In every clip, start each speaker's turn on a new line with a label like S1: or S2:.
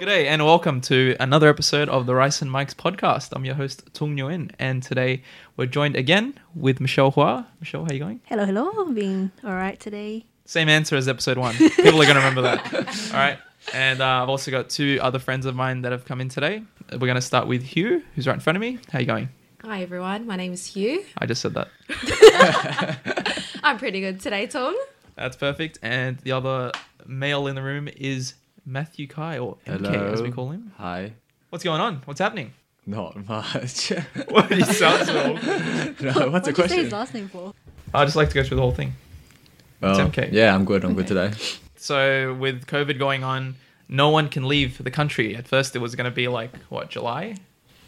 S1: G'day and welcome to another episode of the Rice and Mike's podcast. I'm your host Tung Nguyen, and today we're joined again with Michelle Hua. Michelle, how you going?
S2: Hello, hello. Being all right today.
S1: Same answer as episode one. People are going to remember that. All right. And uh, I've also got two other friends of mine that have come in today. We're going to start with Hugh, who's right in front of me. How you going?
S3: Hi everyone, my name is Hugh.
S1: I just said that.
S3: I'm pretty good today, Tom.
S1: That's perfect. And the other male in the room is Matthew Kai, or MK as we call him.
S4: Hi.
S1: What's going on? What's happening?
S4: Not much.
S1: What do you sound so?
S4: no, what's the
S2: What'd you say his
S4: question?
S2: last name for?
S1: I just like to go through the whole thing.
S4: Oh,
S1: MK.
S4: Yeah, I'm good. I'm good today.
S1: So with COVID going on, no one can leave the country. At first, it was going to be like what July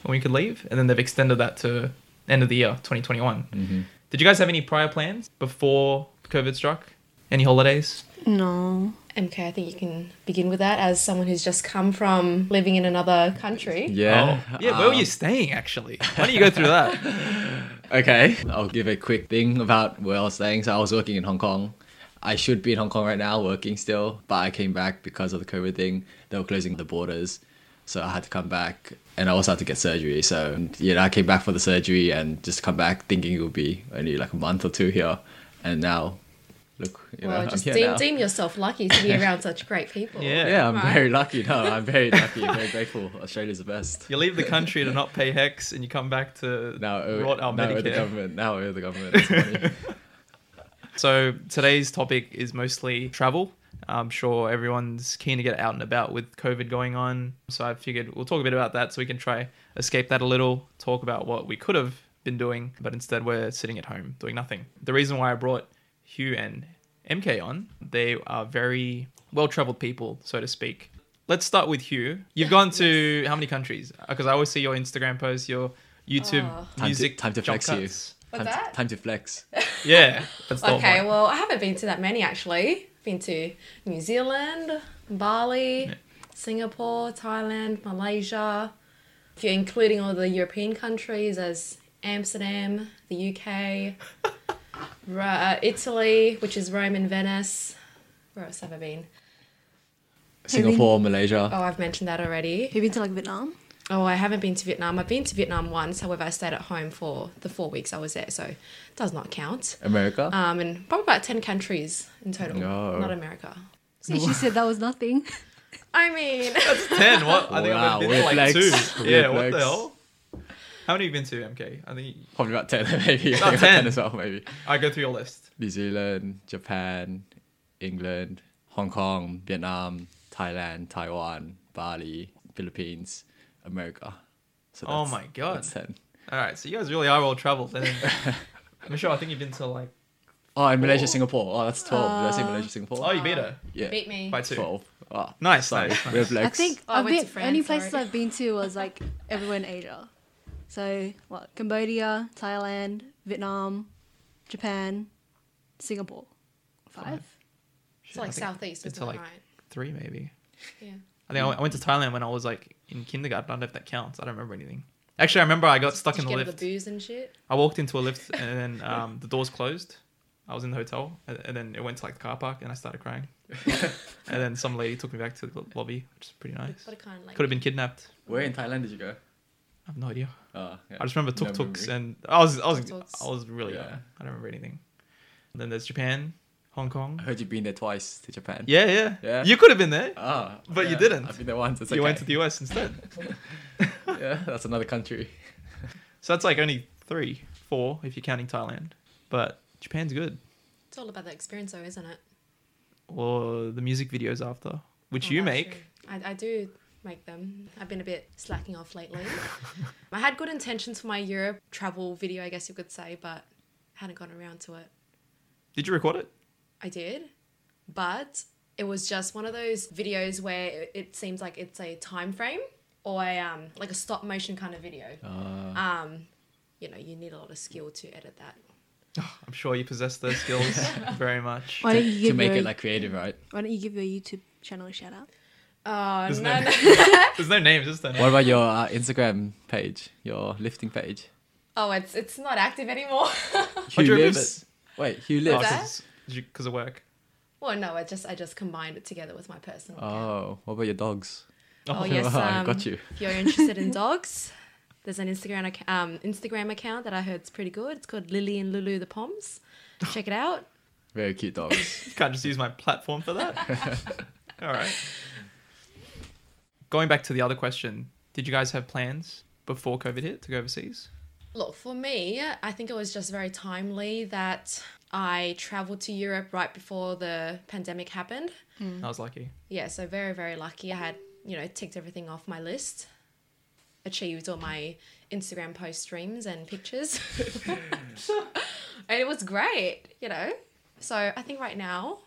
S1: when we could leave, and then they've extended that to end of the year 2021. Did you guys have any prior plans before COVID struck? Any holidays?
S2: No.
S3: MK, I think you can begin with that as someone who's just come from living in another country.
S4: Yeah. Um,
S1: Oh, yeah. Where were you staying actually? Why don't you go through that?
S4: Uh, Okay. I'll give a quick thing about where I was staying. So I was working in Hong Kong. I should be in Hong Kong right now, working still, but I came back because of the COVID thing. They were closing the borders, so I had to come back, and I also had to get surgery. So you know, I came back for the surgery and just come back thinking it would be only like a month or two here, and now, look, you
S3: Well,
S4: know,
S3: just
S4: I'm here
S3: deem,
S4: now.
S3: deem yourself lucky to be around such great people.
S1: Yeah.
S4: yeah, I'm
S3: Right.
S4: very lucky. No, I'm very lucky. I'm very grateful. Australia's the best.
S1: You leave the country to not pay hex, and you come back to
S4: Now, uh,
S1: rot our
S4: now we're the
S1: Medicare.
S4: government. Now we're the government. It's funny.
S1: So today's topic is mostly travel. I'm sure everyone's keen to get out and about with COVID going on. So I figured we'll talk a bit about that so we can try escape that a little, talk about what we could have been doing, but instead we're sitting at home doing nothing. The reason why I brought Hugh and MK on, they are very well traveled people, so to speak. Let's start with Hugh. You've gone to how many countries? Because I always see your Instagram posts, your YouTube
S3: Oh.
S4: to-
S1: music
S4: Ah. time to
S1: jump
S4: flex you.
S1: cuts.
S3: What's
S4: time,
S3: that?
S4: To, time to flex.
S1: Yeah, that's the
S3: Okay,
S1: one.
S3: well, I haven't been to that many actually. Been to New Zealand, Bali, Singapore, Thailand, Malaysia. If you're including all the European countries as Amsterdam, the UK, Ro- uh, Italy, which is Rome and Venice. Where else have I been?
S4: Singapore, Malaysia.
S3: Oh, I've mentioned that already.
S2: Have you been to like Vietnam?
S3: Oh, I haven't been to Vietnam. I've been to Vietnam once. However, I stayed at home for the four weeks I was there, so it does not count.
S4: America.
S3: Um, and probably about 10 countries in total,
S4: No.
S3: not America.
S2: See, she said that was nothing.
S3: I mean,
S1: Ten? What? I think
S4: Wow,
S1: I've been to
S4: weird
S1: like
S4: flex.
S1: two.
S4: Weird
S1: Yeah, what the
S4: flex.
S1: hell? How many have you been to, MK? I think
S4: Probably about ten, maybe.
S1: About
S4: About
S1: 10.
S4: ten as well, maybe.
S1: I go through your list.
S4: New Zealand, Japan, England, Hong Kong, Vietnam, Thailand, Taiwan, Bali, Philippines, America. So
S1: Oh my God.
S4: That's ten.
S1: All right, so you guys really are well traveled. And then, Michelle, I think you've been to like.
S4: Oh, and Malaysia, Singapore. Oh, that's twelve. Did I say Malaysia, Singapore?
S1: Oh, you beat her
S4: yeah.
S3: beat me.
S1: by two.
S4: Twelve. Oh,
S1: Nice,
S4: sorry.
S1: nice, nice.
S4: Red flags.
S2: I think
S3: Oh, I
S2: I've
S3: went
S2: been,
S3: to France,
S2: only places
S3: sorry.
S2: I've been to was like everywhere in Asia. So what? Cambodia, Thailand, Vietnam, Japan, Singapore. Five.
S3: it's like
S1: I think
S3: Southeast,
S1: it's
S3: isn't it?
S1: like-
S3: right?
S1: Three maybe.
S3: Yeah.
S1: I
S4: Hmm.
S1: think I went- I went to Thailand when I was like in kindergarten. I don't know if that counts. I don't remember anything. Actually, I remember I got stuck
S3: Did
S1: in
S3: you
S1: the
S3: get
S1: lift.
S3: the booze and shit?
S1: I walked into a lift and then um, the doors closed. I was in the hotel and, and then it went to like the car park and I started crying. and then some lady took me back to the lobby, which is pretty nice.
S3: What a kind of like.
S1: Could have been kidnapped.
S4: Where in Thailand did you go?
S1: I have no idea.
S4: Oh, yeah.
S1: I just remember
S4: No
S1: tuk tuks
S4: memory.
S1: and I was I was
S3: Tuk-tuks.
S1: I was really
S4: Yeah.
S1: young. I don't remember anything. And then there's Japan, Hong Kong.
S4: I heard you've been there twice to Japan.
S1: Yeah, yeah.
S4: Uh, Yeah.
S1: You could have been there.
S4: Ah,
S1: But you
S4: yeah,
S1: didn't.
S4: I've been there once. It's
S1: You went to
S4: okay.
S1: the US instead.
S4: yeah, that's another country.
S1: so that's like only three, four if you're counting Thailand. But Japan's good.
S3: It's all about the experience, though, isn't it?
S1: Or the music videos after, which
S3: Oh,
S1: you
S3: that's
S1: make.
S3: true. I, I do make them. I've been a bit slacking off lately. I had good intentions for my Europe travel video, I guess you could say, but hadn't gotten around to it.
S1: Did you record it?
S3: I did, but it was just one of those videos where it, it seems like it's a time frame or a, um, like a stop motion kind of video.
S4: Uh,
S1: Ah.
S3: Um, you know, you need a lot of skill to edit that.
S1: I'm sure you possess those skills very much.
S2: Why don't you
S4: to
S2: give
S4: make
S2: your,
S4: it like creative, right?
S2: Why don't you give your YouTube channel a shout out?
S3: Oh,
S1: There's
S3: no,
S1: no,
S3: no.
S1: there's no names, is there?
S4: What about your uh, Instagram page, your lifting page?
S3: oh, it's it's not active anymore.
S1: do you remove
S4: Lives- Wait, Hugh
S1: Oh,
S4: lives.
S3: that?
S1: Because of work.
S3: well, no, I just I just combined it together with my personal. account.
S4: Oh, what about your dogs?
S3: Oh, yes,
S4: I
S3: um,
S4: got you.
S3: If you're interested in dogs, there's an Instagram ac- um, Instagram account that I heard's pretty good. It's called Lily and Lulu the Poms. Check it out.
S4: Very cute dogs.
S1: You can't just use my platform for that. All right. Going back to the other question, did you guys have plans before COVID hit to go overseas?
S3: Look, for me, I think it was just very timely that I traveled to Europe right before the pandemic happened.
S1: I was lucky.
S3: Yeah, so very, very lucky. I had, you know, ticked everything off my list, achieved all my Instagram post streams and pictures. and it was great, you know. So I think right now,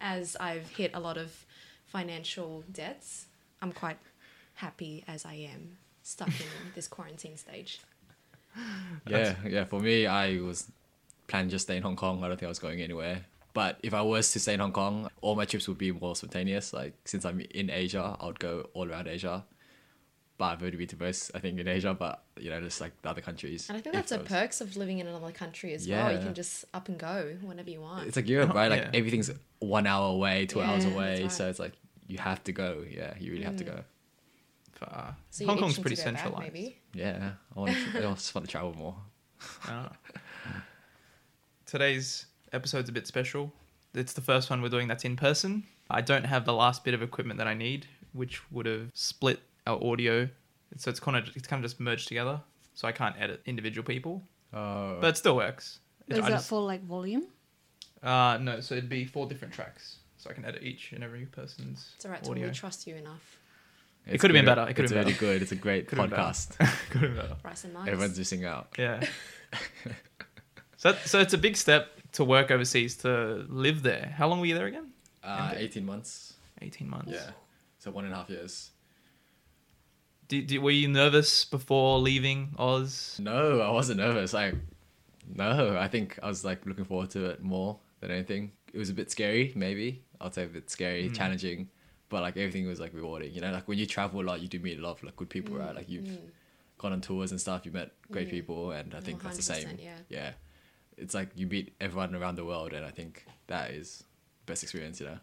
S3: as I've hit a lot of financial debts, I'm quite happy as I am stuck in this quarantine stage.
S4: yeah, yeah. For me, I was planning just stay in Hong Kong. I don't think I was going anywhere. But if I was to stay in Hong Kong, all my trips would be more spontaneous. Like since I'm in Asia, I would go all around Asia. But I've already been to most, I think, in Asia. But you know, just like the other countries.
S3: And I think
S4: if
S3: that's the
S4: those-
S3: perks of living in another country as well. You
S4: Yeah.
S3: can just up and go whenever you want.
S4: It's like Europe, right? Like
S1: Yeah.
S4: everything's one hour away, two hours
S3: Yeah,
S4: away.
S3: that's
S4: So
S3: right. Mm.
S4: it's like you have to go. Yeah, you really have to go.
S1: Far.
S3: So you're
S1: uh, Hong Kong's
S3: itching to
S1: pretty
S3: go back,
S1: centralized.
S3: maybe?
S4: Yeah, I want to. I just want to travel more.
S1: Ah. Today's episode's a bit special. It's the first one we're doing that's in person. I don't have the last bit of equipment that I need, which would have split our audio. So it's kind of it's kind of just merged together. So I can't edit individual people,
S4: Oh,
S1: but it still works. It-
S2: Is
S1: I
S2: that
S1: just-
S2: for like volume?
S1: uh, no, so it'd be four different tracks, so I can edit each and every person's
S3: It's all right, Tom,
S1: audio.
S3: we trust you enough.
S1: It could've been better, it could've
S4: it's
S1: been
S4: really
S1: better.
S4: good. It's a great
S1: Could've been better.
S4: podcast.
S1: Good enough.
S3: Bryce and Mars.
S4: Everyone's missing out.
S1: Yeah. so so it's a big step to work overseas to live there. How long were you there again?
S4: Uh, Eighteen months.
S1: Eighteen months.
S4: Yeah, so one and a half years.
S1: Do, do, were you nervous before leaving Oz?
S4: No, I wasn't nervous. I, no, I think I was like looking forward to it more than anything. It was a bit scary, maybe. I'll say a bit
S3: Mm.
S4: scary, challenging, but like everything was like rewarding. You know, like when you travel a lot, you do meet a lot of like good people,
S3: Mm.
S4: right? Like you've gone on tours and stuff. You met great people, and I think that's the same.
S3: 100%, yeah.
S4: yeah. It's like you meet everyone around the world, and I think that is best experience. You know.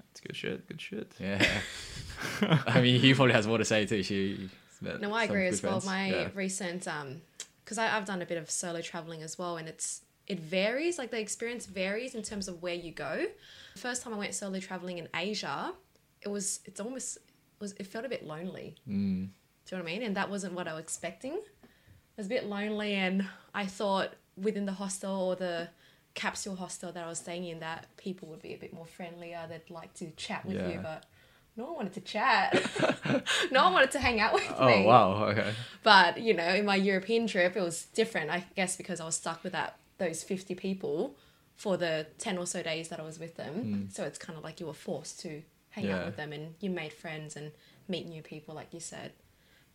S1: That's good shit. Good shit.
S4: Yeah. I mean, he probably has more to say too. She. met
S3: No, I
S4: some
S3: agree
S4: good
S3: as well.
S4: friends.
S3: My
S4: Yeah.
S3: recent, um, because I've done a bit of solo traveling as well, and it's it varies. Like the experience varies in terms of where you go. First time I went solo traveling in Asia, it was it's almost it was it felt a bit lonely. Mm. Do you know what I mean? And that wasn't what I was expecting. It was a bit lonely, and I thought within the hostel or the capsule hostel that I was staying in that people would be a bit more friendlier. They'd like to chat with you,
S4: Yeah.
S3: but. No one wanted to chat. no one wanted to hang out with me.
S4: Oh wow! Okay.
S3: But you know, in my European trip, it was different. I guess because I was stuck with that those fifty people for the ten or so days that I was with them. So it's kind of like you were forced to hang out
S4: Hmm. Yeah.
S3: with them, and you made friends and meet new people, like you said.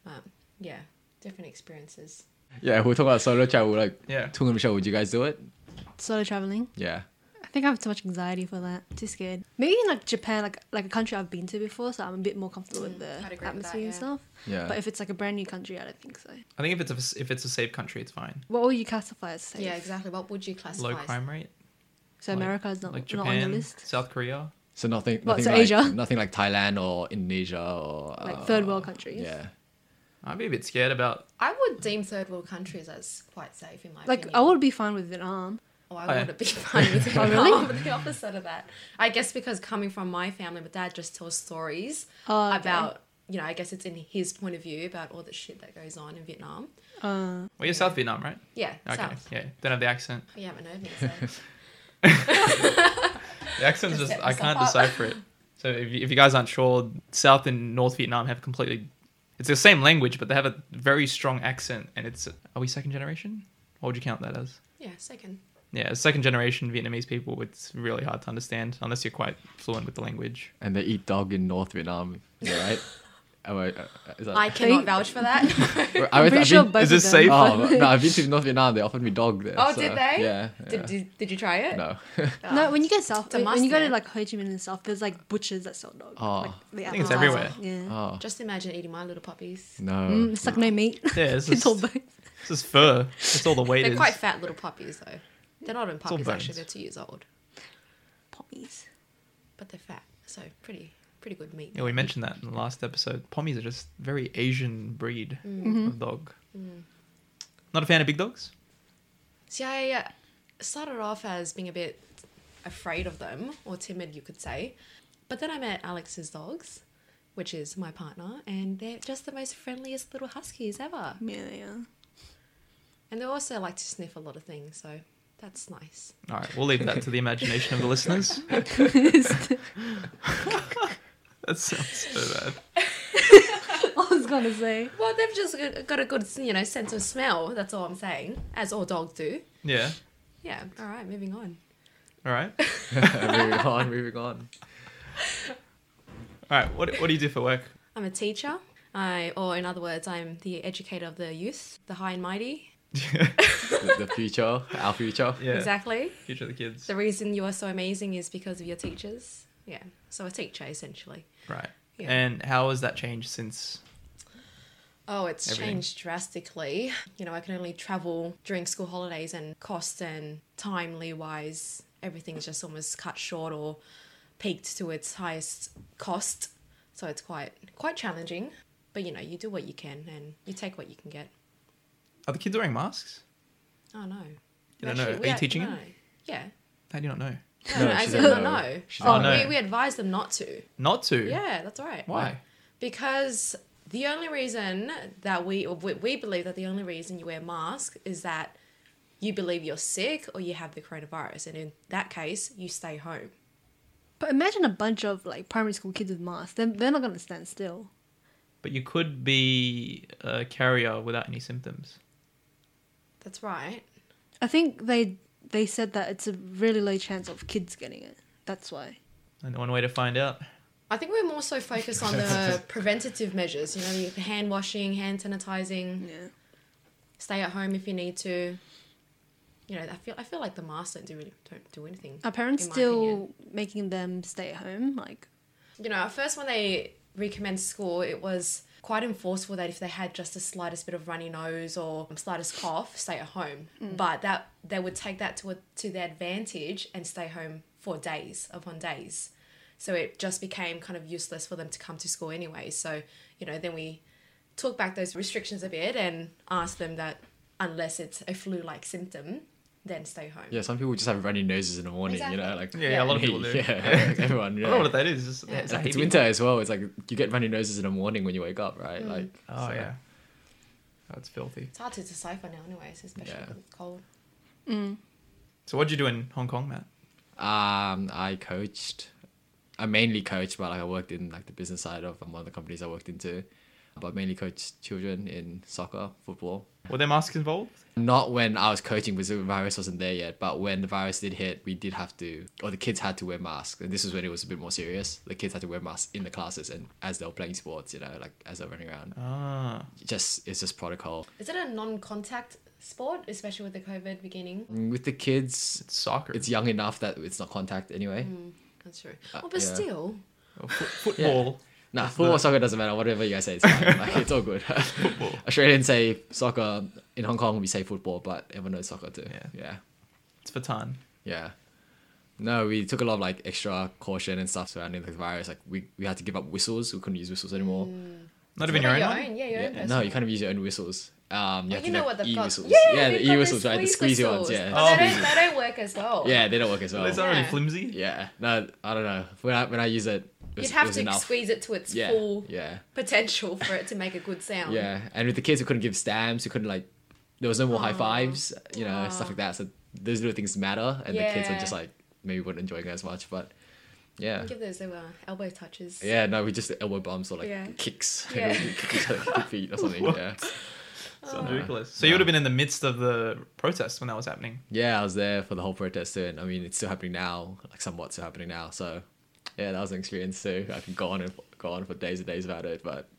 S3: Um, yeah, different experiences.
S4: Yeah, we're talking about solo travel. Like,
S1: Yeah.
S4: Tung and Michelle, would you guys do it?
S2: Solo traveling.
S4: Yeah.
S2: I think I have too much anxiety for that. Too scared. Maybe in like Japan, like like a country I've been to before, so I'm a bit more comfortable with the
S3: Mm, I'd agree
S2: atmosphere
S3: with that,
S2: and
S3: yeah.
S2: stuff.
S4: Yeah.
S2: But if it's like a brand new country, I don't think so.
S1: I think if it's a, if it's a safe country, it's fine.
S2: What will you classify as safe?
S3: Yeah, exactly. What would you classify?
S1: Low
S3: as-
S1: crime rate,
S2: So
S1: Like-
S2: America is not,
S1: like
S2: not on the
S1: Japan,
S2: list.
S1: South Korea.
S4: so nothing,
S2: Well,
S4: nothing
S2: so
S4: like
S2: Asia.
S4: nothing like Thailand or Indonesia or
S2: Like
S4: uh,
S2: third world countries.
S4: Yeah.
S1: I'd be a bit scared about.
S3: I would deem third world countries as quite safe in my
S2: Like
S3: opinion.
S2: I would be fine with Vietnam.
S3: Oh, I
S1: Oh, yeah.
S3: wouldn't be fine with him.
S2: Oh, really?
S3: I'm the opposite of that. I guess because coming from my family, my dad just tells stories
S2: Oh, okay.
S3: about, you know, I guess it's in his point of view about all the shit that goes on in Vietnam.
S2: Uh,
S1: Well, you're South Vietnam, right?
S3: Yeah,
S1: Okay.
S3: South.
S1: Yeah. Don't have the accent.
S3: You haven't heard me, so.
S1: The accent's
S3: Just
S1: just,
S3: set
S1: I can't
S3: myself up.
S1: decipher it. So if you, if you guys aren't sure, South and North Vietnam have completely. It's the same language, but they have a very strong accent, and it's. Are we second generation? What would you count that as?
S3: yeah, second.
S1: Yeah, as second generation Vietnamese people, it's really hard to understand unless you're quite fluent with the language.
S4: And they eat dog in North Vietnam. Is that right? Am I, uh, is that,
S3: I cannot vouch for that.
S4: I,
S2: I'm pretty
S4: I've
S2: sure
S4: been-
S2: both
S1: is this
S2: of them.
S1: safe?
S4: Oh no! I've been to North Vietnam. They offered me dog there.
S3: oh,
S4: so,
S3: did they?
S4: Yeah. yeah.
S3: Did, did, did you try it?
S4: no.
S2: No, when you go south,
S3: a
S2: when, when you go
S3: must,
S2: to
S3: man.
S2: like Ho Chi Minh and stuff, there's like butchers that sell dogs.
S4: Oh.
S2: Like, the
S3: I think it's
S2: appetizer.
S1: everywhere.
S2: Yeah.
S4: oh
S3: Just imagine eating my little puppies.
S4: no.
S2: Mm, it's like no meat.
S1: Yeah, it's
S2: it's all
S1: just-
S2: bones.
S1: It's just fur. It's all the weight
S3: They're
S1: is.
S3: quite fat little puppies, though. They're not even
S1: all
S3: puppies, actually.
S1: bones.
S3: They're two years old.
S2: Poppies.
S3: But they're fat, so pretty, pretty good meat.
S1: Yeah, we mentioned that in the last episode. Pommies are just very Asian breed of dog. Not a fan of big dogs.
S3: See, I uh, started off as being a bit afraid of them, or timid, you could say. But then I met Alex's dogs, which is my partner, and they're just the most friendliest little huskies ever.
S2: Yeah, yeah.
S3: And they also like to sniff a lot of things, so that's nice.
S1: All right, we'll leave that to the imagination of the listeners. That sounds so bad.
S2: I was gonna say.
S3: Well, they've just got- got a good, you know, sense of smell. That's all I'm saying, as all dogs do.
S1: Yeah.
S3: Yeah. All right, moving on.
S1: All right.
S4: moving on, moving on.
S1: All right. What, what do you do for work?
S3: I'm a teacher. I, or in other words, I'm the educator of the youth, the high and mighty.
S4: The, the future, our future.
S1: yeah.
S3: Exactly.
S1: Future of the kids.
S3: The reason you are so amazing is because of your teachers. Yeah. So a teacher essentially.
S1: Right.
S3: Yeah.
S1: And how has that changed since?
S3: Oh, it's
S1: Everything.
S3: changed drastically. You know, I can only travel during school holidays and cost and timely wise, everything's just almost cut short or peaked to its highest cost. So it's quite quite challenging. But you know, you do what you can and you take what you can get.
S1: Are the kids wearing masks?
S3: Oh no.
S1: You don't know. Are you teaching him?
S3: Yeah.
S1: How do you not know?
S3: No, no,
S4: she
S3: I
S4: said
S3: don't
S4: no.
S3: know.
S4: She
S1: said
S3: Oh,
S1: no.
S3: we, we advise them not to.
S1: Not to.
S3: Yeah, that's right.
S1: Why?
S3: Because the only reason that we, or we we believe that the only reason you wear mask is that you believe you're sick or you have the coronavirus, and in that case, you stay home.
S2: But imagine a bunch of like primary school kids with masks. They're, they're not gonna stand still.
S1: But you could be a carrier without any symptoms.
S3: That's right.
S2: I think they they said that it's a really low chance of kids getting it. That's why.
S1: And one way to find out.
S3: I think we're more so focused on the preventative measures. You know, the hand washing, hand sanitizing,
S2: Yeah.
S3: stay at home if you need to. You know, I feel I feel like the masks don't do really, don't do anything.
S2: Are parents
S3: in my
S2: still
S3: opinion.
S2: making them stay at home? Like,
S3: You know, at first when they recommenced school, it was quite enforceable that if they had just the slightest bit of runny nose or slightest cough, stay at home. But that they would take that to a, to their advantage and stay home for days upon days. So it just became kind of useless for them to come to school anyway. So you know, then we took back those restrictions a bit and asked them that unless it's a flu-like symptom, then stay home.
S4: Yeah, some people just have runny noses in the morning, you know,
S3: Exactly.
S4: like
S1: Yeah, a lot of people do.
S4: Yeah, like everyone.
S1: I
S4: Yeah.
S1: don't know what that is. It's, just- it's
S4: it's
S1: a
S4: like it's
S1: heavy-
S4: winter as well. It's like you get runny noses in the morning when you wake up, right? Like
S1: Oh
S4: so-
S1: yeah. That's filthy.
S3: It's hard to decipher now, anyways, especially
S4: Yeah.
S3: with the cold.
S1: So what'd you do in Hong Kong, Matt?
S4: Um, I coached. I mainly coached, but like, I worked in like the business side of um, one of the companies I worked into, but mainly coached children in soccer, football.
S1: Were there masks involved?
S4: Not when I was coaching because the virus wasn't there yet, but when the virus did hit, we did have to, or the kids had to wear masks. And this is when it was a bit more serious. The kids had to wear masks in the classes and as they were playing sports, you know, like as they were running around.
S1: Ah.
S4: Just it's just protocol.
S3: Is it a non-contact sport, especially with the COVID beginning?
S4: With the kids,
S1: It's soccer.
S4: it's young enough that it's not contact anyway.
S3: Mm. That's true.
S4: Uh,
S3: oh, but
S4: yeah.
S3: still,
S1: Oh, fo- football.
S4: Nah, football or soccer doesn't matter. Whatever you guys say, it's fine. like, it's all good. Australians say soccer. In Hong Kong, we say football, but everyone knows soccer too.
S1: Yeah.
S4: yeah,
S1: It's for tan.
S4: yeah. No, we took a lot of like extra caution and stuff surrounding the virus. Like we, we had to give up whistles. We couldn't use whistles anymore.
S1: Not even your
S3: Oh,
S1: own.
S3: your
S1: one?
S3: own, yeah, your own.
S4: Yeah, no, you can't even use your own whistles. Um, you
S3: Oh,
S4: have
S3: you
S4: to
S3: know
S4: have
S3: what they've
S4: e
S3: got.
S4: whistles.
S3: Yeah,
S4: yeah,
S3: they've
S4: the
S3: got
S4: e whistles, right? The squeezy ones, yeah.
S3: But
S1: Oh.
S3: they, don't, they don't work as well.
S4: Yeah, they don't work as well.
S1: Those are Oh, really
S3: Yeah.
S1: flimsy.
S4: Yeah, no, I don't know. When I when I use it, it was,
S3: You'd have
S4: it was
S3: to
S4: enough.
S3: squeeze it to its
S4: yeah,
S3: full
S4: yeah.
S3: potential for it to make a good sound.
S4: Yeah, and with the kids, we couldn't give stamps. We couldn't like, there was no more high fives, you know, stuff like that. So those little things matter, and the kids are
S3: Yeah.
S4: just like maybe weren't enjoying it as much. But yeah,
S3: Give those uh, elbow touches.
S4: yeah, no, we just elbow bumps or like
S3: Yeah.
S4: kicks,
S3: Yeah.
S4: We kick each other, kick feet or something.
S1: What?
S4: Yeah,
S1: Sounds
S4: Oh.
S1: ridiculous. So you would have been in the midst of the protest when that was happening.
S4: yeah, I was there for the whole protest too, and I mean it's still happening now, like somewhat still happening now. So yeah, that was an experience too. I could go on and go on for days and days about it, but.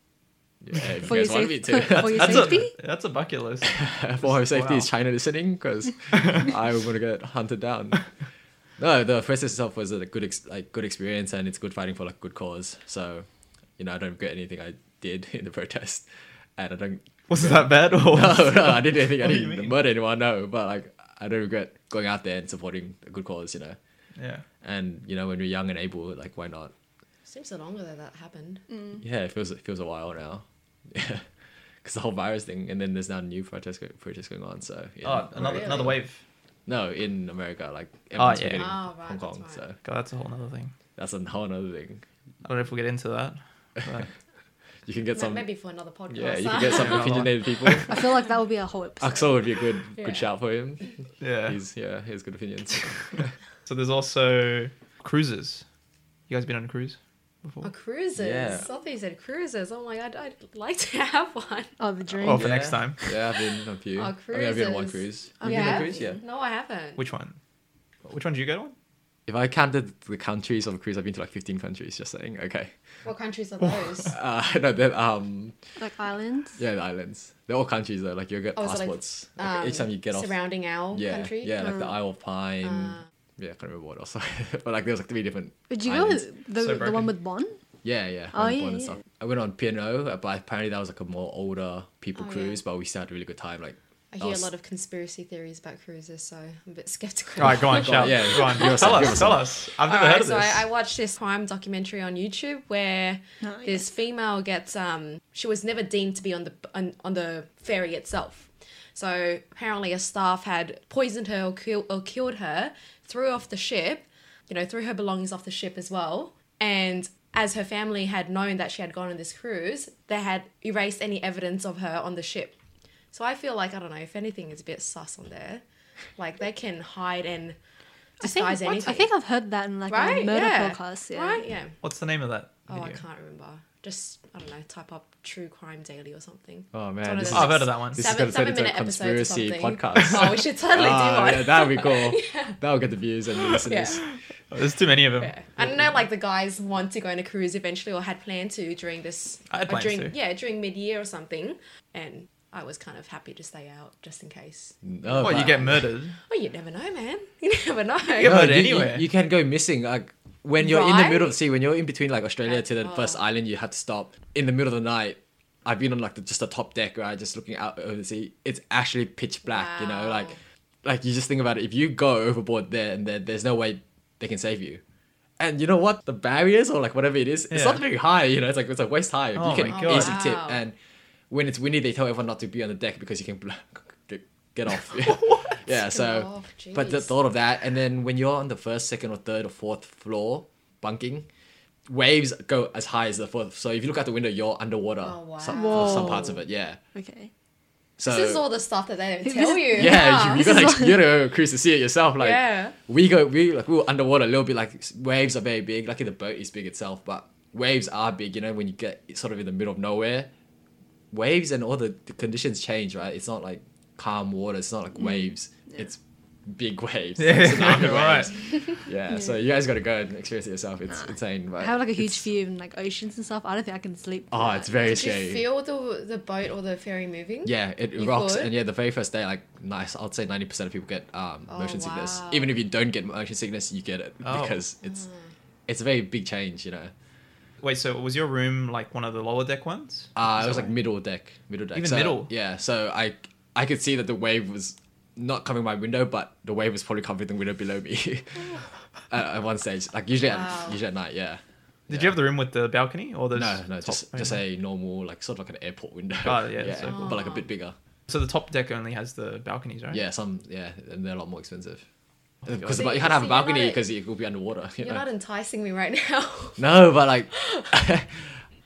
S4: Yeah, if
S2: For
S4: you
S2: your
S4: guys want me
S2: safe-
S4: to.
S2: for your
S1: That's
S2: Safety?
S1: a that's a bucket list.
S4: for her safety
S1: Wow.
S4: is China listening because I want to get hunted down. No, the process itself was a good ex- like good experience and it's good fighting for like good cause. So, you know, I don't regret anything I did in the protest, and I don't.
S1: Was it that bad? Or
S4: No, no, I didn't anything. I
S1: What do you
S4: didn't
S1: mean?
S4: murder anyone. No, but like I don't regret going out there and supporting a good cause. You know,
S1: Yeah.
S4: and you know when you're young and able, like why not?
S3: Seems so long ago that that happened.
S4: Yeah, it feels it feels a while now. Yeah, because the whole virus thing, and then there's now new protests go- protests going on. So yeah.
S1: Oh, another another
S3: Really?
S1: wave.
S4: no, in America, like everyone's
S1: yeah.
S4: forgetting
S3: Oh, right,
S4: Hong
S3: that's
S4: Kong.
S3: right.
S4: So
S1: God, that's a whole other thing.
S4: that's a whole other thing.
S1: I don't know if we'll get into that. but-
S4: You can get
S3: Ma-
S4: some.
S3: Maybe for another podcast.
S4: Yeah, you can get some
S1: Yeah.
S4: opinionated people.
S2: I feel like that would be a whole episode.
S4: Axel would be a good
S3: Yeah.
S4: good shout for him.
S1: yeah.
S4: He's yeah, he has good opinions.
S1: So there's also cruises. You guys been on a cruise before?
S3: Oh, cruises.
S4: Yeah.
S3: I thought you said cruises. I'm like, I'd, I'd like to have one.
S2: Oh, the dream.
S1: Oh, for next time.
S4: Yeah, I've been on a few.
S3: Oh,
S4: I mean, I've been on one
S3: cruises.
S4: cruise.
S3: Oh,
S4: You've been on a cruise, yeah.
S3: No, I haven't.
S1: Which one? Which one did you go on?
S4: If I counted the countries of a cruise, I've been to like 15 countries. Just saying. Okay.
S3: What countries are those?
S4: Uh, no, then um,
S2: Like islands.
S4: yeah, the islands. They're all countries though. Like you get
S3: Oh, so, like,
S4: passports like, each time you get off.
S3: Surrounding our
S4: yeah,
S3: country? Mm.
S4: yeah, like the
S2: Uh,
S4: Isle of Pine.
S3: Uh.
S4: yeah, I can't remember what else. but like there was like three different.
S2: Would you
S4: islands.
S2: go with the,
S1: So
S2: the
S1: broken.
S2: one with Bon?
S4: Yeah, yeah.
S2: Oh,
S4: on the
S2: yeah,
S4: board and
S2: yeah.
S4: stuff. I went on P&O, uh, but apparently that was like a more older people
S3: Oh, yeah.
S4: cruise, but we still had a really good time. Like,
S3: I
S4: that
S3: hear
S4: was-
S3: a lot of conspiracy theories about cruises, so I'm a bit skeptical.
S1: All right, go on, shout.
S4: yeah,
S1: go on.
S4: give us
S1: tell
S4: some,
S1: us,
S4: give us
S1: tell
S4: some.
S1: us. I've never
S3: Alright,
S1: heard of
S3: so
S1: this.
S3: I, I watched this crime documentary on YouTube where
S2: Oh,
S3: this
S2: yes.
S3: female gets um she was never deemed to be on the on, on the ferry itself. So apparently a staff had poisoned her or, kill, or killed her, threw her off the ship, you know, threw her belongings off the ship as well. And as her family had known that she had gone on this cruise, they had erased any evidence of her on the ship. So I feel like I don't know if anything is a bit sus on there, like they can hide and disguise
S2: I think,
S3: anything
S2: I think I've heard that in like
S3: right?
S2: a murder
S3: yeah.
S2: podcast. Yeah.
S3: Right? Yeah.
S1: What's the name of that
S3: Oh,
S1: video?
S3: I can't remember. Just I don't know. Type up "true crime daily" or something.
S4: Oh, man,
S3: It's one of
S4: this
S1: Oh,
S3: those
S1: I've heard of that one.
S4: This is
S3: Seven,
S4: gonna turn
S3: seven
S4: into a
S3: minute episodes or
S4: conspiracy
S3: something.
S4: podcast.
S3: Oh, we should totally do
S4: Ah,
S3: one.
S4: yeah, that'd be cool. That'll get the views and the
S3: Yeah.
S4: listeners.
S1: There's too many of them.
S3: Yeah. I don't know, like the guys want to go on a cruise eventually, or had planned to during this.
S1: I had
S3: or
S1: plans
S3: during,
S1: to.
S3: Yeah, during mid year or something, and I was kind of happy to stay out just in case.
S4: No,
S1: What, you
S4: but-
S1: get murdered?
S3: Oh, you never know, man. You never know.
S1: get
S4: No,
S1: murdered
S4: you, you-
S1: anywhere.
S4: You, can go missing. Like when you're in the
S3: Right?
S4: middle of the sea, when you're in between like Australia to the
S3: Oh.
S4: first island, you have to stop in the middle of the night. I've been on like the, just the top deck, right, just looking out over the sea. It's actually pitch black. You know,
S3: Wow.
S4: like like you just think about it. If you go overboard there, and there, there's no way they can save you. And you know what? The barriers or like whatever it is, it's
S1: Yeah.
S4: not very high. You know, it's like it's like waist high.
S1: Oh
S4: you can
S1: my God.
S4: easily tip.
S3: Wow.
S4: And when it's windy, they tell everyone not to be on the deck because you can bl- get- get off. Yeah, so
S3: off,
S4: but the
S3: jeez.
S4: thought of that, and then when you're on the first, second, or third, or fourth floor bunking, waves go as high as the fourth. So if you look out the window, you're underwater.
S3: Oh, wow.
S4: Some, for some
S2: Whoa.
S4: parts of it, yeah.
S2: Okay.
S4: So
S3: this is all the stuff that they don't
S2: This
S3: tell
S2: is-
S3: you.
S4: yeah, you, you
S2: This
S4: gotta
S2: is
S4: ex-
S2: all-
S4: you gotta cruise to see it yourself. Like
S3: Yeah.
S4: we go, we like we were underwater a little bit. Like s- waves are very big. Luckily, the boat is big itself, but waves are big. You know, when you get sort of in the middle of nowhere, waves and all the, the conditions change. Right? It's not like calm water. It's not
S3: Mm.
S4: like waves. It's big waves.
S1: Yeah,
S4: It's tsunami
S1: all right.
S4: waves. Yeah, So you guys gotta go and experience it yourself. It's insane. But
S2: I have like a huge
S4: it's-
S2: view in like oceans and stuff. I don't think I can sleep.
S4: Oh, it's very
S3: Did you
S4: scary.
S3: feel the the boat or the ferry moving?
S4: Yeah, it
S3: You
S4: rocks.
S3: could?
S4: And yeah, the very first day, like, nice. I'd say 90% of people get um,
S3: Oh,
S4: motion sickness.
S3: wow. Mm.
S4: Even if you don't get motion sickness, you get it
S1: Oh.
S4: because it's it's a very big change, you know.
S1: Wait, so was your room like one of the lower deck ones?
S4: Uh, it
S1: So-
S4: was like middle deck, middle deck.
S1: Even
S4: So,
S1: middle?
S4: Yeah, so I I could see that the wave was not covering my window, but the wave was probably covering the window below me at, at one stage. Like usually
S3: Wow.
S4: at usually at night, yeah.
S1: Did you have the room with the balcony or the
S4: No, no, just just a normal like sort of like an airport window.
S1: Oh, yeah, so cool.
S4: but like a bit bigger.
S1: So the top deck only has the balconies, right? Oh
S4: Yeah, some yeah, and they're a lot more expensive. Uh,
S1: my
S4: Because
S1: God.
S4: you
S3: So-
S4: can't have
S3: so you're
S4: a
S3: not
S4: balcony
S3: a-
S4: because it will be underwater. You
S3: You're
S4: know?
S3: not enticing me right now.
S4: No, but like,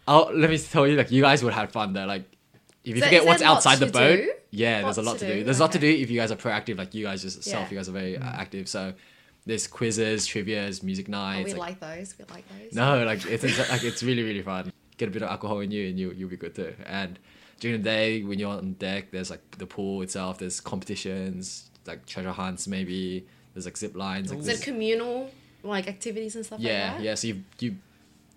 S4: I'll, let me tell you, like you guys would have fun though. Like, if you
S3: So
S4: forget
S3: is
S4: what's
S3: there lots
S4: outside the
S3: to
S4: boat,
S3: do?
S4: yeah, there's a lot
S3: Lots
S4: to
S3: to
S4: do.
S3: do?
S4: There's a lot to do
S3: Okay.
S4: if you guys are proactive. Like you guys yourself,
S3: Yeah. Mm.
S4: you guys are very uh, active. So there's quizzes, trivia's, music
S3: Oh,
S4: nights.
S3: we like
S4: like-
S3: those. We like those.
S4: no, like it's, it's like it's really really fun. Get a bit of alcohol in you, and you you'll be good too. And during the day when you're on deck, there's like the pool itself. There's competitions like treasure hunts maybe. There's like zip lines. Like
S3: Is
S4: this-
S3: it communal like activities and stuff
S4: yeah,
S3: like that?
S4: yeah. So you you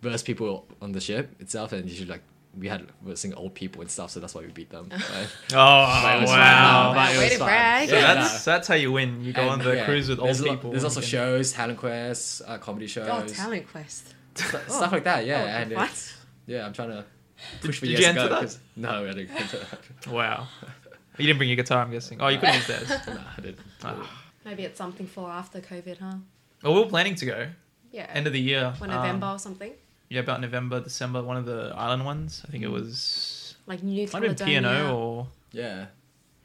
S4: verse people on the ship itself, and you should like we had versing old people and stuff, so that's why we beat them. right?
S1: Oh
S4: But it was fun.
S1: wow!
S4: But
S3: Wow,
S4: it
S3: way
S4: was
S3: to
S4: fun.
S3: brag.
S1: So
S4: Yeah,
S1: that's
S4: no.
S1: so that's how you win. You go
S4: And,
S1: on the
S4: yeah,
S1: cruise with
S4: there's
S1: old
S4: a lot-
S1: people.
S4: There's also
S1: and-
S4: shows, talent quests, uh, comedy shows,
S3: Oh, talent quest.
S4: stu- stuff like that. Yeah,
S3: Oh,
S4: and
S3: what?
S4: it's- yeah, I'm trying to push for
S1: did
S4: years
S1: you
S4: to
S1: enter
S4: go.
S1: that?
S4: 'cause- No, I didn't. enter that.
S1: Wow. You didn't bring your guitar, I'm guessing. Oh, you couldn't use theirs.
S4: no, I didn't.
S1: Ah.
S3: Maybe it's something for after COVID, huh?
S1: Well, we were planning to go
S3: Yeah.
S1: end of the year.
S3: for
S1: um,
S3: November or something.
S1: yeah, about November, December, one of the island ones. I think it
S2: Hmm.
S1: was
S3: like New
S1: might have been
S3: Caledonia.
S1: P&O or
S4: Yeah.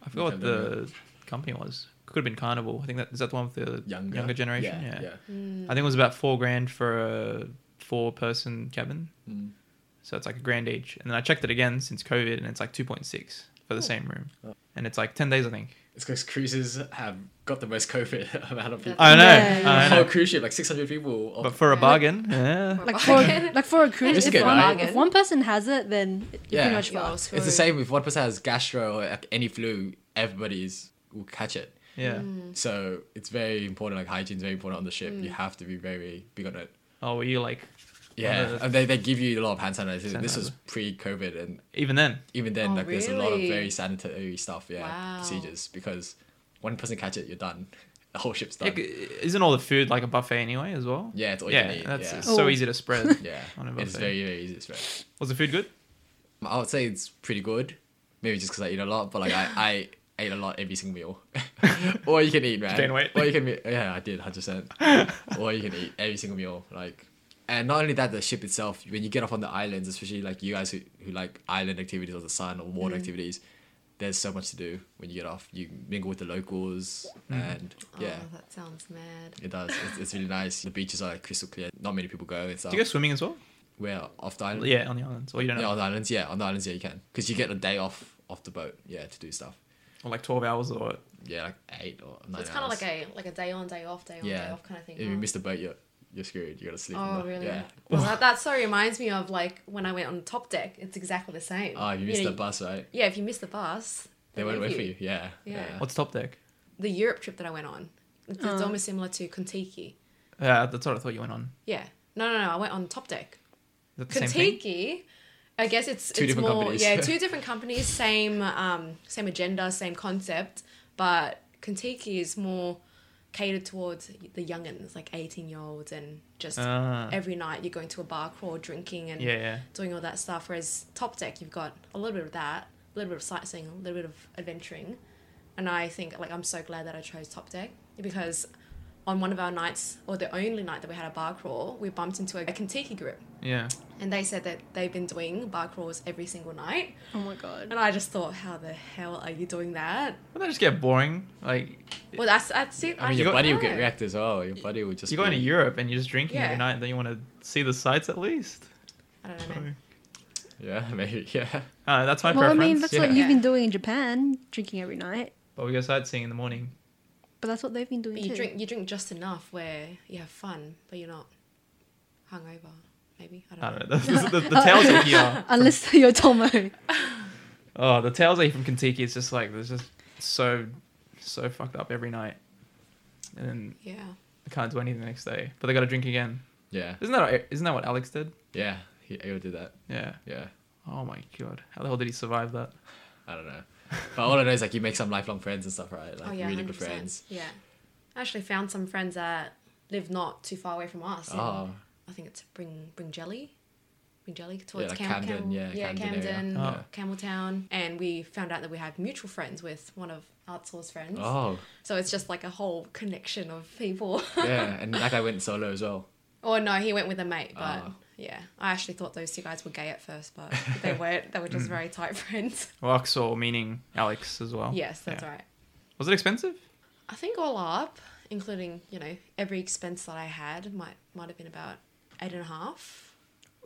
S1: I forgot what
S4: Caledonia.
S1: the company was. Could have been Carnival. I think that is that the one with the
S4: Younger.
S1: generation.
S4: Yeah.
S1: yeah.
S4: yeah.
S1: I think it was about four grand for a four person cabin.
S4: Mm.
S1: So it's like a grand each. And then I checked it again since COVID and it's like 2.6 for the same room.
S4: Oh.
S1: And it's like 10 days, I think.
S4: It's because cruises have got the most COVID amount of people.
S3: That's-
S1: I know.
S2: Yeah, yeah.
S1: I
S4: The whole
S1: know.
S4: cruise ship, like 600 people.
S1: But for a
S3: Yeah.
S1: bargain, yeah.
S2: Like for like for a cruise,
S4: It's
S2: if,
S4: good,
S2: one,
S4: right?
S2: if one person has it, then you're
S4: Yeah.
S2: pretty much
S3: Yeah, I
S2: fucked.
S3: was
S4: it's the
S3: screwed.
S4: same if one person has gastro or like, any flu, everybody's will catch it.
S1: yeah.
S2: hmm.
S3: Mm.
S4: So it's very important. Like hygiene's very important on the ship. You have to be very big on it.
S1: Oh, were you like,
S4: Yeah,
S1: that's-
S4: and they, they give you a lot of hand sanitizer. This was
S1: Sanitizer.
S4: pre-COVID, and
S1: even then?
S4: even then,
S3: Oh,
S4: like there's a lot of
S3: really?
S4: very sanitary stuff. Yeah,
S3: Wow.
S4: procedures because one person catch it, you're done. The whole ship's done.
S1: Like, isn't all the food like a buffet anyway as well?
S4: yeah, it's all you
S1: Yeah,
S4: can eat.
S1: that's
S4: yeah,
S1: it's so
S2: Oh.
S1: easy to spread.
S4: yeah.
S1: on a
S4: It's
S1: buffet.
S4: very very easy to spread.
S1: Was the food good?
S4: Oh. I would say it's pretty good. Maybe just because I eat a lot, but like I, I ate a lot every single meal. or you can eat, man.
S1: Gain weight.
S4: Or you can be, yeah, I did hundred percent. Or you can eat every single meal, like. And not only that, the ship itself. When you get off on the islands, especially like you guys who, who like island activities or the sun or water
S1: Mm.
S4: activities, there's so much to do when you get off. You mingle with the locals,
S1: Mm.
S4: and yeah,
S3: Oh, that sounds mad.
S4: it does. It's, it's really nice. The beaches are like crystal clear. Not many people go and stuff.
S1: Do you go swimming as well?
S4: We're off the island.
S1: Yeah, on the islands. Or you don't
S4: Mm. Yeah,
S1: know.
S4: on the islands, yeah, on the islands, yeah, you can, because you get a day off off the boat, yeah, to do stuff.
S1: Or like 12 hours or
S4: Yeah, like eight or nine.
S3: It's kind of
S4: hours.
S3: like a like a day on, day off, day on,
S4: yeah.
S3: day off kind of thing.
S4: If you
S3: huh?
S4: miss the boat, you're you're screwed. You gotta sleep. in
S3: Oh
S4: the,
S3: really?
S4: Yeah.
S3: Well, that, that so reminds me of like when I went on top deck. It's exactly the same.
S4: Oh, if you missed
S3: know,
S4: the bus, right?
S3: Yeah, if you miss the bus,
S4: They won't wait for you. Yeah.
S3: Yeah.
S1: what's top deck?
S3: The Europe trip that I went on, it's, it's
S2: Oh.
S3: almost similar to Contiki.
S1: Yeah, Uh, that's what I thought you went on.
S3: Yeah. No, no, no. I went on top deck.
S1: Is that the same thing?
S3: Contiki. I guess it's
S4: Two
S3: it's
S4: different
S3: more
S4: companies.
S3: yeah two different companies same um same agenda same concept but Contiki is more catered towards the youngins like eighteen year olds and just
S1: Ah.
S3: every night you're going to a bar crawl drinking and
S1: Yeah, yeah.
S3: doing all that stuff. Whereas Top Deck, you've got a little bit of that, a little bit of sightseeing, a little bit of adventuring. And I think, like, I'm so glad that I chose Top Deck because on one of our nights, or the only night that we had a bar crawl, we bumped into a, a Kentucky group.
S1: Yeah.
S3: And they said that they've been doing bar crawls every single night.
S2: Oh my god.
S3: And I just thought, how the hell are you doing that?
S1: Wouldn't that just get boring? Like,
S3: Well, that's, that's it.
S4: I mean,
S3: just
S4: your
S1: got-
S4: buddy will
S3: don't
S4: get
S3: know.
S4: wrecked as well. Your buddy will just.
S1: you go into
S4: be-
S1: Europe and you're just drinking every
S3: Yeah.
S1: night, then you want to see the sights at least.
S3: I don't know.
S1: So,
S3: man.
S4: Yeah, maybe. Yeah.
S1: uh, that's my
S2: well, I
S1: preference.
S2: mean, that's what
S4: yeah.
S2: you've been doing in Japan, drinking every night.
S1: But we go sightseeing in the morning.
S2: But that's what they've been doing
S3: But
S2: too.
S3: you drink, you drink just enough where you have fun, but you're not hungover. Maybe I don't
S1: I
S3: know.
S1: don't know. The, the, the tales I hear.
S2: Unless you're Tomo.
S1: Oh, the tales I hear from Kentucky is just like there's just so, so fucked up every night, and then
S3: Yeah.
S1: they can't do anything the next day. But they got to drink again.
S4: Yeah.
S1: Isn't that isn't that what Alex did?
S4: Yeah. He, he'll do that.
S1: Yeah.
S4: Yeah.
S1: Oh my god, how the hell did he survive that?
S4: I don't know. But all I know is like you make some lifelong friends and stuff, right? Like
S3: oh yeah,
S4: really good
S3: 100%.
S4: friends.
S3: Yeah, I actually found some friends that live not too far away from us. in-
S4: Oh.
S3: I think it's Bring Bring Jelly, Bring Jelly towards
S4: like
S3: Cam-
S4: Camden,
S3: Camel-
S4: yeah,
S3: yeah,
S4: Camden area.
S3: Camden,
S1: Oh.
S3: Campbelltown, and we found out that we had mutual friends with one of Outsource friends.
S4: Oh.
S3: So it's just like a whole connection of people.
S4: Yeah, and that guy went solo as well.
S3: or no, he went with a mate, but.
S4: Oh.
S3: Yeah, I actually thought those two guys were gay at first, but they weren't. They were just very tight friends.
S1: Well, Axel, meaning Alex as well.
S3: Yes, that's
S1: Oh, Yeah.
S3: right.
S1: Was it expensive?
S3: I think all up, including you know every expense that I had, might might have been about eight and a half,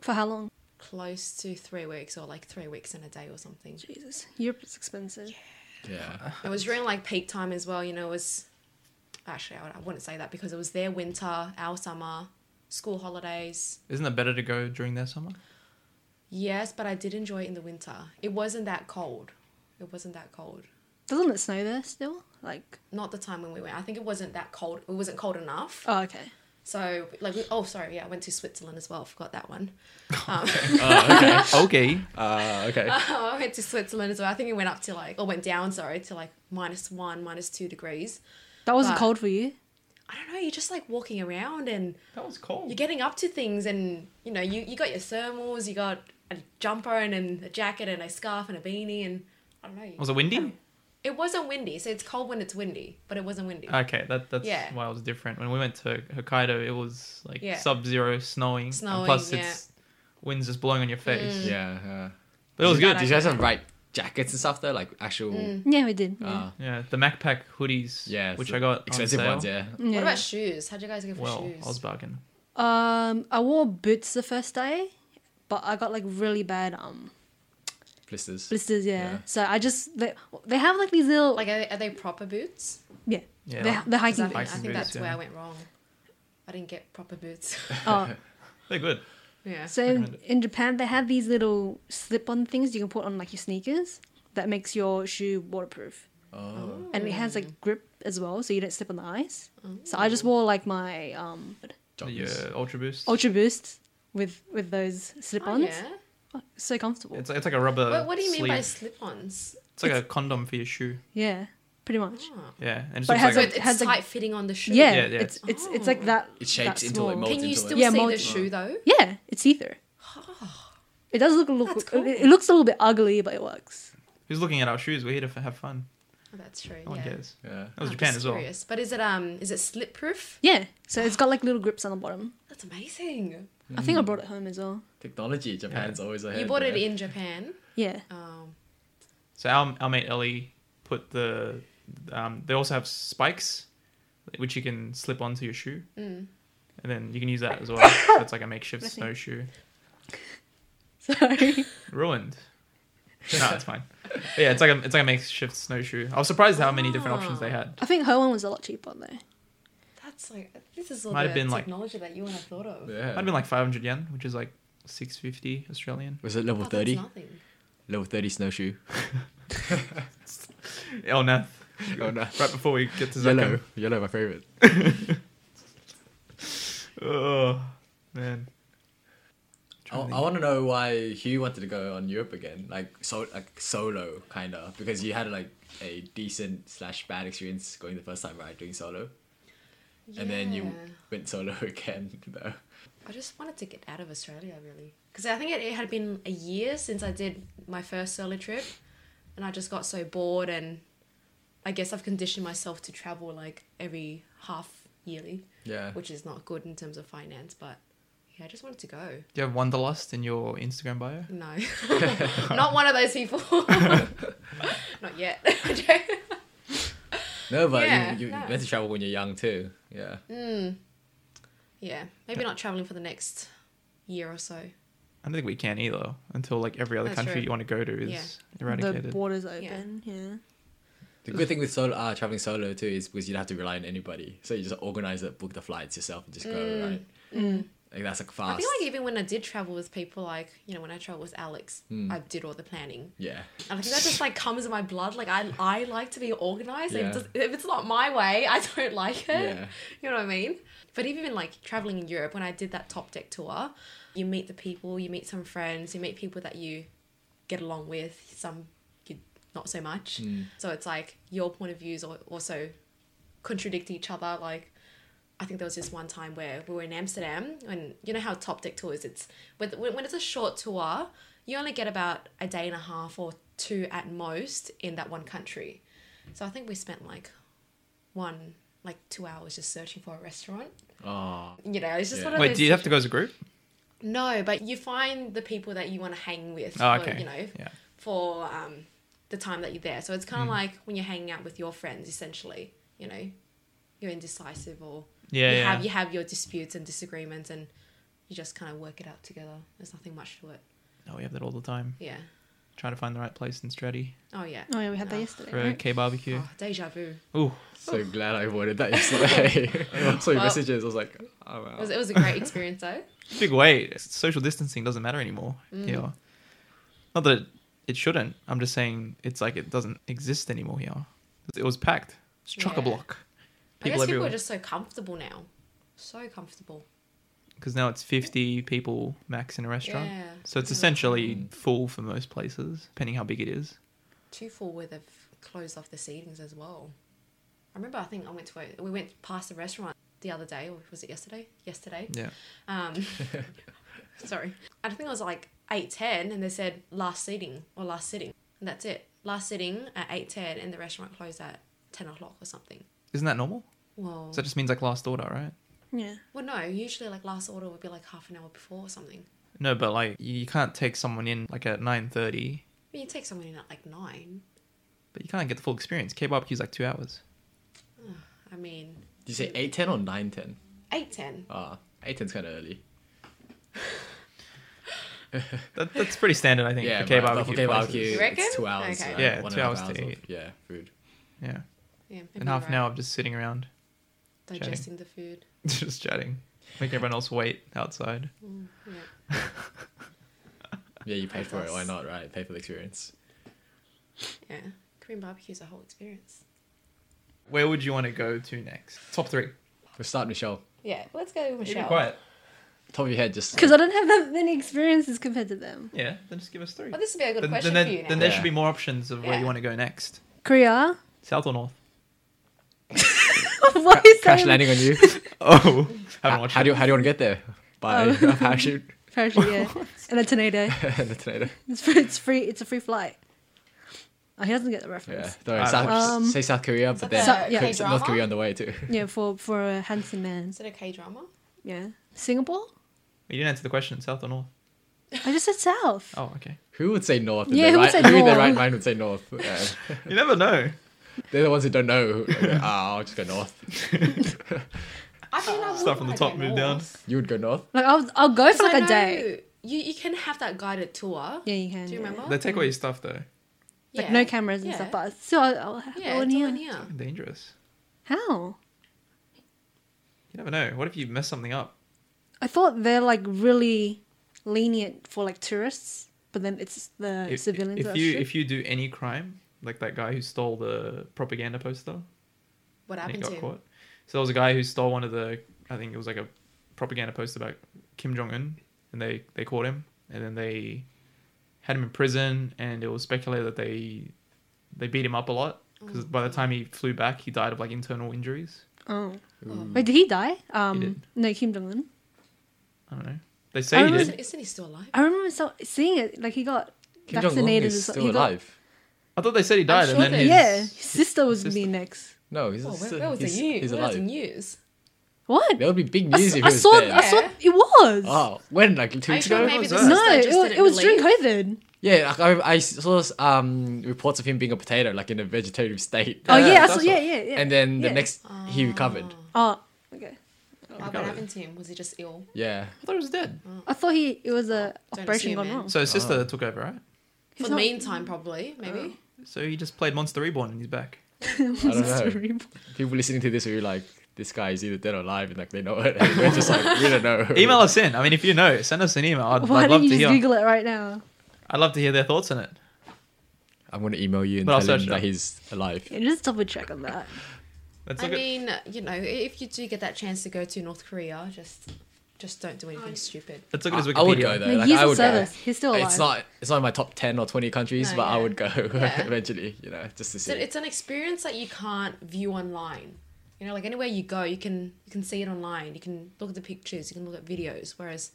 S2: For how long?
S3: close to three weeks or like three weeks and a day or something.
S2: Jesus. Europe is expensive.
S4: Yeah.
S3: It was during like peak time as well. You know, it was actually I, would- I wouldn't say that because it was their winter, our summer, school holidays.
S1: Isn't it better to go during their summer?
S3: Yes, but I did enjoy it in the winter. It wasn't that cold. It wasn't that cold.
S2: Doesn't it snow there still? Like,
S3: Not the time when we went. I think it wasn't that cold. It wasn't cold enough.
S2: oh, okay.
S3: So like, we, oh sorry, yeah, I went to Switzerland as well. Forgot that one. Um,
S1: okay.
S4: Uh, okay.
S3: I went to Switzerland as well. I think it went up to like, or went down, sorry, to like minus one, minus two degrees.
S2: That wasn't
S3: But-
S2: cold for you.
S3: I don't know. You're just like walking around and
S1: That was cold.
S3: you're getting up to things, and you know, you you got your thermals, you got a jumper and, and a jacket and a scarf and a beanie, and I don't know.
S1: was it windy?
S3: It wasn't windy, so it's cold when it's windy, but it wasn't windy.
S1: Okay, that that's
S3: Yeah.
S1: why it was different. When we went to Hokkaido, it was like
S3: Yeah.
S1: sub-zero snowing, and
S3: Snowing,
S1: plus
S3: yeah. Mm.
S1: it's wind's just blowing on your face.
S4: Yeah, uh, yeah.
S1: But it was good.
S3: That Mm.
S4: Did you guys have right jackets and stuff though? Like actual.
S2: Yeah, we did. Yeah.
S4: Uh,
S1: Yeah, the MacPack hoodies.
S4: yeah.
S1: which
S4: so
S1: I got
S4: Expensive
S1: on sale.
S4: ones, yeah.
S2: Yeah.
S3: What about shoes? How'd you guys go for
S1: Well,
S3: shoes?
S1: I was bargain.
S2: Um, I wore boots the first day, but I got like really bad um
S4: Blisters.
S2: blisters. Yeah.
S4: Yeah.
S2: So I just they, they have like these little like
S3: like, are they, are they proper boots?
S2: yeah,
S1: Yeah,
S2: they're,
S1: like-
S2: they're
S3: 'Cause
S2: hiking
S3: I think, I
S1: boots.
S2: boots.
S3: think
S1: Hiking
S3: that's
S1: boots,
S3: where
S1: yeah.
S3: I went wrong. I didn't get proper boots.
S2: Oh,
S1: They're good.
S3: yeah.
S2: so
S1: Recommend
S2: in,
S1: it.
S2: Japan they have these little slip-on things you can put on like your sneakers that makes your shoe waterproof,
S4: Oh.
S2: and it has
S3: Mm.
S2: like grip as well, so you don't slip on the ice. So I just wore like my um
S1: The
S4: joggers.
S1: uh, Ultra Boost.
S2: Ultra Boost with with those
S3: Oh,
S2: slip-ons.
S3: yeah.
S2: Oh, so comfortable.
S1: It's, it's like a rubber.
S3: What, what do you mean by
S1: sleeve.
S3: slip-ons?
S1: It's like a condom for your shoe.
S2: yeah, pretty much.
S3: Oh.
S1: Yeah, and it just
S2: But
S1: looks like
S2: it has
S3: So
S2: a-
S1: a,
S3: it's
S2: has,
S3: tight
S2: like-
S3: fitting on the shoe.
S2: Yeah,
S1: Yeah, yeah.
S2: it's it's it's
S3: Oh.
S2: like that.
S4: It shapes
S2: that
S4: into it,
S2: small.
S4: molds.
S3: Can you
S4: into
S3: still
S4: it.
S2: Yeah,
S3: see
S2: mold-
S3: the shoe though?
S2: Yeah, it's see through. It does look a look.
S3: That's cool.
S2: It, it looks a little bit ugly, but it works.
S1: who's looking at our shoes? We're here to f- have fun.
S3: Oh, that's true.
S1: No
S3: yeah.
S1: one cares.
S4: Yeah.
S1: That was
S3: I'm
S1: Japan
S3: just
S1: as well.
S3: curious. But is it um is it slip proof?
S2: Yeah, so it's got like little grips on the bottom.
S3: That's amazing.
S2: I think I
S1: Mm.
S2: brought it home as well.
S4: Technology. Japan's always ahead.
S3: you bought it
S4: yeah.
S3: in Japan.
S2: Yeah,
S3: Um,
S1: So our, our mate Ellie put the. Um, they also have spikes, which you can slip onto your shoe,
S3: mm.
S1: and then you can use that as well. so it's like a makeshift
S2: Bless you.
S1: snowshoe.
S2: sorry.
S1: Ruined. no, it's fine. But yeah, it's like a it's like a makeshift snowshoe. I was surprised how many different options they had.
S2: I think her one was a lot cheaper though.
S3: That's like this is all
S1: Might
S3: the
S1: have been, like-
S3: technology that you wouldn't have thought of.
S4: Yeah.
S1: Might have been like 500 yen, which is like 650 Australian.
S4: Was it level
S3: Oh, that's
S4: 30?
S3: nothing.
S4: Level 30 snowshoe.
S1: Oh no!
S4: oh no.
S1: Right before we get to
S4: Yellow.
S1: Zaka.
S4: Yellow, my favorite.
S1: Oh man.
S4: I, Oh, I want to know why Hugh wanted to go on Europe again, like so, like solo kind of, because you had like a decent slash bad experience going the first time, right? Doing solo, and then you
S3: Yeah.
S4: went solo again. Though.
S3: I just wanted to get out of Australia really, because I think it, it had been a year since I did my first solo trip, and I just got so bored and I guess I've conditioned myself to travel like every half yearly,
S4: Yeah.
S3: which is not good in terms of finance, but. Yeah, I just wanted to go.
S1: Do you have Wanderlust in your Instagram bio?
S3: No, not one of those people. not yet.
S4: No, but
S3: Yeah,
S4: you, you
S3: no.
S4: meant to travel when you're young too. Yeah.
S3: Hmm. yeah, maybe not traveling for the next year or so.
S1: I don't think we can either until like every other
S3: That's
S1: country
S3: right.
S1: you want to go to is
S2: The
S1: eradicated.
S2: borders open. Yeah.
S4: The good thing with solo, uh, traveling solo too, is because you don't have to rely on anybody. So you just organize it, book the flights yourself, and just go. Right. Like that's like fast.
S3: Mm. I feel like even when I did travel with people, like you know, when I traveled with Alex, I did all the planning.
S4: yeah.
S3: And I think that just like comes in my blood. Like I, I like to be organized.
S4: Yeah.
S3: If, it's, if it's not my way, I don't like it.
S4: Yeah.
S3: You know what I mean? But even like traveling in Europe, when I did that top deck tour, you meet the people, you meet some friends, you meet people that you get along with. Some you not so much. So it's like your point of views al- also contradict each other. Like I think there was this one time where we were in Amsterdam, and you know how top deck tours, it's when, when when it's a short tour, you only get about a day and a half or two at most in that one country. So I think we spent like one, like two hours just searching for a restaurant.
S4: Oh.
S3: You know, it's just
S4: Yeah.
S3: one of
S1: Wait,
S3: those.
S1: do you have to go as a group?
S3: No, but you find the people that you want to hang with.
S1: Oh,
S3: for,
S1: okay.
S3: you know,
S1: Yeah.
S3: for um, the time that you're there. So it's kind
S1: Mm-hmm.
S3: of like when you're hanging out with your friends, essentially. You know, you're indecisive or
S1: Yeah,
S3: you
S1: yeah.
S3: have you have your disputes and disagreements, and you just kind of work it out together. There's nothing much to it.
S1: No, Oh, we have that all the time.
S3: Yeah.
S1: Trying to find the right place in Strati
S3: Oh yeah.
S2: Oh yeah, we had that
S3: No.
S2: yesterday.
S1: for a
S2: right?
S1: K barbecue.
S3: Oh, deja vu.
S1: Ooh,
S4: So glad I avoided that yesterday. I saw your
S3: Well-
S4: messages. I was like, oh wow.
S3: It was, it was a great experience though.
S1: big wait. Social distancing doesn't matter anymore. Here, not that it, it shouldn't. I'm just saying it's like it doesn't exist anymore here. It was packed. It's chock a block.
S3: I guess
S1: People
S3: people
S1: everywhere.
S3: are just so comfortable now. So comfortable.
S1: Because now it's 50 people max in a restaurant.
S3: Yeah.
S1: So it's
S3: Yeah.
S1: essentially full for most places, depending how big it is.
S3: Too full where they've closed off the seatings as well. I remember I think I went to a, we went past the restaurant the other day, or was it yesterday? Yesterday.
S1: Yeah.
S3: Um, sorry. I think it was like eight ten, and they said last seating or last sitting, and that's it. Last sitting at eight ten, and the restaurant closed at ten o'clock or something.
S1: Isn't that normal?
S3: Well,
S1: So that just means like last order, right?
S2: Yeah.
S3: well, no. Usually, like last order would be like half an hour before or something.
S1: No, but like you can't take someone in like at nine thirty,
S3: But you take someone in at like nine.
S1: but you can't get the full experience. K barbecue's like two hours.
S3: I mean,
S4: Did you say eight ten or nine ten?
S3: eight ten.
S4: Ah, eight ten's kind of early.
S1: That, that's pretty standard, I think,
S4: Yeah,
S1: for K
S4: but- but
S1: barbecue.
S4: for K
S1: places.
S4: barbecue,
S3: You reckon?
S4: it's two hours.
S3: Okay.
S4: right?
S1: Yeah,
S4: One
S1: two
S4: and a half
S1: hours to
S4: of-
S1: eat.
S4: yeah, food.
S1: Yeah,
S3: Yeah, maybe
S1: and
S3: you're
S1: half an
S3: right.
S1: hour of just sitting around,
S3: digesting the food.
S1: just chatting, making everyone else wait outside.
S3: Yeah.
S4: Yeah, you pay for it. Why
S3: That's-
S4: not? Right, pay for the experience.
S3: Yeah, Korean barbecue's a whole experience.
S1: Where would you want to go to next? Top three.
S4: We'll start Michelle.
S3: Yeah, let's go with
S1: You
S3: Michelle.
S1: be quiet.
S4: Top of your head, just
S2: Because I don't have that many experiences compared to them.
S1: Yeah, then just give us three.
S3: Well, this would be a good
S1: then,
S3: question
S1: then,
S3: for you now.
S1: then there
S4: Yeah.
S1: should be more options of where
S3: Yeah.
S1: you want to go next.
S2: Korea.
S1: South or north?
S2: Why is
S4: crash
S2: that-
S4: landing on you.
S1: Oh, haven't
S4: how,
S1: watched
S4: how
S1: it.
S4: do you, how do you want to get there? By
S2: Oh.
S4: a parachute
S2: Parachute, yeah. and a tornado.
S4: and a tornado.
S2: It's free, it's free. It's a free flight. Oh, he doesn't get the
S4: Yeah,
S2: reference.
S4: sorry.
S1: I
S4: South,
S2: don't know.
S4: say South Korea, but
S3: that
S4: then
S2: a So- yeah.
S4: Korea-
S3: K-drama?
S4: North Korea on the way too.
S2: Yeah, for for a handsome man.
S3: Is it a K drama?
S2: Yeah, Singapore.
S1: You didn't answer the question. South or north?
S2: I just said South.
S1: Oh, okay.
S4: Who would say North? in
S2: Yeah,
S4: their
S2: who would
S4: right-
S2: say
S4: Who in their
S2: North?
S4: right mind would say North? Yeah.
S1: You never know.
S4: They're the ones who don't know. Ah, I'll just go North.
S3: I think I would
S1: Start from the
S3: like
S1: top,
S3: go
S1: move down.
S3: north.
S4: You would go North.
S2: Like I'll I'll go for like
S3: I
S2: a day.
S3: know You you can have that guided tour.
S2: Yeah, you can.
S3: Do you
S2: yeah.
S3: remember?
S1: They take away your stuff though.
S2: Like
S3: Yeah.
S2: no cameras and
S3: Yeah.
S2: stuff, but still I'll, I'll have
S3: Yeah,
S2: one
S3: it's all
S2: year.
S3: in here.
S1: Dangerous.
S2: How?
S1: You never know. What if you mess something up?
S2: I thought they're like really lenient for like tourists, but then it's the
S1: if,
S2: civilians.
S1: if
S2: that
S1: you
S2: shoot.
S1: if you do any crime, like that guy who stole the propaganda poster
S3: What
S1: and he
S3: happened to
S1: got
S3: him?
S1: caught. So there was a guy who stole one of the I think it was like a propaganda poster about Kim Jong Un, and they they caught him, and then they had him in prison, and it was speculated that they they beat him up a lot because by the
S2: Mm.
S1: time he flew back, he died of like internal injuries.
S2: oh
S3: Oh.
S2: wait, did he die? Um,
S1: Mm. did.
S2: no, Kim Jong Un.
S1: I don't know. They
S2: I
S1: say he
S2: remember-
S1: did.
S3: Isn't, isn't he still alive?
S2: I remember so- seeing it. Like he got
S4: Kim Jong Un
S2: vaccinated.
S4: is
S2: as well.
S4: still
S2: He got-
S4: alive.
S1: I thought they said he died,
S3: sure
S1: and then
S3: they-
S1: his-
S2: yeah, his sister was
S1: sister.
S2: me next.
S4: No, he's
S3: Oh, where,
S4: still-
S3: where was
S4: he's,
S3: the news?
S4: he's
S3: Where was the
S4: alive.
S3: news?
S2: What?
S4: There would be big
S2: I,
S4: news
S2: s-
S4: if
S2: I
S4: he was
S2: saw.
S4: there.
S2: I saw.
S3: Yeah.
S2: It was.
S1: Ah.
S4: Oh, when? Like two
S3: Are you
S4: weeks
S3: sure
S4: ago?
S3: maybe
S1: was
S3: the
S1: that?
S2: no,
S3: sister just
S2: it, wa-
S3: didn't
S2: it was during
S3: believe?
S2: COVID.
S4: Yeah, like I, I saw um, reports of him being a potato, like in a vegetative state.
S2: Oh
S1: Yeah,
S2: yeah, I
S1: that's
S2: saw.
S1: what-
S2: Yeah, yeah, yeah.
S4: And then the
S2: yeah.
S4: next, he recovered.
S2: Oh, okay.
S3: Oh, what happened to him? Was he just ill?
S4: Yeah.
S1: I thought he was dead.
S2: I thought he it was a
S3: Oh, Don't
S2: operation
S3: assume,
S2: gone
S3: man.
S2: wrong.
S1: So his sister
S4: Oh.
S1: took over, right?
S3: For
S2: He's
S3: the
S2: not-
S3: meantime, probably, maybe.
S1: So he just played Monster Reborn and he's back.
S4: I don't know.
S2: Cerebral.
S4: People listening to this will be like, this guy is either dead or alive, and like they know it. And we're just like, we don't know.
S1: Email us in. I mean, if you know, send us an email. I'd,
S2: Why
S1: I'd
S2: don't
S1: love
S2: you
S1: to
S2: just
S1: hear.
S2: Google it right now?
S1: I'd love to hear their thoughts on it.
S4: I'm gonna email you and
S1: But I'll
S4: tell
S1: search
S4: him
S1: it
S4: that
S1: up.
S4: he's alive.
S2: Yeah, just double check on that.
S1: Let's
S3: I
S1: look at-
S3: mean, you know, if you do get that chance to go to North Korea, just just don't do anything stupid.
S1: let's look at his Wikipedia.
S4: I, I would go though.
S2: No,
S4: like,
S2: he's
S4: I
S2: in
S4: would
S2: service.
S4: go.
S2: He's still alive.
S4: It's not. It's not in my top ten or twenty countries,
S3: No,
S4: but I
S3: yeah.
S4: would go
S3: Yeah.
S4: eventually. You know, just to see.
S3: So it's an experience that you can't view online. You know, like anywhere you go, you can you can see it online. You can look at the pictures. You can look at videos. Whereas,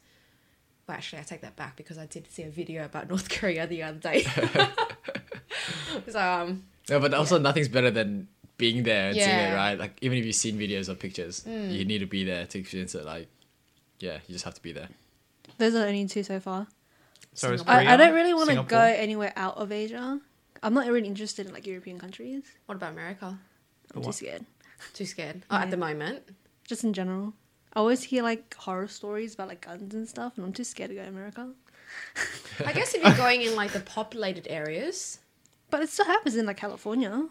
S3: well, actually, I take that back because I did see a video about North Korea the other day. so um,
S4: no, but also nothing's better than being there and seeing
S3: Yeah.
S4: it, right? Like even if you've seen videos or pictures,
S2: Hmm.
S4: you need to be there to experience it. Like, yeah, you just have to be there.
S2: Those are the only two so far.
S1: so it's
S2: I, I
S1: Korea,
S2: don't really want to
S1: Singapore.
S2: go anywhere out of Asia. I'm not really interested in like European countries.
S3: what about America?
S2: I'm too
S1: what?
S2: scared.
S3: Too scared oh, at the moment.
S2: Just in general. I always hear like horror stories about like guns and stuff, and I'm too scared to go to America.
S3: I guess if you're going in like the populated areas,
S2: But it still happens in like California.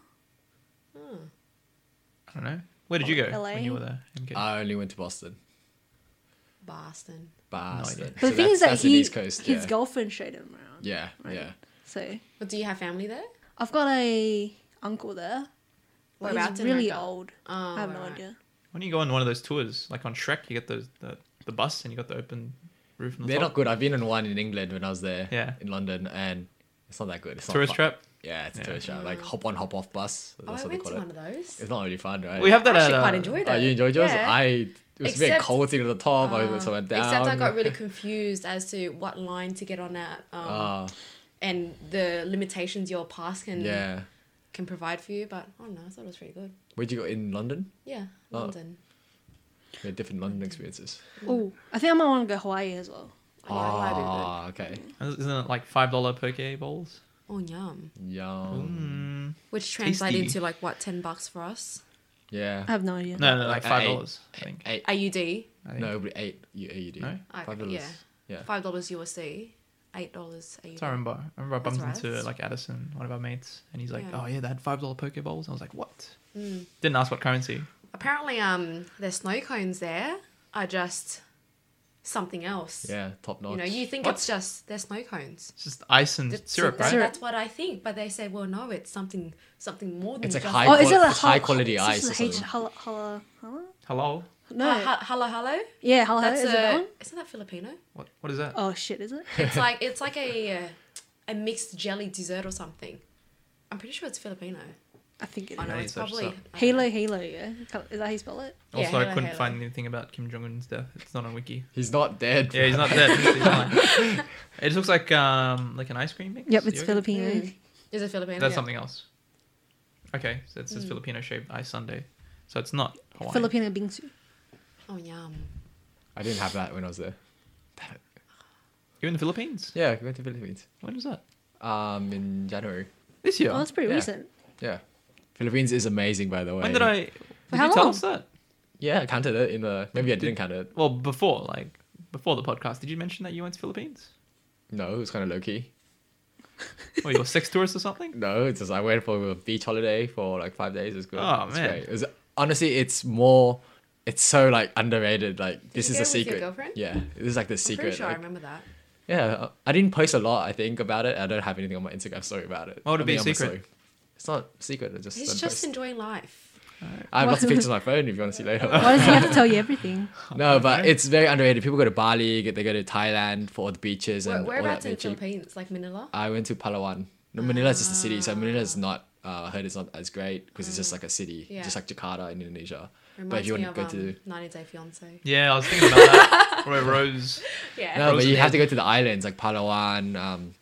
S1: I don't know. Where did you go
S2: LA?
S1: when you were there? MK?
S4: I only went to Boston.
S3: Boston.
S4: Boston.
S2: But
S4: So
S2: the thing is
S4: that's-
S2: that
S4: that's in
S2: he,
S4: East Coast,
S2: his
S4: yeah.
S2: girlfriend showed him around.
S4: Yeah,
S2: Right.
S4: yeah.
S2: So
S3: But do you have family there?
S2: I've got a uncle there. But
S3: Whereabouts
S2: he's
S3: in
S2: really
S3: America?
S2: old.
S3: Oh,
S2: I have no
S3: right.
S2: idea.
S1: when you go on one of those tours, like on Shrek, you get those the, the bus and you got the open roof. And the
S4: They're not
S1: top.
S4: good. I've been on one in England when I was there.
S1: Yeah.
S4: In London, and it's not that good. It's not
S1: tourist
S4: fun.
S1: trap.
S4: Yeah, it's a
S1: Yeah.
S4: tourist trap. Like hop on, hop off bus.
S3: Oh, I
S4: That's what they
S3: went to
S4: call it.
S3: one of those.
S4: It's not really fun, right?
S1: We have that
S3: I
S1: at
S3: actually quite
S1: uh,
S3: enjoyed it.
S4: Oh, you enjoyed yours?
S3: Yeah.
S4: I it was a bit
S3: Except- Ah.
S4: cold to get to the top. I so I went down.
S3: Um, Except I got really confused as to what line to get on at um,
S4: Ah,
S3: and the limitations your pass can
S4: yeah.
S3: can provide for you. But oh no, I thought it was pretty good.
S4: Where'd you go in London?
S3: Yeah,
S4: Oh.
S3: London.
S4: We had different London experiences.
S2: Oh, I think I might want to go Hawaii as well.
S3: Oh,
S4: Oh, okay.
S1: Isn't it like five dollar poke bowls?
S3: oh yum.
S4: Yum.
S1: Mm.
S3: Which translated
S1: Tasty.
S3: to like what, ten bucks for us?
S2: I
S4: Yeah.
S2: have no idea.
S1: No, no, like
S4: Like
S1: five
S4: eight.
S1: dollars. I think.
S4: Eight.
S3: AUD.
S1: I think.
S4: No, it'll be eight. You, you do.
S1: No?
S3: Okay,
S4: Five dollars.
S3: yeah.
S4: Yeah.
S3: Five dollars USD. Eight dollars AUD.
S1: So I remember, I remember I
S3: That's
S1: bumped into
S3: right.
S1: like Addison, one of our mates, and he's like,
S3: Yeah.
S1: "Oh yeah, they had five dollar poke bowls." I was like, "What?"
S3: Mm.
S1: Didn't ask what currency.
S3: Apparently, um, their snow cones there are just something else.
S4: Yeah. Top notch.
S3: You know, you think
S1: What?
S3: it's just they're snow cones.
S1: It's just ice
S4: Mm,
S1: and
S3: That's-
S1: syrup,
S3: that-
S1: right?
S3: That's what I think, but they say, well, no, it's something something more than
S4: It's like
S3: just
S4: high
S2: Oh, is it
S4: qual-
S2: like
S4: high quality ice or
S2: Is H-
S4: something.
S2: hello, hello, hello?
S1: Hello.
S2: No.
S3: Oh, hu- hello, hello.
S2: yeah, hello.
S3: That's
S2: Is it that
S3: a,
S2: one?
S3: isn't that Filipino?
S1: What? What is that?
S2: Oh shit, is it?
S3: It's like it's like a uh, a mixed jelly dessert or something. I'm pretty sure it's Filipino.
S2: I think it
S3: I
S2: is.
S3: know
S4: Hey,
S3: it's
S4: search
S3: probably
S4: this
S2: Halo, Halo. Yeah, is that how you spell it?
S3: Yeah,
S1: also, I
S3: hello,
S1: couldn't
S3: hello.
S1: find anything about Kim Jong Un's death. It's not on Wiki.
S4: He's not dead.
S1: Yeah, he's not dead. He's alive. it just looks like um like an ice cream mix.
S2: Yep, it's
S1: Yogurt?
S2: Filipino.
S3: Mm. Is it Filipino?
S1: That's
S3: Yeah.
S1: something else. Okay, so it's this
S3: Mm.
S1: Filipino shaped ice sundae. So it's not Hawaiian.
S2: Filipino bingsu.
S3: Oh yum.
S4: I didn't have that when I was there.
S1: You're in the Philippines.
S4: Yeah, we went to Philippines.
S1: When was that?
S4: Um, in January.
S1: This year.
S2: Oh, that's pretty
S4: Yeah.
S2: recent.
S4: Yeah. Philippines is amazing, by the way.
S1: when did I? Did you
S2: how
S1: tell
S2: long?
S1: us that?
S4: Yeah, I counted it in the. Maybe I didn't count it.
S1: Well, before like before the podcast, did you mention that you went to Philippines?
S4: No, it was kind of low key.
S1: Or you were a sex tourist or something?
S4: No, it's just I went for a beach holiday for like five days. It was good.
S1: Oh,
S4: It was
S1: man.
S4: great. It was, honestly, it's more. It's so like underrated. Like this
S3: you go
S4: is the
S3: with your
S4: secret.
S3: girlfriend?
S4: Yeah, this is like the
S3: I'm
S4: secret.
S3: pretty sure I
S4: like-
S3: remember that.
S4: yeah, I didn't post a lot. I think about it. I don't have anything on my Instagram story about it.
S1: Why would it
S4: I
S1: be
S4: mean,
S1: a
S4: on my
S1: secret?
S4: story. It's not secret. I just.
S3: He's
S4: don't
S3: just
S4: post.
S3: enjoying life.
S4: I have lots of pictures on my phone if you want to see later.
S2: Why does he have to tell you everything?
S4: No, but it's very underrated. People go to Bali, get- they go to Thailand for all the beaches
S3: Where,
S4: and all that
S3: whereabouts in
S4: very
S3: the
S4: cheap.
S3: Philippines? Like Manila?
S4: I went to Palawan. No, Manila is just a city,
S3: Ah.
S4: so Manila is not. Uh, I heard it's not as great because it's just like a city,
S3: Yeah.
S4: just like Jakarta in Indonesia. but if
S3: Reminds
S4: you
S3: me
S4: want
S3: of
S4: to go
S3: um,
S4: to,
S3: 90 Day Fiance.
S1: Yeah, I was thinking about that. Where Rose.
S3: Yeah.
S4: no, but
S1: Frozen
S4: you have
S1: Head.
S4: to go to the islands like Palawan. Um,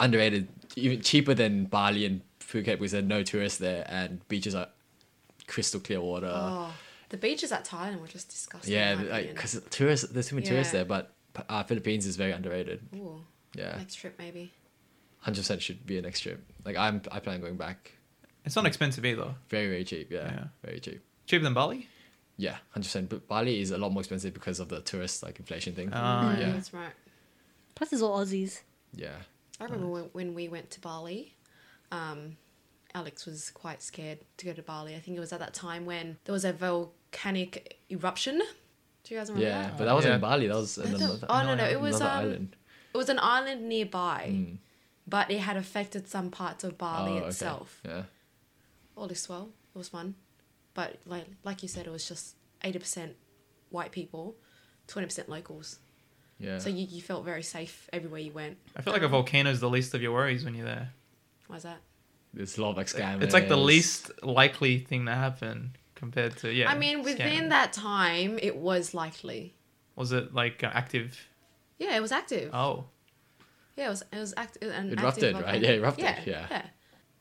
S4: underrated, even cheaper than Bali and Phuket because there are no tourists there, and beaches are crystal clear water.
S3: Oh, the beaches at Thailand were just disgusting.
S4: yeah,
S3: in my
S4: like
S3: opinion.
S4: because tourists, there's too many tourists
S3: Yeah.
S4: there, but uh, Philippines is very underrated.
S3: Ooh,
S4: Yeah,
S3: next trip maybe.
S4: hundred percent should be an next trip. Like I'm, I plan on going back.
S1: It's not expensive either.
S4: Very very cheap. yeah.
S1: Yeah.
S4: very cheap.
S1: Cheaper than Bali.
S4: Yeah, hundred percent. But Bali is a lot more expensive because of the tourist like inflation thing.
S1: Ah,
S3: Mm,
S4: yeah.
S3: That's right.
S2: Plus, it's all Aussies.
S4: yeah,
S3: I remember when, when we went to Bali, um, Alex was quite scared to go to Bali. I think it was at that time when there was a volcanic eruption. Do you guys remember
S4: yeah.
S3: that?
S4: But that wasn't
S1: Yeah.
S4: in Bali. That was in
S3: That's
S4: another,
S3: a- oh, no, no, it was,
S4: another
S3: um,
S4: island.
S3: It was an island nearby,
S4: Mm.
S3: but it had affected some parts of Bali
S4: Oh, okay.
S3: itself.
S4: Yeah,
S3: All is well. It was fun, but like like you said, it was just eighty percent white people, twenty percent locals.
S4: yeah.
S3: So you, you felt very safe everywhere you went.
S1: I feel like a volcano is the least of your worries when you're there.
S3: Why's that?
S4: There's a lot of like scammers.
S1: It's like the least likely thing to happen compared to yeah.
S3: I mean, within
S1: scam.
S3: that time, it was likely.
S1: was it like uh, active?
S3: Yeah, it was active.
S1: Oh,
S3: Yeah, it was it was act- an
S4: It
S3: active
S4: erupted,
S3: volcano.
S4: right? Yeah, it erupted,
S3: Yeah,
S4: yeah.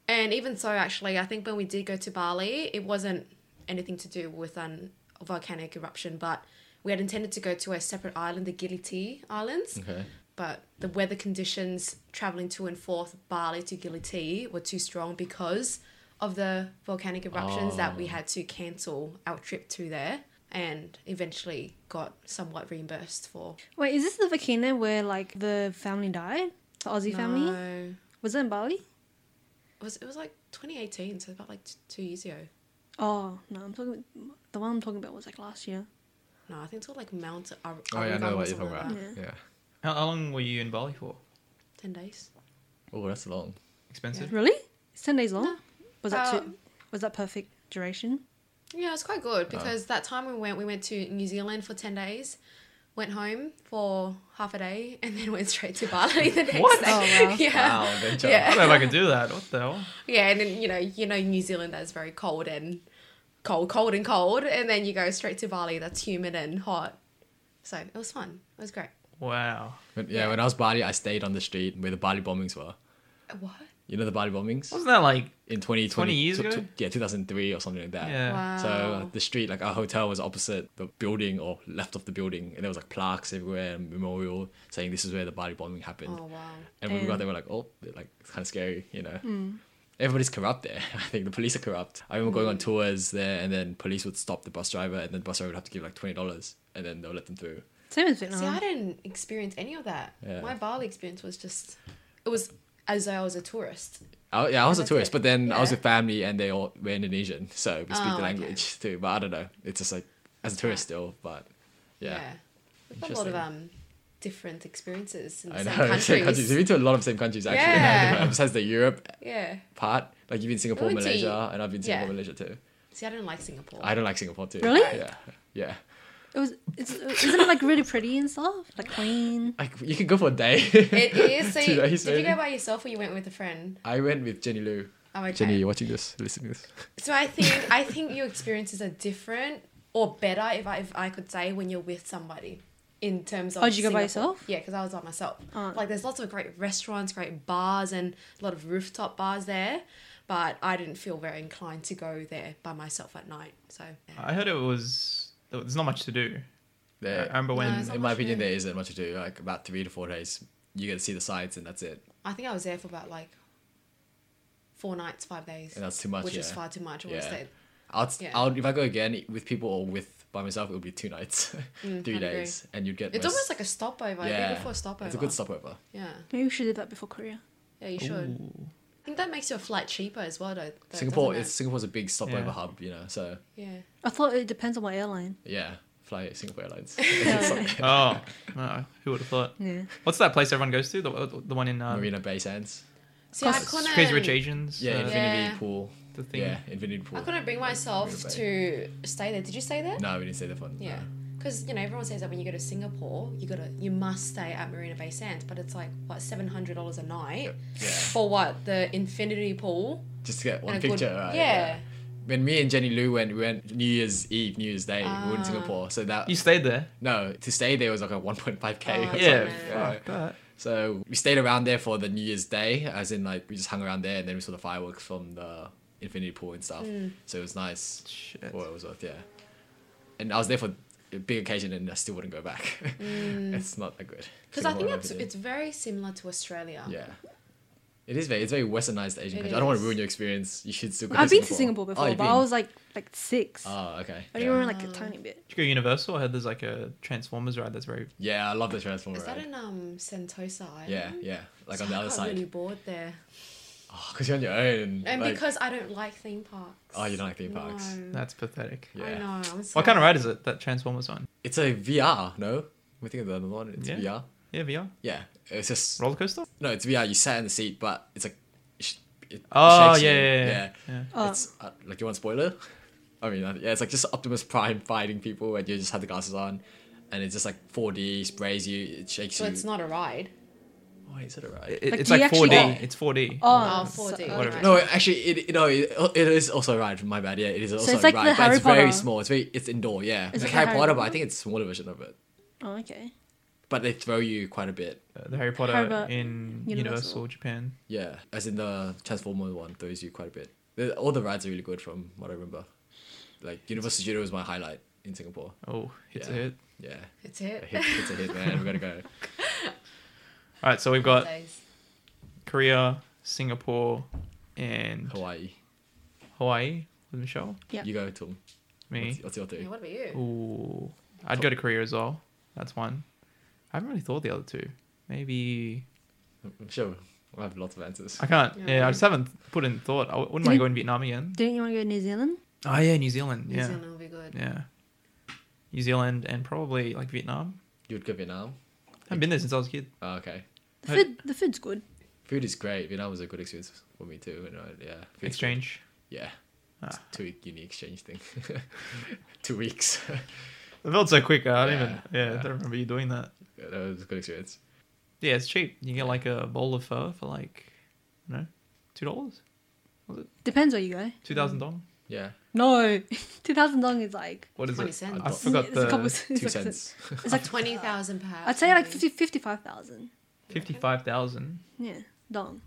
S3: And even so, actually, I think when we did go to Bali, it wasn't anything to do with an, a volcanic eruption, but we had intended to go to a separate island, the Giliti Islands,
S4: Okay.
S3: but the weather conditions traveling to and forth Bali to Giliti were too strong because of the volcanic eruptions that we
S4: Oh.
S3: had to cancel our trip to there and eventually got somewhat reimbursed for.
S2: Wait, is this the volcano where like the family died? The Aussie family
S3: No.
S2: was it in Bali?
S3: It was it was like 2018, so about like t- two years ago.
S2: Oh no, I'm talking. The one I'm talking about was like last year.
S3: No, I think it's called like Mount. Ar-
S4: Oh yeah, I
S3: Aragon
S4: know
S3: or
S4: what you're
S3: something
S4: talking about.
S3: like that.
S2: that.
S4: Yeah.
S1: how, how long were you in Bali for?
S3: Ten days.
S4: Oh, that's long.
S1: Expensive.
S2: Really? Uh, It's ten days long.
S3: No.
S2: Was that too,
S3: Um,
S2: was that perfect duration?
S3: Yeah, it's quite good because that time we went, we went to New Zealand for ten days, went home for half a day, and then went straight to Bali the next
S1: What?
S3: day.
S2: Oh, wow.
S3: Yeah,
S4: Wow, adventure.
S1: I
S3: Yeah.
S1: don't know if I could do that. What the hell?
S3: yeah, and then you know, you know, New Zealand that's very cold and cold, cold and cold, and then you go straight to Bali that's humid and hot. So it was fun. It was great.
S1: Wow.
S2: Uh,
S4: When- yeah, when I was Bali, I stayed on the street where the Bali bombings were.
S3: What?
S4: You know the Bali bombings
S1: Wasn't that like
S4: in 2020,
S1: 20 years
S4: tw- tw-
S1: ago?
S4: yeah, 2003 or something like that.
S1: yeah?
S3: Uh, Wow.
S4: So uh, the street, like our hotel, was opposite the building or left of the building, and there was like plaques everywhere and memorial saying this is where the Bali bombing happened.
S3: oh wow.
S4: and when we got
S2: Damn.
S4: there, we're like, oh, like it's kind of scary, you know.
S3: Hmm.
S4: Everybody's corrupt there. I think the police are corrupt. I remember
S3: Hmm.
S4: going on tours there, and then police would stop the bus driver, and then the bus driver would have to give like twenty dollars, and then they'll let them through.
S2: Same as
S3: See, I
S2: Vietnam.
S3: didn't experience any of that.
S4: Yeah.
S3: My Bali experience was just, it was as though I was a tourist.
S4: I, yeah, I was a
S3: that's
S4: tourist,
S3: it.
S4: but then I was
S3: Yeah.
S4: with family, and they all were Indonesian, so we speak
S3: Oh,
S4: the
S3: okay.
S4: language too. But I don't know. It's just like as a
S3: That's
S4: tourist
S3: right.
S4: still, but yeah.
S3: We've got a lot of
S4: Interesting.
S3: um different experiences in the
S4: I know.
S3: same
S4: Same
S3: countries.
S4: countries. We've been to a lot of same countries actually.
S3: Yeah.
S4: Besides the Europe
S3: Yeah.
S4: part, like you've been Singapore,
S3: went to-
S4: Malaysia, and I've been Singapore,
S3: yeah.
S4: Malaysia too.
S3: See, I didn't like Singapore.
S4: I don't like Singapore too.
S2: Really?
S4: Yeah. Yeah.
S2: It was. It's, isn't it like really pretty and stuff? Like clean.
S4: Like you could go for a day.
S3: It is. So,
S4: Two
S3: you,
S4: days,
S3: did you go
S4: maybe.
S3: by yourself or you went with a friend?
S4: I went with Jenny Lou.
S3: Oh, okay.
S4: Jenny, you're watching this, listening to this.
S3: So I think I think your experiences are different or better if I if I could say when you're with somebody in terms of.
S2: Oh, did you go by
S3: Singapore.
S2: yourself?
S3: Yeah, because I was by myself.
S2: Oh.
S3: Like there's lots of great restaurants, great bars, and a lot of rooftop bars there. But I didn't feel very inclined to go there by myself at night. So yeah.
S1: I heard it was there's not much to do. I
S4: There,
S1: remember
S3: No,
S1: when
S3: Oh, it's not
S4: in my
S3: much
S4: opinion,
S3: there.
S4: there isn't much to do. Like about three to four days, you get to see the sights, and that's it.
S3: I think I was there for about like four nights, five days,
S4: And that's too much.
S3: which
S4: yeah.
S3: is far too much. I would
S4: Yeah.
S3: say.
S4: I'll,
S3: yeah.
S4: I'll, if I go again with people or with by myself, it would be two nights, three
S3: Mm, I'd agree.
S4: days, and you'd get.
S3: It's
S4: most-
S3: almost like a stopover. Yeah.
S4: yeah,
S3: Beautiful stopover.
S4: It's a good stopover.
S3: Yeah.
S2: Maybe we should do that before Korea.
S3: Yeah, you should.
S1: Ooh.
S3: I think that makes your flight cheaper as well, though. though,
S4: Singapore,
S3: doesn't it?
S4: it's Singapore's a big stopover
S1: Yeah.
S4: hub, you know. So
S3: yeah.
S2: I thought it depends on what airline.
S4: yeah, fly Singapore Airlines.
S2: Yeah.
S1: oh, no, who would have thought?
S2: yeah.
S1: What's that place everyone goes to? The, the one in um,
S4: Marina Bay Sands.
S3: See, I
S2: Cause-
S3: couldn't.
S1: Crazy Rich Asians.
S4: Yeah,
S1: uh,
S4: Infinity
S3: Yeah.
S4: Pool.
S1: the thing.
S4: Yeah, Infinity Pool.
S3: I couldn't bring myself to stay there. Did you stay there?
S4: No, we didn't say that one.
S3: Yeah. Because you know everyone says that when you go to Singapore, you gotta you must stay at Marina Bay Sands, but it's like what seven hundred dollars a night
S4: Yeah.
S3: for what the infinity pool
S4: Just to get one
S3: and a
S4: picture,
S3: good
S4: right?
S3: yeah.
S4: When me and Jenny Lou went, we went New Year's Eve, New Year's Day. we were in
S3: Ah.
S4: Singapore, so that
S1: You stayed there.
S4: no to stay there was like a
S3: Oh,
S4: 1.5k. or
S3: That's
S1: yeah,
S4: something,
S3: right.
S1: fuck that.
S4: So we stayed around there for the New Year's Day, as in like we just hung around there, and then we saw the fireworks from the infinity pool and stuff.
S3: Hmm.
S4: So it was nice.
S1: Shit.
S4: Well, it was worth, yeah. And I was there for a big occasion, and I still wouldn't go back.
S3: Mm.
S4: it's not that good.
S3: Because I think
S4: Singapore,
S3: that's
S4: everything.
S3: it's very similar to Australia.
S4: Yeah. It is very it's very westernized Asian
S3: It
S4: country. I don't want to
S3: is.
S4: ruin your experience. You should still go
S2: I've
S4: to
S2: been to Singapore before,
S4: Oh,
S2: but
S4: you've
S2: I
S4: been?
S2: was like like six.
S4: Oh, okay.
S2: I
S4: yeah.
S2: do remember like a tiny bit.
S1: Did you go Universal? I heard there's like a Transformers ride that's very.
S4: Yeah, I love the Transformer
S3: Is that
S4: ride.
S3: in um Sentosa Island?
S4: Yeah, yeah. Like on
S3: So
S4: the
S3: I
S4: other
S3: got
S4: side.
S3: really bored there,
S4: Oh, because you're on your own.
S3: and
S4: like-
S3: because I don't like theme parks.
S4: Oh, you don't like theme parks.
S3: No.
S1: That's pathetic.
S4: Yeah.
S3: I know. I'm
S1: What kind of ride is it? That Transformers one?
S4: It's a VR, no? We think of the other one. It's
S1: Yeah.
S4: VR.
S1: Yeah, VR
S4: Yeah. It's just
S1: roller coaster.
S4: no. It's VR. You sat in the seat, but it's like it, sh- it
S1: Oh
S4: shakes
S1: yeah,
S4: you.
S1: yeah, yeah, yeah.
S2: Oh.
S4: It's uh, like you want spoiler? I mean, uh, yeah, it's like just Optimus Prime fighting people, and you just have the glasses on, and it's just like 4D sprays you, it shakes
S3: So
S4: you.
S3: it's not a ride.
S4: Why is it alright?
S1: It-
S2: Like,
S1: it's
S2: do you
S1: like
S2: actually
S1: 4D.
S2: go-
S1: It's 4D.
S2: Oh,
S3: Oh, 4D.
S2: so-
S1: Whatever.
S4: no, actually, it no, it, it is also a ride. My bad. Yeah, it is also
S2: it's
S4: a
S2: like the
S4: ride, but
S2: Harry
S4: it's very
S2: Potter.
S4: small. It's very it's indoor. Yeah,
S2: Is
S4: like
S2: it
S4: Harry
S2: the
S4: Potter,
S2: Harry
S4: but I
S2: Potter?
S4: think it's a smaller version of it.
S2: Oh, okay.
S4: But they throw you quite a bit.
S1: Uh, The Harry Potter
S2: Harry Potter
S1: in Universal.
S2: Universal.
S1: Japan.
S4: Yeah, as in the Transformer one throws you quite a bit. The, all the rides are really good, from what I remember. Like Universal Studio was my highlight in Singapore.
S1: Oh, it's
S4: Yeah.
S1: a hit.
S4: Yeah,
S3: It's
S4: a
S3: it.
S4: hit, it's a hit, man. We gotta go.
S1: All right, so we've got
S3: Days.
S1: Korea, Singapore, and
S4: Hawaii.
S1: Hawaii with Michelle.
S2: Yeah.
S4: You go, Tom.
S1: Me.
S4: What's, what's your
S3: Yeah,
S4: three?
S3: what about you?
S1: Ooh, I'd go to Korea as well. That's one. I haven't really thought the other two. Maybe
S4: I'm sure I have lots of answers.
S1: I can't.
S3: Yeah.
S1: Yeah, I just haven't put in thought. I wouldn't
S2: Didn't-
S1: mind going to Vietnam again.
S2: Didn't you want to go to New Zealand?
S1: Oh yeah, New Zealand.
S3: New
S1: yeah,
S3: Zealand will be good.
S1: yeah. New Zealand and probably like Vietnam.
S4: You'd go Vietnam.
S1: I haven't been there since I was a kid.
S4: Oh, okay.
S2: The
S1: Hey.
S2: food, the food's good.
S4: Food is great. Vietnam was a good experience for me too. And uh, yeah, food's good.
S1: Exchange.
S4: Yeah. It's
S1: Ah.
S4: two week uni exchange thing. two weeks.
S1: It felt so quick. I don't
S4: Yeah,
S1: even. Yeah,
S4: yeah.
S1: I don't remember you doing that.
S4: Yeah, that was a good experience.
S1: Yeah, it's cheap. You can get like a bowl of pho for like, you know, two dollars,
S2: Depends where you go.
S1: two thousand dong.
S4: Yeah.
S2: No, two thousand dong is like
S1: What is
S3: 20
S1: it?
S3: cents.
S1: I forgot
S2: it's a couple-
S1: the
S2: it's
S4: Two
S2: like-
S4: cents.
S2: It's like
S3: twenty thousand pounds.
S2: I'd say like 50, 55,000.
S1: fifty-five thousand.
S2: Yeah, dong.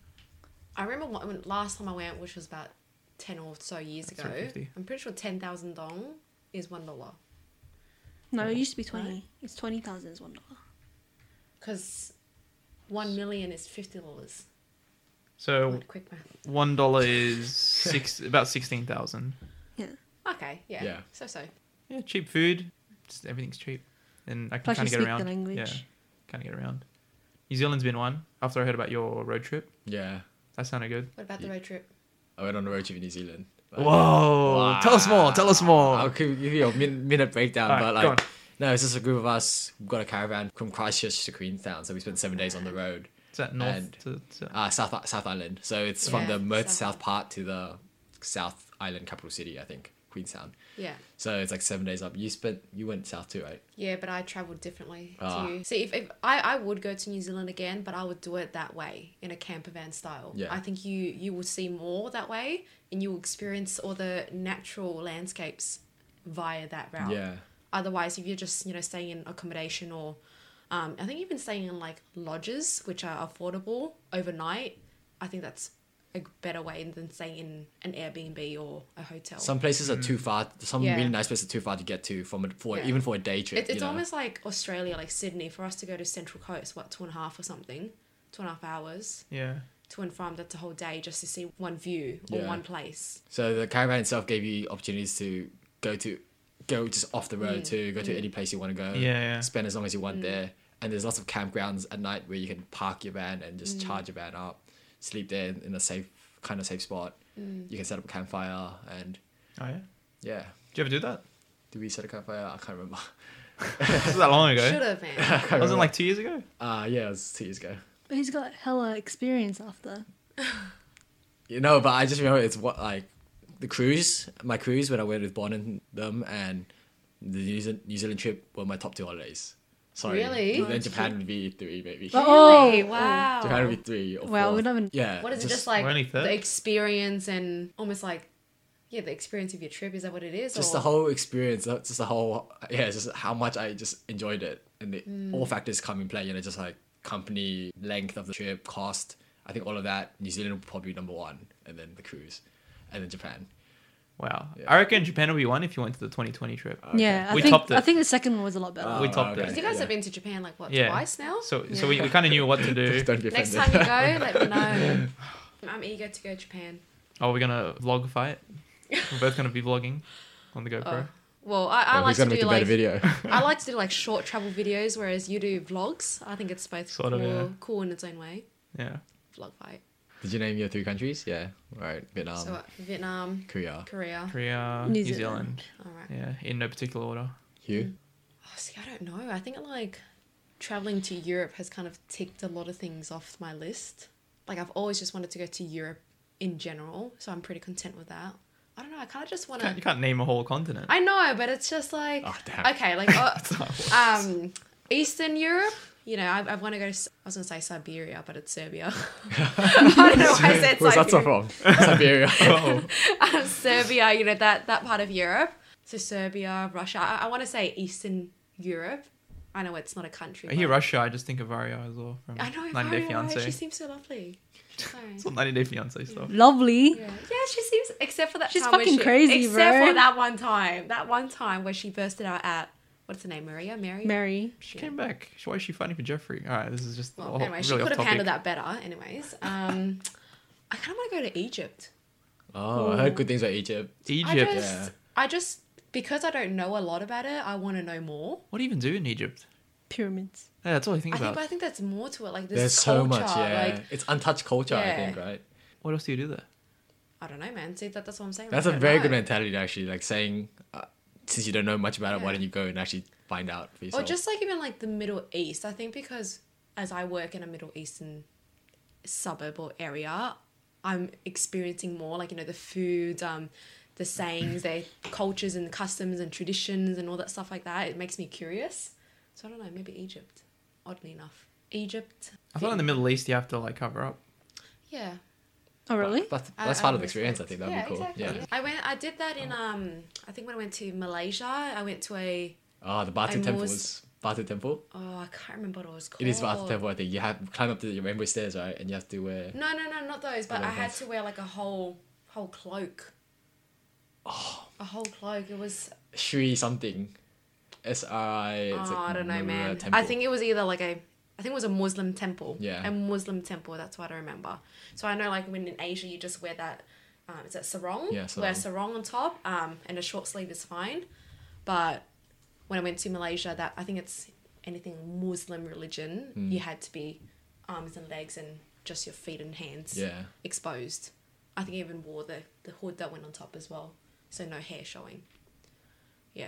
S3: I remember one, when- last time I went, which was about ten or so years
S1: That's
S3: ago.
S1: right, 50.
S3: I'm pretty sure ten thousand dong is one dollar.
S2: No, it used to be 20. It's 20,000 is $1.
S3: Because one million is fifty dollars.
S4: Oh.
S1: So
S3: Quick math.
S1: one dollar is six about sixteen thousand.
S2: Yeah.
S3: Okay, yeah.
S4: Yeah.
S3: So so.
S1: Yeah, cheap food. Just everything's cheap, and I can
S2: Plus you
S1: kind of get
S2: speak
S1: around.
S2: the language.
S1: Yeah, kind of get around. New Zealand's been one. After I heard about your road trip,
S4: Yeah.
S1: that sounded good.
S3: What about the
S4: Yeah.
S3: road trip?
S4: I went on a road trip in New Zealand. But-
S1: Whoa! Tell us more. Tell us more.
S4: I'll give give you a min- minute breakdown,
S1: Alright,
S4: but
S1: go
S4: like,
S1: on.
S4: no, it's just a group of us we got a caravan from Christchurch to Queenstown, so we spent seven days on the road,
S1: Is that north
S4: And-
S1: to, to
S4: uh, South I- South Island. So it's from
S3: Yeah,
S4: the Perth
S3: South
S4: South part to the South Island capital city, I think, Queenstown.
S3: Yeah.
S4: So it's like seven days up. You spent, you went south too, right?
S3: Yeah, but I travelled differently
S4: Ah.
S3: to you. See, if, if I, I would go to New Zealand again, but I would do it that way in a camper van style.
S4: Yeah.
S3: I think you you will see more that way, and you will experience all the natural landscapes via that route.
S4: Yeah.
S3: Otherwise, if you're just you know staying in accommodation or, um, I think even staying in like lodges which are affordable overnight, I think that's a better way than staying in an Airbnb or a hotel.
S4: Some places are too far. Some
S3: Yeah.
S4: really nice places are too far to get to from a, for
S3: Yeah.
S4: even for a day trip.
S3: It,
S4: you
S3: it's
S4: know?
S3: almost like Australia, like Sydney, for us to go to Central Coast, what, two and a half or something? Two and a half hours
S1: yeah.
S3: to and from, that's a whole day just to see one view or
S4: Yeah.
S3: one place.
S4: So the caravan itself gave you opportunities to go to, go just off the road to go to any place you want to go.
S1: Yeah, yeah.
S4: Spend as long as you want there, and there's lots of campgrounds at night where you can park your van and just charge your van up, sleep there in a safe kind of safe spot. You can set up a campfire and
S1: Oh yeah.
S4: yeah.
S1: Did you ever do that?
S4: Did we set a campfire? I can't remember.
S1: This was that long
S3: Should
S1: ago.
S3: have, man.
S1: Wasn't it like two years ago.
S4: Uh yeah, it was two years ago.
S2: But he's got hella experience after.
S4: You know, but I just remember it's what like the cruise, my cruise when I went with Bon and them, and the New Zealand, New Zealand trip were my top two holidays. Sorry,
S3: Really?
S4: Then Japan would be three, maybe.
S2: Oh.
S3: Really? Wow.
S4: Japan would be three or
S2: Wow,
S4: four.
S2: we don't even-
S4: Yeah.
S3: What is it just like?
S1: We're only third.
S3: The experience and almost like, yeah, the experience of your trip. Is that what it is?
S4: Just
S3: or-
S4: the whole experience, uh, just the whole yeah, it's just how much I just enjoyed it, and the,
S3: Mm.
S4: all factors come in play. You know, just like company length of the trip, cost. I think all of that. New Zealand will probably be number one, and then the cruise, and then Japan.
S1: Wow.
S4: Yeah.
S1: I reckon Japan will be one if you went to the 2020 trip.
S2: Yeah, I
S1: We
S2: think
S1: topped it.
S2: I think the second one was a lot better.
S1: We topped
S4: Oh, okay.
S1: it.
S3: You guys
S4: Yeah.
S3: have been to Japan like, what,
S1: Yeah.
S3: twice now?
S1: So
S3: Yeah.
S1: so we, we kind of knew what to do.
S4: Don't be
S3: Next
S4: offended.
S3: time you go, let me know. I'm eager to go to Japan.
S1: Oh, we're gonna vlog fight. We're both gonna be vlogging on the GoPro.
S3: Well, I, I
S4: Well,
S3: like
S4: who's
S3: to
S4: gonna
S3: do
S4: make the
S3: like
S4: better video?
S3: I like to do like short travel videos, whereas you do vlogs. I think it's both
S1: Sort of,
S3: cool,
S1: yeah.
S3: cool in its own way.
S1: Yeah.
S3: Vlog fight.
S4: Did you name your three countries? Yeah. All right. Vietnam,
S3: so uh, Vietnam,
S4: Korea.
S3: Korea.
S1: Korea,
S2: New
S1: New,
S2: Zealand.
S1: Zealand.
S3: All right.
S1: Yeah, in no particular order.
S4: Hugh.
S3: Oh, see, I don't know. I think like traveling to Europe has kind of ticked a lot of things off my list. Like I've always just wanted to go to Europe in general, so I'm pretty content with that. I don't know. I kind of just want
S1: You can't,
S3: to.
S1: you can't name a whole continent.
S3: I know, but it's just like
S4: Oh, damn.
S3: okay, like uh,
S1: not what-
S3: um, Eastern Europe. You know, I, I want to go to. S- I was gonna say Siberia, but it's Serbia. I don't know why I said
S4: Where's that stuff
S3: Siberia.
S4: from? Siberia.
S1: oh,
S3: Um, Serbia, you know that that part of Europe. So Serbia, Russia. I, I want to say Eastern Europe. I know it's not a country.
S1: I hear
S3: but-
S1: Russia. I just think of Vario as well from
S3: I know.
S1: 90 Day
S3: Varia, she
S1: Fiance.
S3: seems so lovely. Sorry.
S1: It's all 90 Day Fiance stuff.
S2: Lovely.
S3: Yeah. yeah, she seems except for that.
S2: She's
S3: time where
S2: fucking
S3: she-
S2: crazy,
S3: Except
S2: bro.
S3: for that one time, that one time where she bursted out at what's her name, Maria, Mary,
S2: Mary.
S1: She came back. Why is she fighting for Jeffrey? All right, this is just
S3: Well,
S1: all-
S3: anyway, she
S1: really
S3: could
S1: off
S3: have
S1: topic.
S3: handled that better. Anyways, um, I kind of want to go to Egypt.
S4: Oh, I heard good things about Egypt.
S1: Egypt.
S3: I just,
S4: yeah.
S3: I just because I don't know a lot about it, I want to know more.
S1: What do you even do in Egypt?
S2: Pyramids.
S1: Yeah, that's all I think
S3: I think,
S1: about.
S3: but I think that's more to it. Like this
S4: There's so
S3: culture,
S4: much. Yeah.
S3: like
S4: it's untouched culture. I
S3: Yeah.
S4: think. Right.
S1: What else do you do there?
S3: I don't know, man. See that? That's what I'm saying.
S4: That's
S3: I
S4: a
S3: don't
S4: very
S3: know.
S4: good mentality, actually. Like saying, uh, since you don't know much about it, why
S3: Yeah.
S4: don't you go and actually find out for
S3: Or
S4: yourself?
S3: just like even like the Middle East. I think because as I work in a Middle Eastern suburb or area, I'm experiencing more like, you know, the food, um, the sayings, their cultures and customs and traditions and all that stuff like that. It makes me curious. So I don't know, maybe Egypt, oddly enough. Egypt.
S1: I thought in the Middle East you have to like cover up.
S3: Yeah.
S2: Oh really?
S4: But that's,
S3: I-
S4: that's
S3: I
S4: part of
S3: would
S4: the experience. I
S3: expect-
S4: think that'd
S3: yeah,
S4: be cool.
S3: exactly.
S4: Yeah.
S3: I went I did that in um I think when I went to Malaysia, I went to a
S4: Oh, the Batin
S3: I'm
S4: temple
S3: always-
S4: was Batu Temple.
S3: Oh, I can't remember what it was called.
S4: It is Batu Temple. I think you have climb up to the rainbow stairs, right? And you have to wear.
S3: No, no, no, not those. But
S4: What
S3: I had
S4: ones?
S3: to wear like a whole whole cloak. Oh. A whole cloak. It was
S4: Shri something. S I.
S3: oh, I don't know,
S4: uh,
S3: man. I think it was either like a I think it was a Muslim temple.
S4: Yeah.
S3: A Muslim temple. That's what I remember. So I know like when in Asia you just wear that. Um, is that sarong?
S4: Yeah,
S3: Wear
S4: sarong.
S3: a sarong on top. Um, and a short sleeve is fine. But when I went to Malaysia, that I think it's anything Muslim religion. You
S4: Hmm.
S3: had to be arms and legs and just your feet and hands
S4: Yeah.
S3: exposed. I think I even wore the, the hood that went on top as well, so no hair showing. Yeah,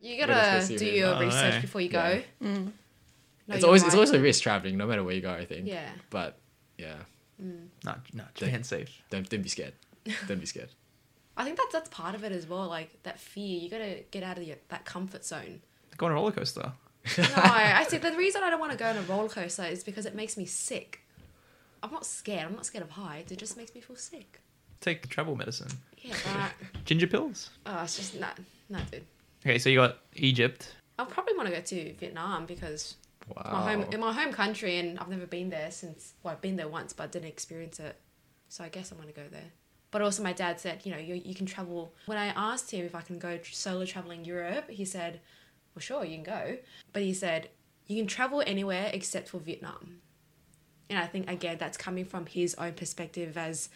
S3: you
S4: that's
S3: gotta
S4: what
S3: do
S4: serious.
S3: your
S1: Oh,
S3: research
S1: no.
S3: before you
S4: Yeah.
S3: go. No,
S4: it's
S3: you're
S4: always
S3: right.
S4: it's always a risk traveling, no matter where you go. I think.
S3: Yeah.
S4: But yeah,
S1: No, no, Japan's safe.
S4: don't don't be scared. Don't be scared.
S3: I think that's that's part of it as well. Like that fear, you gotta get out of your, that comfort zone.
S1: Go on a roller coaster.
S3: No, I see. The reason I don't want to go on a roller coaster is because it makes me sick. I'm not scared. I'm not scared of heights. It just makes me feel sick.
S1: Take travel medicine.
S3: Yeah, but
S1: Ginger pills.
S3: oh, it's just not, not dude.
S1: Okay, so you got Egypt.
S3: I probably want to go to Vietnam because
S4: Wow.
S3: my home Oh, in my home country and I've never been there since well I've been there once but I didn't experience it so I guess I'm gonna go there but also my dad said you know you, you can travel when I asked him if I can go tr- solo traveling Europe he said well sure you can go but he said you can travel anywhere except for Vietnam and I think again that's coming from his own perspective as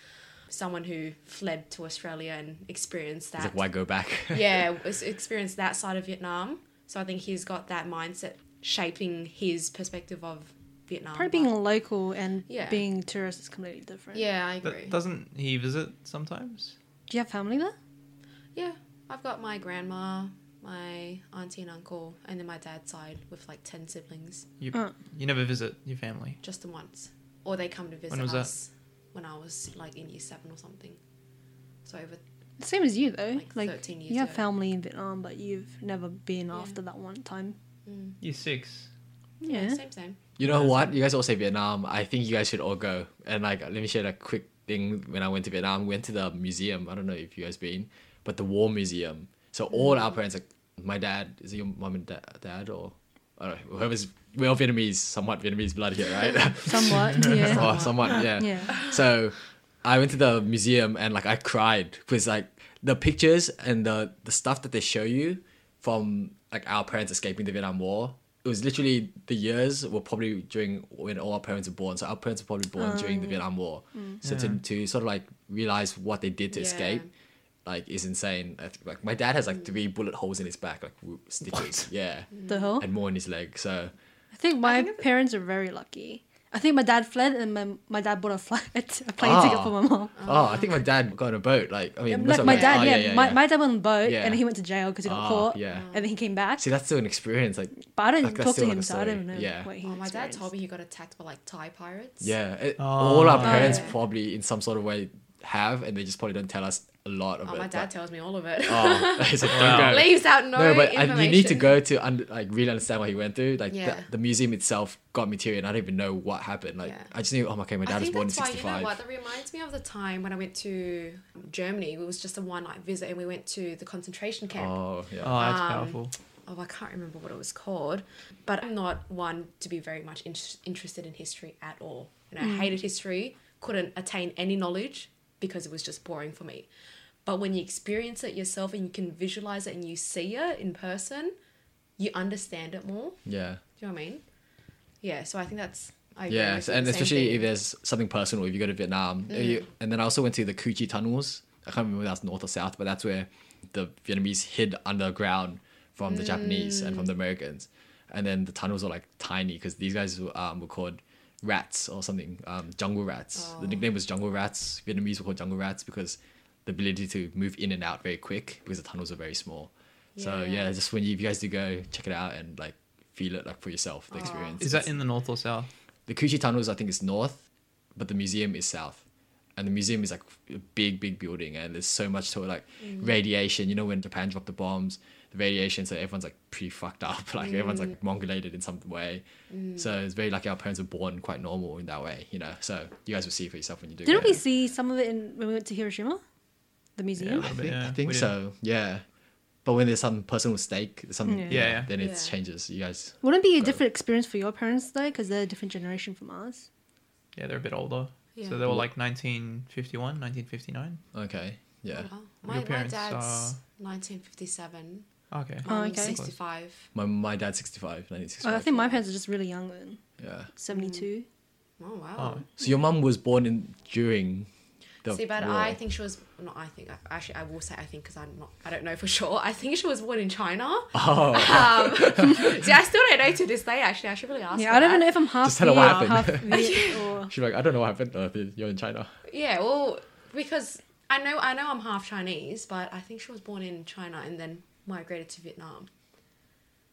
S3: someone who fled to Australia and experienced that
S4: It's like why go back?
S3: yeah, was- experienced that side of Vietnam. So I think he's got that mindset shaping his perspective of Vietnam.
S2: Probably being
S3: but-
S2: local and
S3: Yeah.
S2: being tourist is completely different.
S3: yeah, I
S1: But
S3: agree.
S1: doesn't he visit sometimes?
S2: Do you have family there?
S3: yeah, I've got my grandma, my auntie and uncle, and then my dad's side with like ten siblings,
S1: You
S2: Uh.
S1: you never visit your family.
S3: just the once, or they come to visit
S1: was that?
S3: us when I was like in year seven or something. So over
S2: Same as you though.
S3: Like
S2: Like,
S3: 13 years
S2: you have
S3: ago.
S2: family in Vietnam, but you've never been
S3: Yeah.
S2: after that one time.
S1: Year six.
S2: Yeah.
S3: same same.
S4: You know what? You guys all say Vietnam. I think you guys should all go. And like, let me share a quick thing. When I went to Vietnam, we went to the museum. I don't know if you guys been, but the War Museum. So
S3: Mm.
S4: all our parents, like my dad, is it your mom and da- dad or I don't know, whoever's we're all Vietnamese, somewhat Vietnamese blood here, right?
S2: Somewhat. Yeah.
S4: or somewhat, yeah.
S2: Yeah.
S4: So I went to the museum and like I cried because like the pictures and the the stuff that they show you from like our parents escaping the Vietnam War. It was literally the years were probably during when all our parents were born. So our parents were probably born during
S2: Oh.
S4: the Vietnam War.
S2: Mm.
S4: So to, to sort of like realize what they did to
S3: Yeah.
S4: escape, like is insane. I think, Like my dad has like three bullet holes in his back, like w- stitches. Yeah,
S2: The hell.
S4: and more in his leg. So
S2: I think my parents are very lucky. I think my dad fled and my, my dad bought a flight, a plane ticket
S4: Ah.
S2: for my mom.
S4: oh, I think my dad got on a boat. Like I mean,
S2: Like
S4: most of
S2: my
S4: my-
S2: dad,
S4: oh,
S2: yeah, my, my dad went on the boat
S4: Yeah.
S2: and he went to jail because he got
S4: Ah,
S2: caught.
S4: yeah.
S2: And then he came back.
S4: See, that's still an experience. Like,
S2: but I didn't
S4: like, that's
S2: talk to
S4: still like
S2: him,
S4: a
S2: so I don't know
S4: story. Yeah.
S2: what he
S3: Oh, my dad told
S2: experienced.
S3: me he got attacked by like Thai pirates.
S4: yeah, it- all our
S1: Oh,
S4: parents
S3: yeah.
S4: probably in some sort of way have, and they just probably don't tell us a lot of
S3: Oh,
S4: it.
S3: my dad tells me all of it.
S4: but- oh, it's like, don't
S1: Wow.
S4: go.
S3: Leaves out no,
S4: No, but
S3: information.
S4: and you need to go to under, like really understand what he went through. Like
S3: Yeah.
S4: the, the museum itself got me teary, and I don't even know what happened. Like
S3: Yeah.
S4: I just knew, oh my okay, my
S3: I
S4: dad was
S3: think
S4: born in
S3: that's why, you know
S4: '65.
S3: what, that reminds me of the time when I went to Germany. It was just a one night visit and we went to the concentration camp. Oh.
S4: oh yeah,
S1: Oh, that's
S3: Um,
S1: powerful.
S3: I can't remember what it was called, but I'm not one to be very much in- interested in history at all. You know, I hated history, couldn't attain any knowledge because it was just boring for me. But when you experience it yourself and you can visualize it and you see it in person, you understand it more.
S4: yeah,
S3: Do you know what I mean? Yeah, so I think that's. I agree
S4: yeah.
S3: with
S4: so-
S3: you,
S4: and
S3: the same
S4: especially
S3: thing. Mm.
S4: if there's something personal, if you go to Vietnam, eh, you- and then I also went to the Coochie tunnels. I can't remember if that's north or south, but that's where the Vietnamese hid underground from the Japanese and
S3: Mm.
S4: from the Americans. And then the tunnels were like tiny because these guys were, um, were called rats or something, um, jungle rats.
S3: Oh.
S4: The nickname was jungle rats. Vietnamese were called jungle rats because the ability to move in and out very quick because the tunnels are very small. So
S3: Yeah.
S4: yeah, just when you, if you guys do go, check it out and like feel it like for yourself, the experience.
S1: Is that in the north or south?
S4: The Coochie Tunnels, I think, is north, but the museum is south. And the museum is like a big, big building, and there's so much to it, like
S2: Mm.
S4: radiation. You know, when Japan dropped the bombs, the radiation, so everyone's like pretty fucked up, like everyone's
S2: Mm.
S4: like mongolated in some way. So it's very like our parents were born quite normal in that way, you know. So you guys will see for yourself when you do.
S2: Didn't
S4: go.
S2: we see some of it in, when we went to Hiroshima? The
S4: Yeah,
S2: museum?
S4: I
S1: Yeah,
S4: think, I
S1: we
S4: think
S1: did.
S4: so. Yeah, But when there's some personal stake, there's something,
S2: Yeah.
S1: Yeah, yeah.
S4: then it
S3: Yeah.
S4: changes. You guys,
S2: Wouldn't it be a
S4: Go.
S2: different experience for your parents though, because they're a different generation from ours.
S1: Yeah, they're a bit older.
S3: Yeah.
S1: So they were like 1951, 1959.
S4: okay, yeah.
S3: Wow.
S1: Your
S3: My, my
S1: parents
S3: dad's
S1: are-
S3: 1957.
S1: Okay.
S2: Oh,
S3: I'm
S2: okay.
S3: 65.
S4: My my dad's 65, 1965.
S2: Oh, I think my parents are just really young then,
S4: yeah.
S2: seventy-two.
S4: Mm.
S3: Oh wow.
S1: Oh,
S4: So your mum was born in during the
S3: See, but
S4: war.
S3: I think she was not. I think actually, I will say I think because I'm not. I don't know for sure. I think she was born in China.
S4: Oh,
S3: Um, see, I still don't know to this day. Actually, I should really ask.
S2: Yeah,
S3: her
S2: I don't even
S3: that.
S2: know if I'm half
S4: Just tell her what
S2: Viet-
S4: happened.
S2: half Viet or
S4: she's like, I don't know what happened. Uh, you're in China.
S3: Yeah, well, because I know I know I'm half Chinese, but I think she was born in China and then migrated to Vietnam.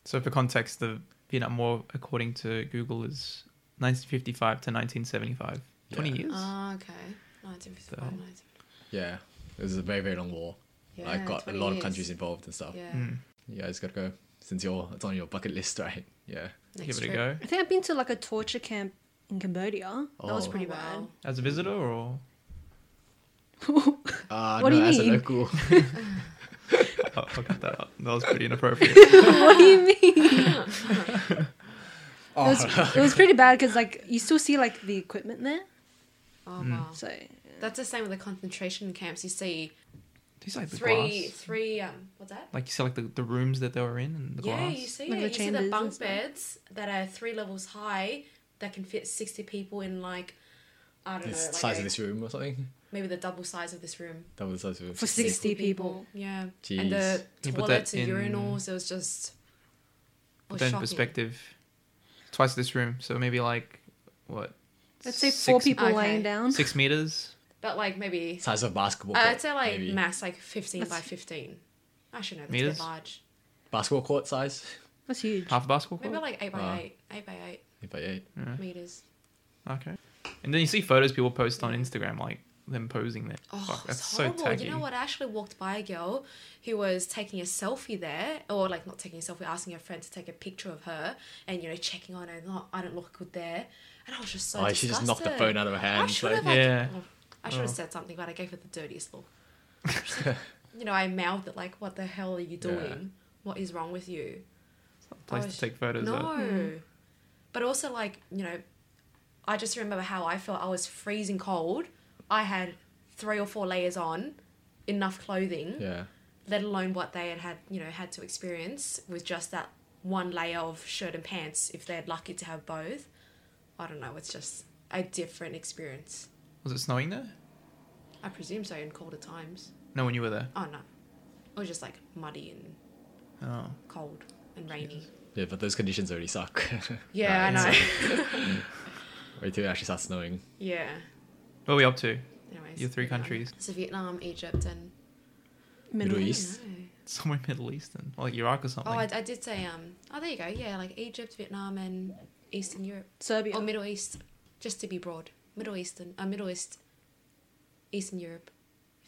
S1: So for context, the Vietnam War, according to Google, is 1955 to 1975. 20
S4: Yeah.
S1: years?
S3: Oh, okay. 1955,
S1: So-
S3: 1950.
S4: Yeah, it was a very very long war.
S3: Yeah,
S4: like got a
S3: 20
S4: lot of
S3: years.
S4: countries involved and stuff.
S2: Hmm.
S3: Yeah.
S1: Mm.
S4: You guys gotta go since you're it's on your bucket list, right? Yeah.
S1: Give it a
S3: trip.
S1: go.
S2: I think I've been to like a torture camp in Cambodia. That was
S4: Oh.
S2: pretty
S3: Oh, wow.
S1: As a visitor or?
S2: bad.
S4: Uh,
S2: What
S4: no,
S2: do you
S4: as
S2: mean?
S4: a local.
S1: Oh, I'll cut that up. That was pretty inappropriate.
S2: what do you mean? It was,
S4: oh,
S2: it was pretty bad because like you still see like the equipment there.
S3: Oh wow.
S2: So
S3: That's the same with the concentration camps. You see
S1: These like the
S3: three
S1: glass.
S3: three um what's that?
S1: Like you see like the, the rooms that they were in and the
S3: yeah,
S1: glass.
S3: you see
S2: Like
S3: it.
S2: the
S3: you see the
S2: chambers and
S3: bunk
S2: stuff.
S3: beds that are three levels high that can fit sixty people in like I don't
S4: the
S3: know, like
S4: size
S3: a-
S4: of this room or something.
S3: maybe the double size of this room.
S4: That was the size of
S2: for sixty people,
S3: Yeah.
S4: Jeez.
S3: And the
S1: You put
S3: toilets
S1: that
S3: and
S1: in-
S3: urinals, it was just. It
S1: Put
S3: was
S1: that in
S3: shocking.
S1: perspective. Twice this room, so maybe like what?
S2: let's say four
S1: Six-
S2: people
S3: Okay.
S2: laying down.
S1: Six meters.
S3: But like maybe. uh,
S4: size of basketball.
S3: I'd
S4: court,
S3: say like
S4: maybe.
S3: mass like 15 by
S2: That's-
S3: 15. I should know that's
S1: Meters?
S3: a bit large.
S4: basketball court size.
S2: That's huge.
S1: Half a basketball
S3: Maybe
S1: court.
S3: like 8 by
S4: Wow.
S3: 8. 8 by 8
S4: Eight by eight.
S3: meters.
S1: Okay. And then you see photos people post on Instagram, like them posing there.
S3: Oh,
S1: Fuck, that's
S3: it's
S1: so
S3: horrible.
S1: tacky.
S3: you know what? I actually walked by a girl who was taking a selfie there, or like not taking a selfie, asking her friend to take a picture of her, and you know checking on her. Not, I don't look good there, and I was just so.
S4: oh, she just knocked the
S3: disgusted.
S4: phone out of her
S3: I
S4: hand.
S3: should
S4: Like,
S3: have. Like,
S1: Yeah.
S3: oh, I should have
S1: Oh.
S3: said something, but I gave her the dirtiest look. She's like- you know, I mouthed it like, "What the hell are you doing? What is wrong with you?"
S1: Place
S3: I
S1: to
S3: was-
S1: take photos
S3: Oh, no.
S1: of.
S3: But also, like you know, I just remember how I felt. I was freezing cold. I had three or four layers on, enough clothing,
S4: yeah.
S3: let alone what they had had you know had to experience with just that one layer of shirt and pants. If they're lucky to have both, I don't know. It's just a different experience.
S1: Was it snowing there?
S3: I presume so in colder times.
S1: No, when you were there.
S3: Oh no. It was just like muddy and
S1: Oh.
S3: cold and rainy.
S4: Yeah, but those conditions already suck.
S3: Yeah,
S4: Right,
S3: I know.
S4: Wait till it actually starts snowing.
S3: yeah.
S1: What are we up to?
S3: Anyways.
S1: Your three
S3: Vietnam.
S1: countries.
S3: So Vietnam, Egypt and
S4: Middle
S3: I don't
S4: Oh, East.
S3: know.
S1: Somewhere Middle Eastern. Or like Iraq or something.
S3: Oh, I, I did say um oh there you go. Yeah, like Egypt, Vietnam and Eastern Europe
S2: Serbia.
S3: or Middle East just to be broad. Middle Eastern, uh, Middle East Eastern Europe,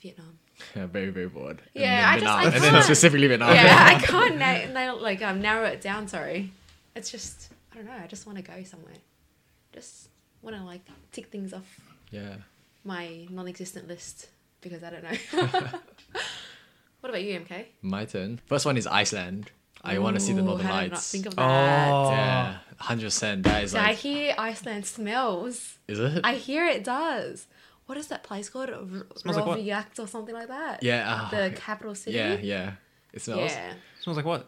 S3: Vietnam.
S4: Yeah, very, very bored.
S3: Yeah, I
S4: and
S3: just-
S4: then
S3: I
S4: Vietnam. and then
S3: can't.
S4: specifically Vietnam.
S3: Yeah, I can't na- nail like um, narrow it down. Sorry, it's just I don't know. I just want to go somewhere. Just want to like tick things off
S4: yeah.
S3: my non-existent list because I don't know. what about you, MK?
S4: My turn. First one is Iceland. I want to see the
S3: Ooh,
S4: Northern
S3: how did I
S4: Lights. Oh,
S3: not think of that.
S4: Yeah, hundred percent. That is
S3: So I
S4: like,
S3: hear Iceland smells.
S4: is it?
S3: I hear it does. What is that place called? R-
S1: Smells like what?
S3: Reykjavik or something like that.
S4: yeah. oh,
S3: The capital city.
S4: yeah, yeah. It smells.
S3: Yeah.
S1: Smells like what?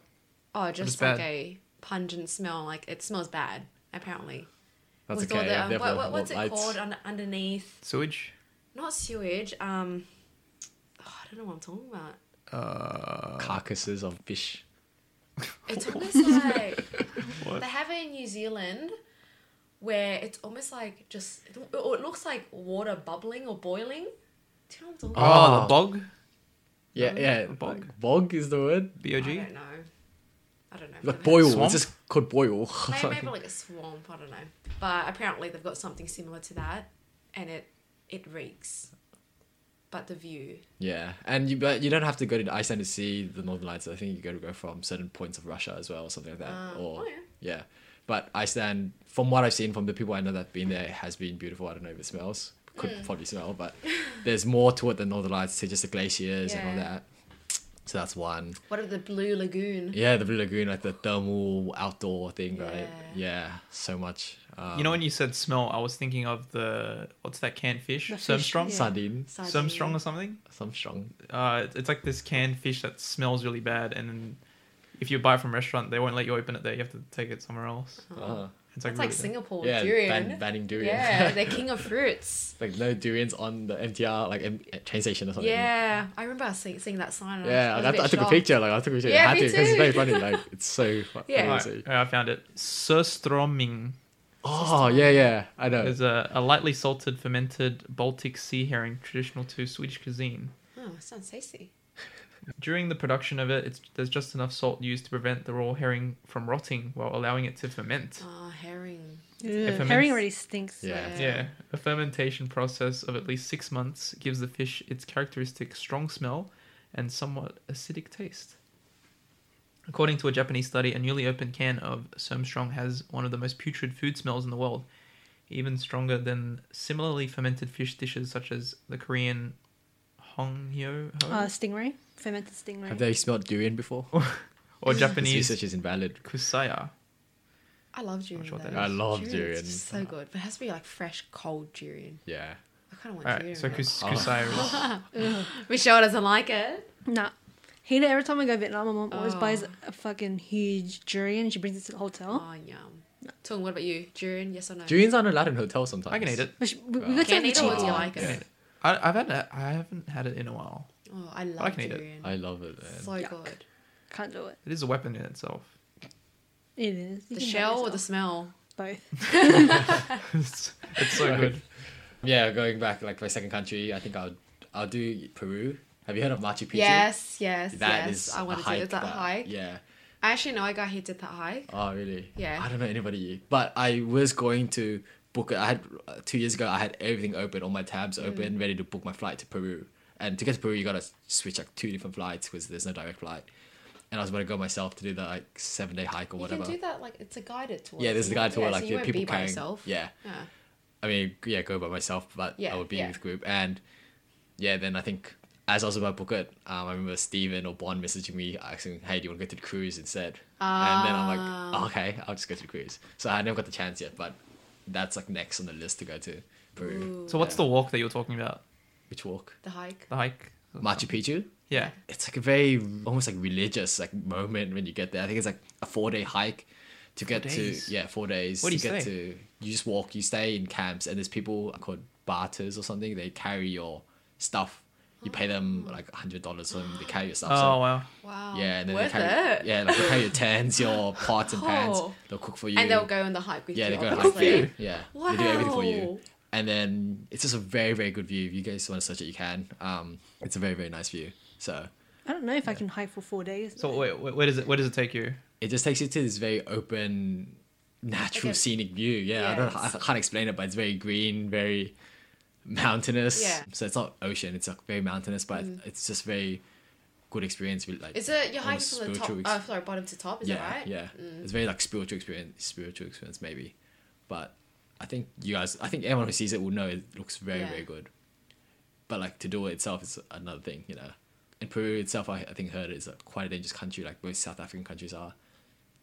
S3: Oh,
S1: it's
S3: just
S1: bad.
S3: like a pungent smell. Like it smells bad. Apparently.
S4: That's
S3: with
S4: okay.
S3: all the,
S4: yeah,
S3: um,
S4: they have
S3: what,
S4: the
S3: what, what's it
S4: lights.
S3: called un- underneath?
S1: Sewage?
S3: Not sewage. Um, oh, I don't know what I'm talking about.
S1: Uh,
S4: Carcasses of fish.
S3: Oh, It's almost like
S1: What?
S3: they have it in New Zealand, where it's almost like just it, it looks like water bubbling or boiling. Do you know what I'm talking about?
S1: oh,
S4: Oh.
S1: the bog?
S4: Yeah, yeah.
S1: bog?
S4: like, bog is the word.
S1: B O
S3: I
S1: G?
S3: don't know. I don't know.
S4: Like boil.
S1: Swamp?
S4: It's just called boil.
S3: Maybe, maybe like a swamp. I don't know. But apparently they've got something similar to that, and it it reeks. But the view.
S4: Yeah, and you but you don't have to go to Iceland to see the Northern Lights. I think you got to go from certain points of Russia as well, or something like that.
S3: Ah,
S4: or
S3: oh, yeah.
S4: yeah, but Iceland, from what I've seen from the people I know that've been there, it has been beautiful. I don't know if it smells.
S3: Hmm.
S4: Could probably smell, but there's more to it than Northern Lights. So just the glaciers and all
S3: Yeah.
S4: that. So that's one.
S3: What about the Blue Lagoon?
S4: Yeah, the Blue Lagoon, like the thermal outdoor thing, right?
S3: Yeah.
S4: Yeah, so much. Um,
S1: you know, when you said smell, I was thinking of the what's that canned fish?
S2: The fish,
S1: Surmstrong?
S2: yeah.
S4: sardine,
S3: Sardine.
S1: Surmstrong or something?
S4: some strong.
S1: Uh, it's- it's like this canned fish that smells really bad, and then if you buy it from a restaurant, they won't let you open it there. You have to take it somewhere else.
S4: Uh,
S1: It's
S3: That's
S1: like,
S3: like
S1: really-
S3: Singapore
S4: yeah,
S3: Oh. durian.
S4: ban- banning durian.
S3: yeah, they're king of fruits.
S4: like no durians on the MTR, like M- uh, train station or something.
S3: Yeah, I remember seeing, seeing that sign. and
S4: Yeah,
S3: I, was
S4: like, I,
S3: bit
S4: I took a
S3: shocked.
S4: picture. Like I took a picture.
S3: Yeah,
S4: I had
S3: me
S4: to because it's very
S3: too.
S4: funny. Like it's so fu- funny.
S3: Yeah.
S4: to-
S1: Alright, I found it. Surströmming
S4: Oh yeah, yeah. I know.
S1: is a, a lightly salted fermented Baltic sea herring traditional to Swedish cuisine.
S3: Oh, it sounds tasty.
S1: During the production of it, it's, there's just enough salt used to prevent the raw herring from rotting while allowing it to ferment.
S3: Oh, herring.
S1: ferments-
S2: Herring already stinks.
S4: Yeah.
S3: Yeah.
S1: Yeah, a fermentation process of at least six months gives the fish its characteristic strong smell and somewhat acidic taste. According to a Japanese study, a newly opened can of Surmstrong has one of the most putrid food smells in the world, even stronger than similarly fermented fish dishes such as the Korean Hongyo
S2: Uh, stingray, fermented stingray.
S4: Have they smelled durian before?
S1: or
S4: Oh, This
S1: Japanese
S4: research is invalid.
S1: Kusaya.
S3: I love durian.
S1: sure what that
S3: though.
S1: is.
S4: I love
S3: Durian's
S4: durian.
S3: just so good, but it has to be like fresh, cold durian.
S4: Yeah.
S3: I kind of want
S1: Alright,
S3: durian.
S1: so
S3: now.
S1: kus-
S4: Oh.
S1: Kusaya is.
S3: Michelle doesn't like it.
S2: Nah. Here, every time I go to Vietnam, my mom always
S3: Oh.
S2: buys a fucking huge durian and she brings it to the hotel.
S3: Oh, yum. Tung, what about you? Durian? Yes or no?
S4: Durians aren't allowed in hotels sometimes.
S1: I can eat it.
S2: But she- we, we got
S4: Wow.
S2: to
S3: Can't
S2: have the
S3: eat it or
S2: cheap
S3: do you
S2: deal.
S3: like it?
S1: I, I've had it. I haven't had it in a while.
S3: Oh, I love
S1: I can eat it.
S3: durian.
S4: I love it. Man.
S3: So
S2: Yuck.
S3: good.
S2: Can't do it.
S1: It is a weapon in itself.
S2: It is. You
S3: The
S2: can have
S3: shell or
S2: yourself.
S3: the smell?
S2: both.
S1: it's, it's so good.
S4: Yeah, going back like my second country, I think I'll I'll do Peru. Have you heard of Machu Picchu?
S3: Yes, yes,
S4: That
S3: yes.
S4: is
S3: I
S4: a
S3: want to
S4: hike
S3: do that, hike.
S4: Yeah.
S3: I actually know a guy who did that hike.
S4: Oh really?
S3: Yeah.
S4: I don't know anybody, but I was going to book it. I had uh, two years ago. I had everything open, all my tabs
S3: Mm.
S4: open, ready to book my flight to Peru. And to get to Peru, you gotta switch like two different flights because there's no direct flight. And I was about to go myself to do the like seven day hike or Oh, whatever.
S3: You can do that like it's a guided tour.
S4: yeah, there's a
S3: isn't
S4: guy
S3: it?
S4: to it,
S3: Yeah,
S4: like
S3: so you
S4: yeah,
S3: won't
S4: people
S3: be by
S4: carrying.
S3: yourself.
S4: Yeah.
S3: Yeah.
S4: I mean, yeah, go by myself, but
S3: Yeah,
S4: I would be
S3: yeah.
S4: with group. And yeah, then I think as I was about to book it, um, I remember Steven or Bond messaging me asking, hey, do you want to go to the cruise instead? and then I'm like,
S3: Ah.
S4: "Oh, okay, I'll just go to the cruise. So I never got the chance yet, but that's like next on the list to go to Peru.
S1: So what's the walk that you're talking about?
S4: Which walk?
S3: The hike.
S1: The hike?
S4: Machu Picchu?
S1: Yeah.
S4: It's like a very almost like religious like moment when you get there. I think it's like a four day hike to get to
S1: days?
S4: yeah four days.
S1: Where do
S4: to
S1: you
S4: get
S1: stay?
S4: to you just walk. You stay in camps and there's people called barters or something. They carry your stuff. You pay
S3: Oh.
S4: them like hundred dollars or something. They carry your stuff.
S1: Oh wow.
S3: Wow.
S4: So, yeah, and then
S3: Worth
S4: they carry
S3: it.
S4: yeah like they carry your tents, your pots and pans.
S3: Oh.
S4: They'll cook for you.
S3: And they'll go on the hike with
S4: Yeah,
S3: you.
S4: they go hike
S3: obviously.
S4: for you. Yeah, they do everything for
S3: Wow.
S4: you. And then it's just a very very good view. If you guys want to search it, you can. Um, it's a very very nice view. So
S2: I don't know if I can hike for four days.
S1: So wait, wait, where does it where does it take you?
S4: it just takes you to this very open natural
S3: Like a-
S4: scenic view yeah, i don't
S3: Yes.
S4: i can't explain it but it's very green very mountainous
S3: Yeah. Mm.
S4: so it's not ocean it's like very mountainous but it's just very good experience with like
S3: Is it you're hiking
S4: almost
S3: from the top?
S4: spiritual ex-
S3: Oh, sorry, bottom to top. Is
S4: yeah
S3: that right? Mm.
S4: yeah it's very like spiritual experience spiritual experience maybe but i think you guys i think everyone who sees it will know it looks very
S3: Yeah.
S4: very good but like to do it itself is another thing you know in peru itself i, I think heard it's a quite a dangerous country like most south african countries are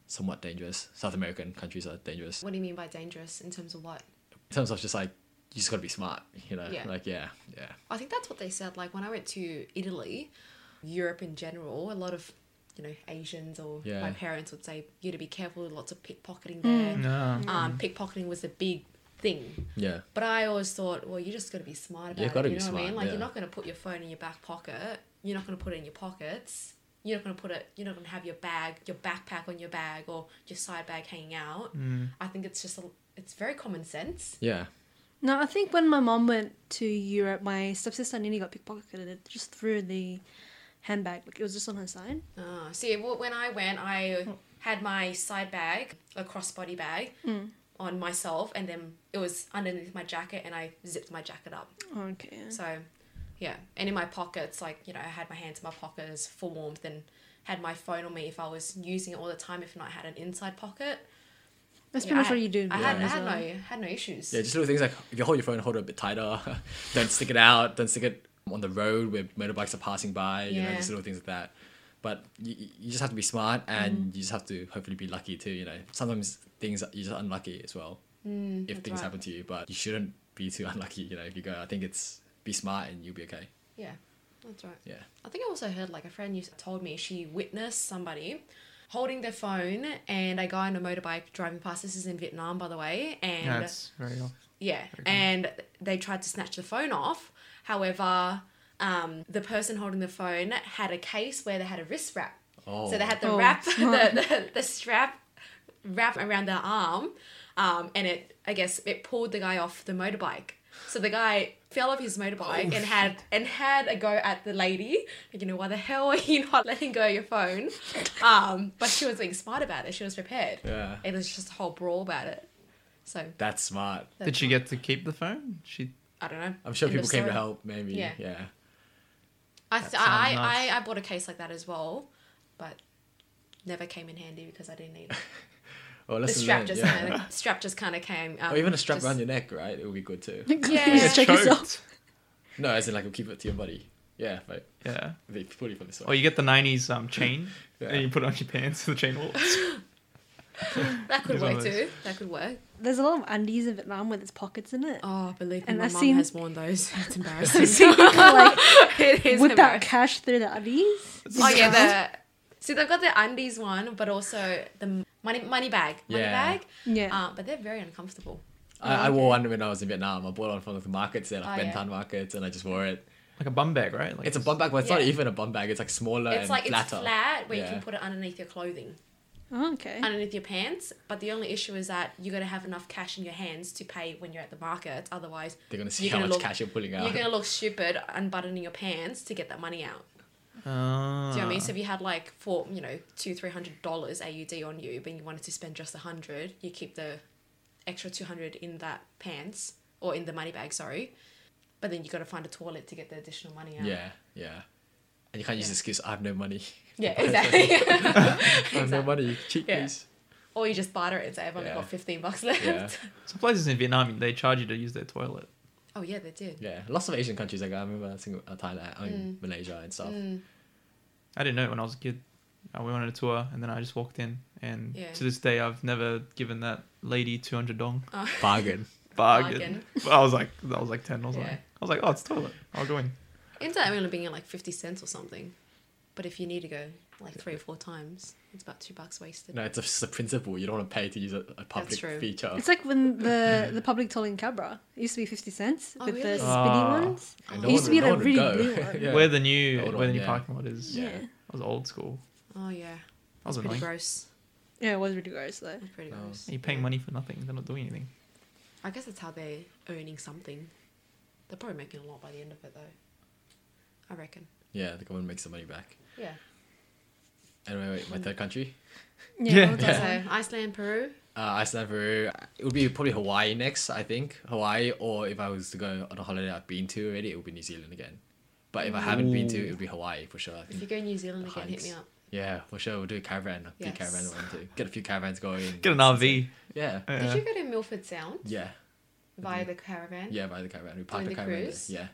S4: somewhat dangerous south american countries are dangerous
S3: What do you mean by dangerous in terms of what?
S4: in terms of just like you just gotta be smart you know
S3: Yeah.
S4: like yeah yeah
S3: I think that's what they said. Like when I went to Italy, Europe in general, a lot of you know Asians or
S4: Yeah.
S3: my parents would say you to be careful. Lots of pickpocketing there.
S1: No.
S3: Um, pickpocketing was a big thing.
S4: yeah
S3: But I always thought, well, you just got to be smart about
S4: You gotta
S3: it. You
S4: be
S3: know what I mean?
S4: smart,
S3: Like
S4: yeah.
S3: you're not going to put your phone in your back pocket. You're not going to put it in your pockets. You're not going to put it. You're not going to have your bag, your backpack on your bag, or your side bag hanging out. I think it's just a, it's very common sense.
S4: yeah
S2: No, I think when my mom went to Europe, my stepsister nearly got pickpocketed just through the handbag. Like it was just on her side.
S3: Oh, see, wh- when I went, I had my side bag, a crossbody bag,
S2: Hmm.
S3: on myself, and then it was underneath my jacket, and I zipped my jacket up.
S2: Okay.
S3: Oh, So, yeah, and in my pockets, like you know, I had my hands in my pockets for warmth, and had my phone on me if I was using it all the time. If not, I had an inside pocket.
S2: That's
S3: Yeah,
S2: pretty much
S3: I-
S2: what you do. in
S3: I had, I
S2: Vietnam
S3: had
S2: as well.
S3: no had no issues.
S4: Yeah, just little things like if you hold your phone, hold it a bit tighter. don't stick it out. Don't stick it on the road where motorbikes are passing by. You know,
S3: Yeah.
S4: just little things like that. But you, you just have to be smart and
S3: Mm-hmm.
S4: you just have to hopefully be lucky too. You know, sometimes things you're just unlucky as well if
S3: Mm, that's
S4: things
S3: right.
S4: happen to you. But you shouldn't be too unlucky. You know, if you go, I think it's be smart and you'll be okay.
S3: Yeah, that's right.
S4: Yeah.
S3: I think I also heard like a friend used told me she witnessed somebody holding their phone and a guy on a motorbike driving past. This is in Vietnam, by the way, and
S1: Yeah, it's very off.
S3: yeah, and they tried to snatch the phone off. However, um, the person holding the phone had a case where they had a wrist wrap.
S4: Oh.
S3: So they had the
S2: Oh.
S3: wrap, the, the, the strap wrap around their arm, um, and it, I guess, it pulled the guy off the motorbike. So the guy fell off his motorbike
S4: Oh,
S3: and had and had a go at the lady. Like, you know, why the hell are you not letting go of your phone? Um, but she was being smart about it. She was prepared.
S4: Oh, Yeah.
S3: It was just a whole brawl about it. So
S4: That's smart.
S1: Did she get to keep the phone? She
S3: I don't know.
S4: I'm sure
S3: End of
S4: people came to
S3: story.
S4: help. Maybe.
S3: Yeah.
S4: yeah.
S3: I, th-
S1: sounds
S3: I,
S1: nuts.
S3: I, I bought a case like that as well, but never came in handy because I didn't need it.
S4: Well,
S3: The
S4: let's
S3: strap just kind of strap just kind of came. Um,
S4: Or even a strap
S3: just-
S4: around your neck, right? It would be good too.
S3: Yeah.
S2: Just check yourself.
S1: choked.
S4: No, as in like keep it to your body. Yeah, but
S1: Yeah.
S4: they put it for this
S1: Or
S4: way.
S1: you get the '90s um, chain
S4: Yeah.
S1: and you put it on your pants. The chain wall.
S3: That could
S1: Use one of
S3: work
S1: those.
S3: too. That could work.
S2: There's a lot of undies in Vietnam with its pockets in it.
S3: Oh, believe me,
S2: And
S3: my
S2: I've
S3: mum
S2: seen-
S3: has worn those.
S2: So
S3: It's embarrassing.
S2: you can, like,
S3: it is
S2: whip out
S3: embarrassing.
S2: cash through the undies.
S3: Oh yeah, the see they've got the undies one, but also the money money bag, money
S4: Yeah.
S3: bag.
S2: Yeah.
S3: Uh, but they're very uncomfortable.
S1: oh,
S4: I, I wore one when I was in Vietnam. I bought one from the markets there, like
S3: Oh, yeah.
S4: Bentan markets, and I just wore it.
S1: like a bum bag, right? Like
S4: It's a bum bag, but it's not
S3: Yeah.
S4: even a bum bag. It's like smaller
S3: It's
S4: and
S3: like
S4: um, flatter.
S3: it's flat where you
S4: Yeah.
S3: can put it underneath your clothing.
S2: Oh, okay.
S3: underneath your pants. But the only issue is that you gotta have enough cash in your hands to pay when you're at the market. Otherwise,
S4: They're gonna see
S3: You're
S4: how
S3: gonna
S4: much
S3: look-
S4: cash you're pulling
S3: you're
S4: out.
S3: gonna look stupid unbuttoning your pants to get that money out.
S1: Ah.
S3: Do you know what I mean? So if you had like four, you know, two, three hundred dollars AUD on you, but you wanted to spend just a hundred, you keep the extra two hundred in that pants or in the money bag, sorry. But then you gotta find a toilet to get the additional money out.
S4: Yeah, yeah. And you can't use the excuse, I have no money.
S3: Yeah, exactly.
S4: I have no money. Cheap,
S3: Yeah.
S4: please.
S3: or you just barter it and say, I've only
S4: Yeah.
S3: got fifteen bucks left.
S4: Yeah.
S1: Some places in Vietnam they charge you to use their toilet.
S3: Oh yeah, they did.
S4: Yeah. Lots of Asian countries, like I remember Singapore, Thailand, I
S3: Mm.
S4: mean, Malaysia and stuff.
S1: I didn't know it when I was a kid. Uh, we went on a tour and then I just walked in and
S3: Yeah.
S1: to this day I've never given that lady two hundred dong
S3: Mm.
S4: Bargain.
S1: bargain. I was like that was like ten or something.
S3: Yeah.
S1: I was like, oh, it's toilet. I'll go in.
S3: Ends up only being at like 50 cents or something. But if you need to go like three or four times, it's about two bucks wasted.
S4: No, it's just the principle. You don't want to pay to use a, a public
S3: true.
S4: feature.
S2: It's like when the the public toll in Cabra it used to be fifty cents
S3: Oh,
S2: with
S3: really?
S2: the spinny
S1: Ah.
S2: ones.
S4: And
S2: it used to
S4: one-
S2: be
S4: no
S2: the
S4: one would
S2: really
S4: go.
S2: blue one.
S4: Yeah.
S1: Where the new
S4: The old
S1: where the
S4: one,
S1: new
S4: yeah.
S1: parking lot is.
S4: Yeah.
S2: Yeah.
S1: That was old school.
S3: Oh, yeah.
S1: That was
S3: It's pretty
S1: annoying.
S3: gross.
S2: Yeah, it was really gross though.
S3: It's pretty
S4: Oh.
S3: gross.
S1: You're paying money for nothing. They're not doing anything.
S3: I guess that's how they're earning something. They're probably making a lot by the end of it, though. I reckon.
S4: Yeah, the government makes the money back.
S3: Yeah.
S4: Anyway, wait, my third country?
S2: Yeah.
S1: Yeah.
S2: all the time.
S3: So, Iceland, Peru.
S4: Uh, Iceland, Peru. It would be probably Hawaii next, I think. Hawaii, or if I was to go on a holiday I've been to already, it would be New Zealand again. But if I haven't been to, it would be Hawaii for sure. I
S3: If
S4: think.
S3: you go to New Zealand again, hit
S4: Hikes.
S3: me up.
S4: Yeah, for sure. We'll do a caravan, a big
S3: Yes.
S4: caravan one too. Get a few caravans going.
S1: Get an RV.
S4: Yeah.
S1: Yeah.
S3: Did you go to Milford Sound
S4: Yeah.
S3: via the caravan?
S4: Yeah, by the caravan. We parked
S3: Doing
S4: the
S3: the
S4: caravan. there.
S3: cruise?
S4: Yeah.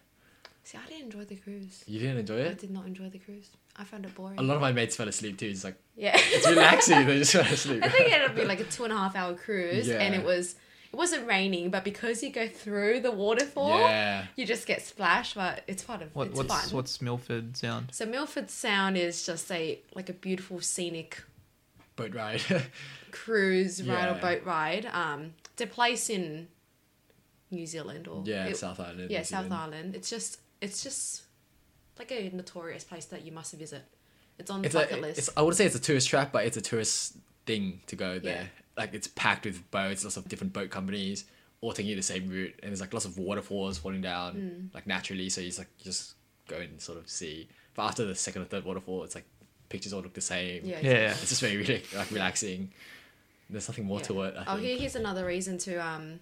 S3: See, I didn't enjoy the cruise.
S4: You didn't enjoy
S3: I
S4: it?
S3: did not enjoy the cruise. I found it boring.
S4: A lot of my mates fell asleep too. It's like,
S3: yeah.
S4: it's relaxing. they just fell asleep.
S3: I think it ended up being like a two and a half hour cruise,
S4: Yeah.
S3: and it was it wasn't raining, but because you go through the waterfall,
S4: Yeah.
S3: you just get splashed. But it's part of
S1: What,
S3: it's
S1: what's
S3: fun.
S1: what's Milford sound?
S3: So Milford Sound is just a like a beautiful scenic
S4: Boat ride.
S3: cruise ride
S4: Yeah.
S3: or boat ride. Um, it's a place in New Zealand or
S4: yeah,
S3: it-
S4: South Island.
S3: yeah
S4: New
S3: South
S4: Zealand.
S3: Island. It's just it's just like a notorious place that you must visit. It's on the
S4: It's
S3: Mm, bucket
S4: a,
S3: list.
S4: it's, I would say it's a tourist trap, but it's a tourist thing to go there.
S3: Yeah.
S4: Like it's packed with boats, lots of different boat companies, all taking you the same route, and there's like lots of waterfalls falling down,
S3: Mm.
S4: like naturally. So you just like just go and sort of see. But after the second or third waterfall, it's like pictures all look the same.
S3: Yeah.
S1: Yeah.
S4: it's just very really, like relaxing. There's nothing more
S3: Yeah.
S4: to it. I
S3: oh,
S4: think.
S3: here, here's another reason to um,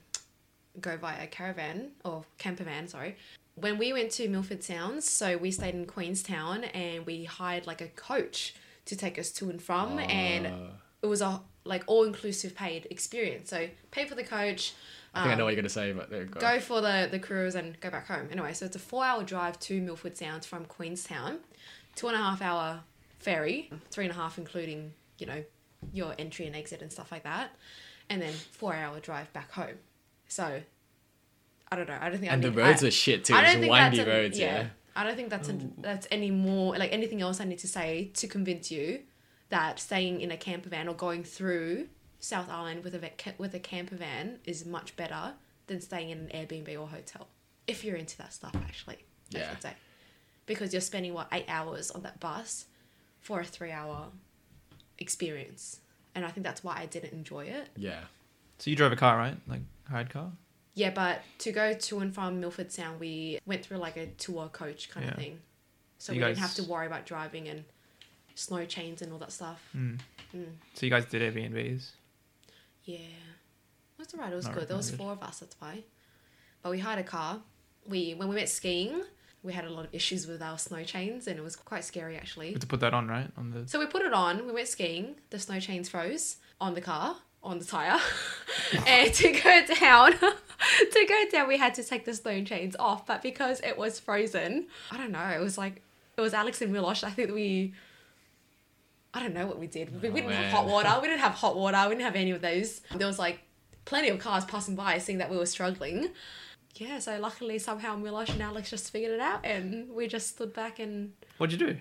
S3: go via caravan or camper van. Sorry. When we went to Milford Sounds, so we stayed in Queenstown and we hired like a coach to take us to and
S4: Ah.
S3: from, and it was a like all inclusive paid experience. So pay for the coach.
S4: I think I know what you're gonna say, but there you go.
S3: um, Go for the the cruise and go back home. Anyway, so it's a four hour drive to Milford Sounds from Queenstown, two and a half hour ferry, three and a half, including, you know, your entry and exit and stuff like that, and then four hour drive back home. So, I don't know. I don't think I
S4: And the
S3: need-
S4: roads
S3: I-
S4: are shit too.
S3: I
S4: It's
S3: don't think
S4: windy
S3: that's an-
S4: roads, yeah.
S3: I don't think that's an that's any more like anything else I need to say to convince you that staying in a camper van or going through South Island with a va- ca- with a camper van is much better than staying in an Airbnb or hotel. If you're into that stuff, actually, I
S4: Yeah.
S3: should say, because you're spending what eight hours on that bus for a three-hour experience, and I think that's why I didn't enjoy it.
S4: Yeah.
S1: So you drove a car, right? Like hired car.
S3: Yeah, but to go to and from Milford Sound, we went through like a tour coach kind
S1: Yeah.
S3: of thing. So
S1: You
S3: we didn't have
S1: guys-
S3: to worry about driving and snow chains and all that stuff.
S1: Mm.
S3: Mm.
S1: So you guys did Airbnbs.
S3: Yeah. It was alright, it was
S1: Not
S3: good. There was
S1: recommended.
S3: four of us, that's why. But we hired a car. We when we went skiing, we had a lot of issues with our snow chains and it was quite scary
S1: We
S3: actually.
S1: had to put that on, right? On the
S3: So we put it on, we went skiing, the snow chains froze on the car, on the tire. and to go down, to go down, we had to take the snow chains off, but because it was frozen, I don't know, it was like, it was Alex and Milosh, I think we, I don't know what we did. We, we didn't have hot
S4: man.
S3: water, we didn't have hot water, we didn't have any of those. There was like plenty of cars passing by seeing that we were struggling. Yeah, so luckily somehow Milosh and Alex just figured it out and we just stood back and
S1: what'd you do?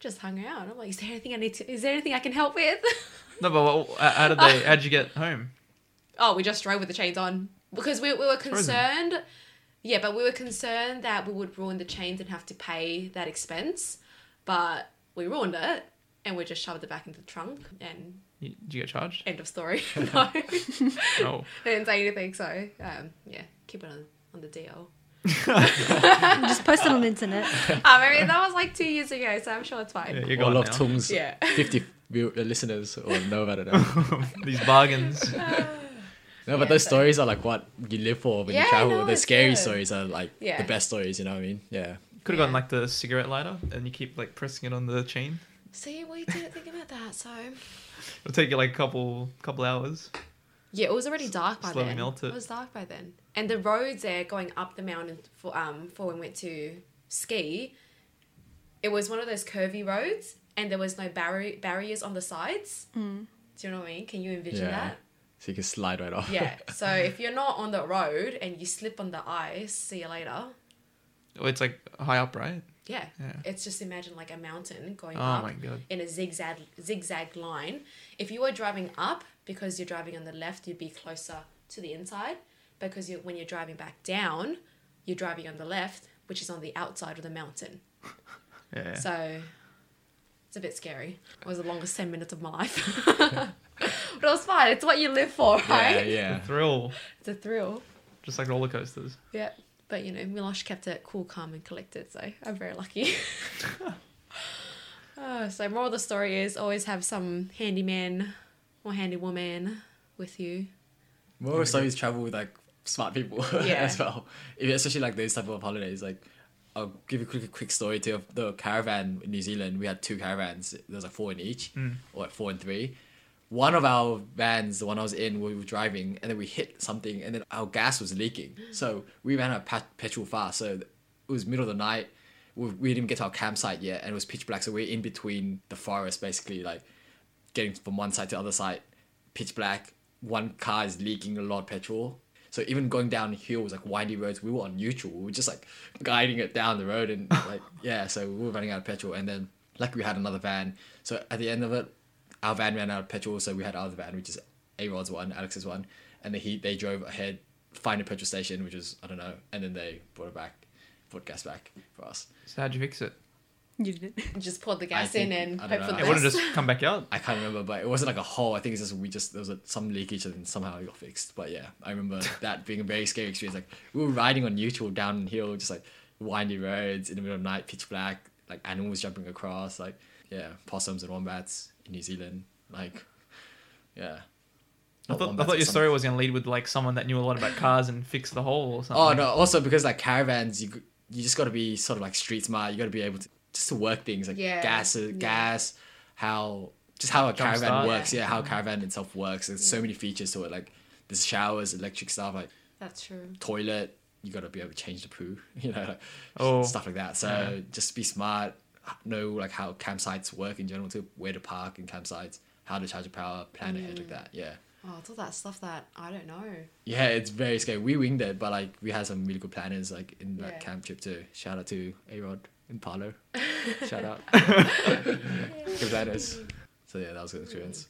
S3: just hung out. I'm like, is there anything I need to? Is there anything I can help with?
S1: No, but what, how did they? How'd you get home?
S3: oh, we just drove with the chains on because we, we were
S1: Frozen.
S3: concerned. Yeah, but we were concerned that we would ruin the chains and have to pay that expense. But we ruined it and we just shoved it back into the trunk and
S1: You, did you get charged? Oh,
S3: end of story. no, they
S1: No.
S3: didn't say anything. So um, yeah, keep it on, on the DL.
S2: Just post it on the internet.
S3: Um, I mean, that was like two years ago, so I'm sure it's fine.
S1: Yeah, you're
S4: All
S1: gone
S4: of
S1: now.
S4: Tung's
S3: Yeah.
S4: 50 view- uh, listeners or know about it now.
S1: These bargains.
S4: No, but
S3: Yeah,
S4: those
S3: so-
S4: stories are like what you live for when
S3: Yeah,
S4: you travel.
S3: no,
S4: the
S3: it's
S4: scary
S3: good.
S4: stories are like
S3: Yeah.
S4: the best stories, you know what I mean? Yeah.
S1: Could have
S3: Yeah.
S1: gotten like the cigarette lighter, and you keep like pressing it on the chain.
S3: See, we didn't think about that. So
S1: It'll take you like a couple couple hours.
S3: Yeah, it was already dark by
S1: Slowly
S3: then.
S1: melt it.
S3: was dark by then. And the roads there going up the mountain for um for when we went to ski, it was one of those curvy roads and there was no barri- barriers on the sides. Do you know what I mean? Can you envision
S4: Yeah. So you can slide right off.
S3: that? Yeah. So if you're not on the road and you slip on the ice, see you later.
S1: Oh, it's like high up, right?
S3: Yeah.
S1: Yeah.
S3: It's just imagine like a mountain going
S1: Oh
S3: up
S1: my god.
S3: in a zigzag zigzag line. If you were driving up, because you're driving on the left, you'd be closer to the inside. Because you, when you're driving back down, you're driving on the left, which is on the outside of the mountain.
S1: Yeah.
S3: So it's a bit scary. It was the longest ten minutes of my life, but it was fine. It's what you live for,
S4: Yeah,
S3: right?
S1: The
S4: yeah.
S1: thrill,
S3: It's a thrill.
S1: just like roller coasters.
S3: Yeah. But you know, Milosh kept it cool, calm, and collected, so I'm very lucky. oh, so moral of the story is always have some handyman or handywoman with you.
S4: More of stories travel with like smart people
S3: Yeah.
S4: as well. If- especially like those type of holidays. Like, I'll give you a quick, quick story too of the caravan in New Zealand. We had two caravans. There was like four in each, or like four and three. One of our vans, the one I was in, we were driving, and then we hit something, and then our gas was leaking. So we ran out of pet- petrol fast. So it was middle of the night. We, we didn't get to our campsite yet, and it was pitch black. So we're in between the forest, basically, like getting from one side to the other side, pitch black. One car is leaking a lot of petrol. So even going down hills, like windy roads, we were on neutral. We were just like guiding it down the road and like, yeah, so we were running out of petrol. And then luckily we had another van. So at the end of it, our van ran out of petrol. So we had our other van, which is A-Rod's one, Alex's one. And then he, they drove ahead, find a petrol station, which is, I don't know. And then they brought it back, brought gas back for us.
S1: So how'd you fix it?
S2: You did it.
S3: You Just pour the gas
S4: think-
S3: in and
S4: I
S3: hope
S4: don't
S3: for
S4: know.
S3: the
S1: It wouldn't
S3: best.
S1: just come back out.
S4: I can't remember, but it wasn't like a hole. I think it's just we just there was a, some leakage and somehow it got fixed. But yeah, I remember that being a very scary experience. Like we were riding on neutral downhill, just like windy roads in the middle of the night, pitch black, like animals jumping across, like yeah, possums and wombats in New Zealand. Like yeah,
S1: I
S4: Not
S1: thought, I
S4: wombats,
S1: thought
S4: but
S1: your
S4: some-
S1: story was going to lead with like someone that knew a lot about cars and fix the hole or something.
S4: Oh no! Also because like caravans, you you just got to be sort of like street smart. You got to be able to just to work things like
S3: Yeah,
S4: gas, uh,
S3: yeah.
S4: gas, how just how a caravan
S1: Jumpstart.
S4: works. Yeah. how a caravan itself works. There's so many features to it. Like there's showers, electric stuff, like
S3: That's true.
S4: toilet. You got to be able to change the poo. You know, like,
S1: Oh,
S4: stuff like that. So
S1: yeah.
S4: just be smart. know like how campsites work in general too, where to park in campsites, how to charge your power, plan ahead like that. Yeah.
S3: Oh, it's all that stuff that I don't know.
S4: Yeah, it's very scary. We winged it, but like we had some really good planners like in that
S3: Yeah.
S4: camp trip too. Shout out to A Rod and Paolo. Shout out. good planners. So yeah, that was a good experience.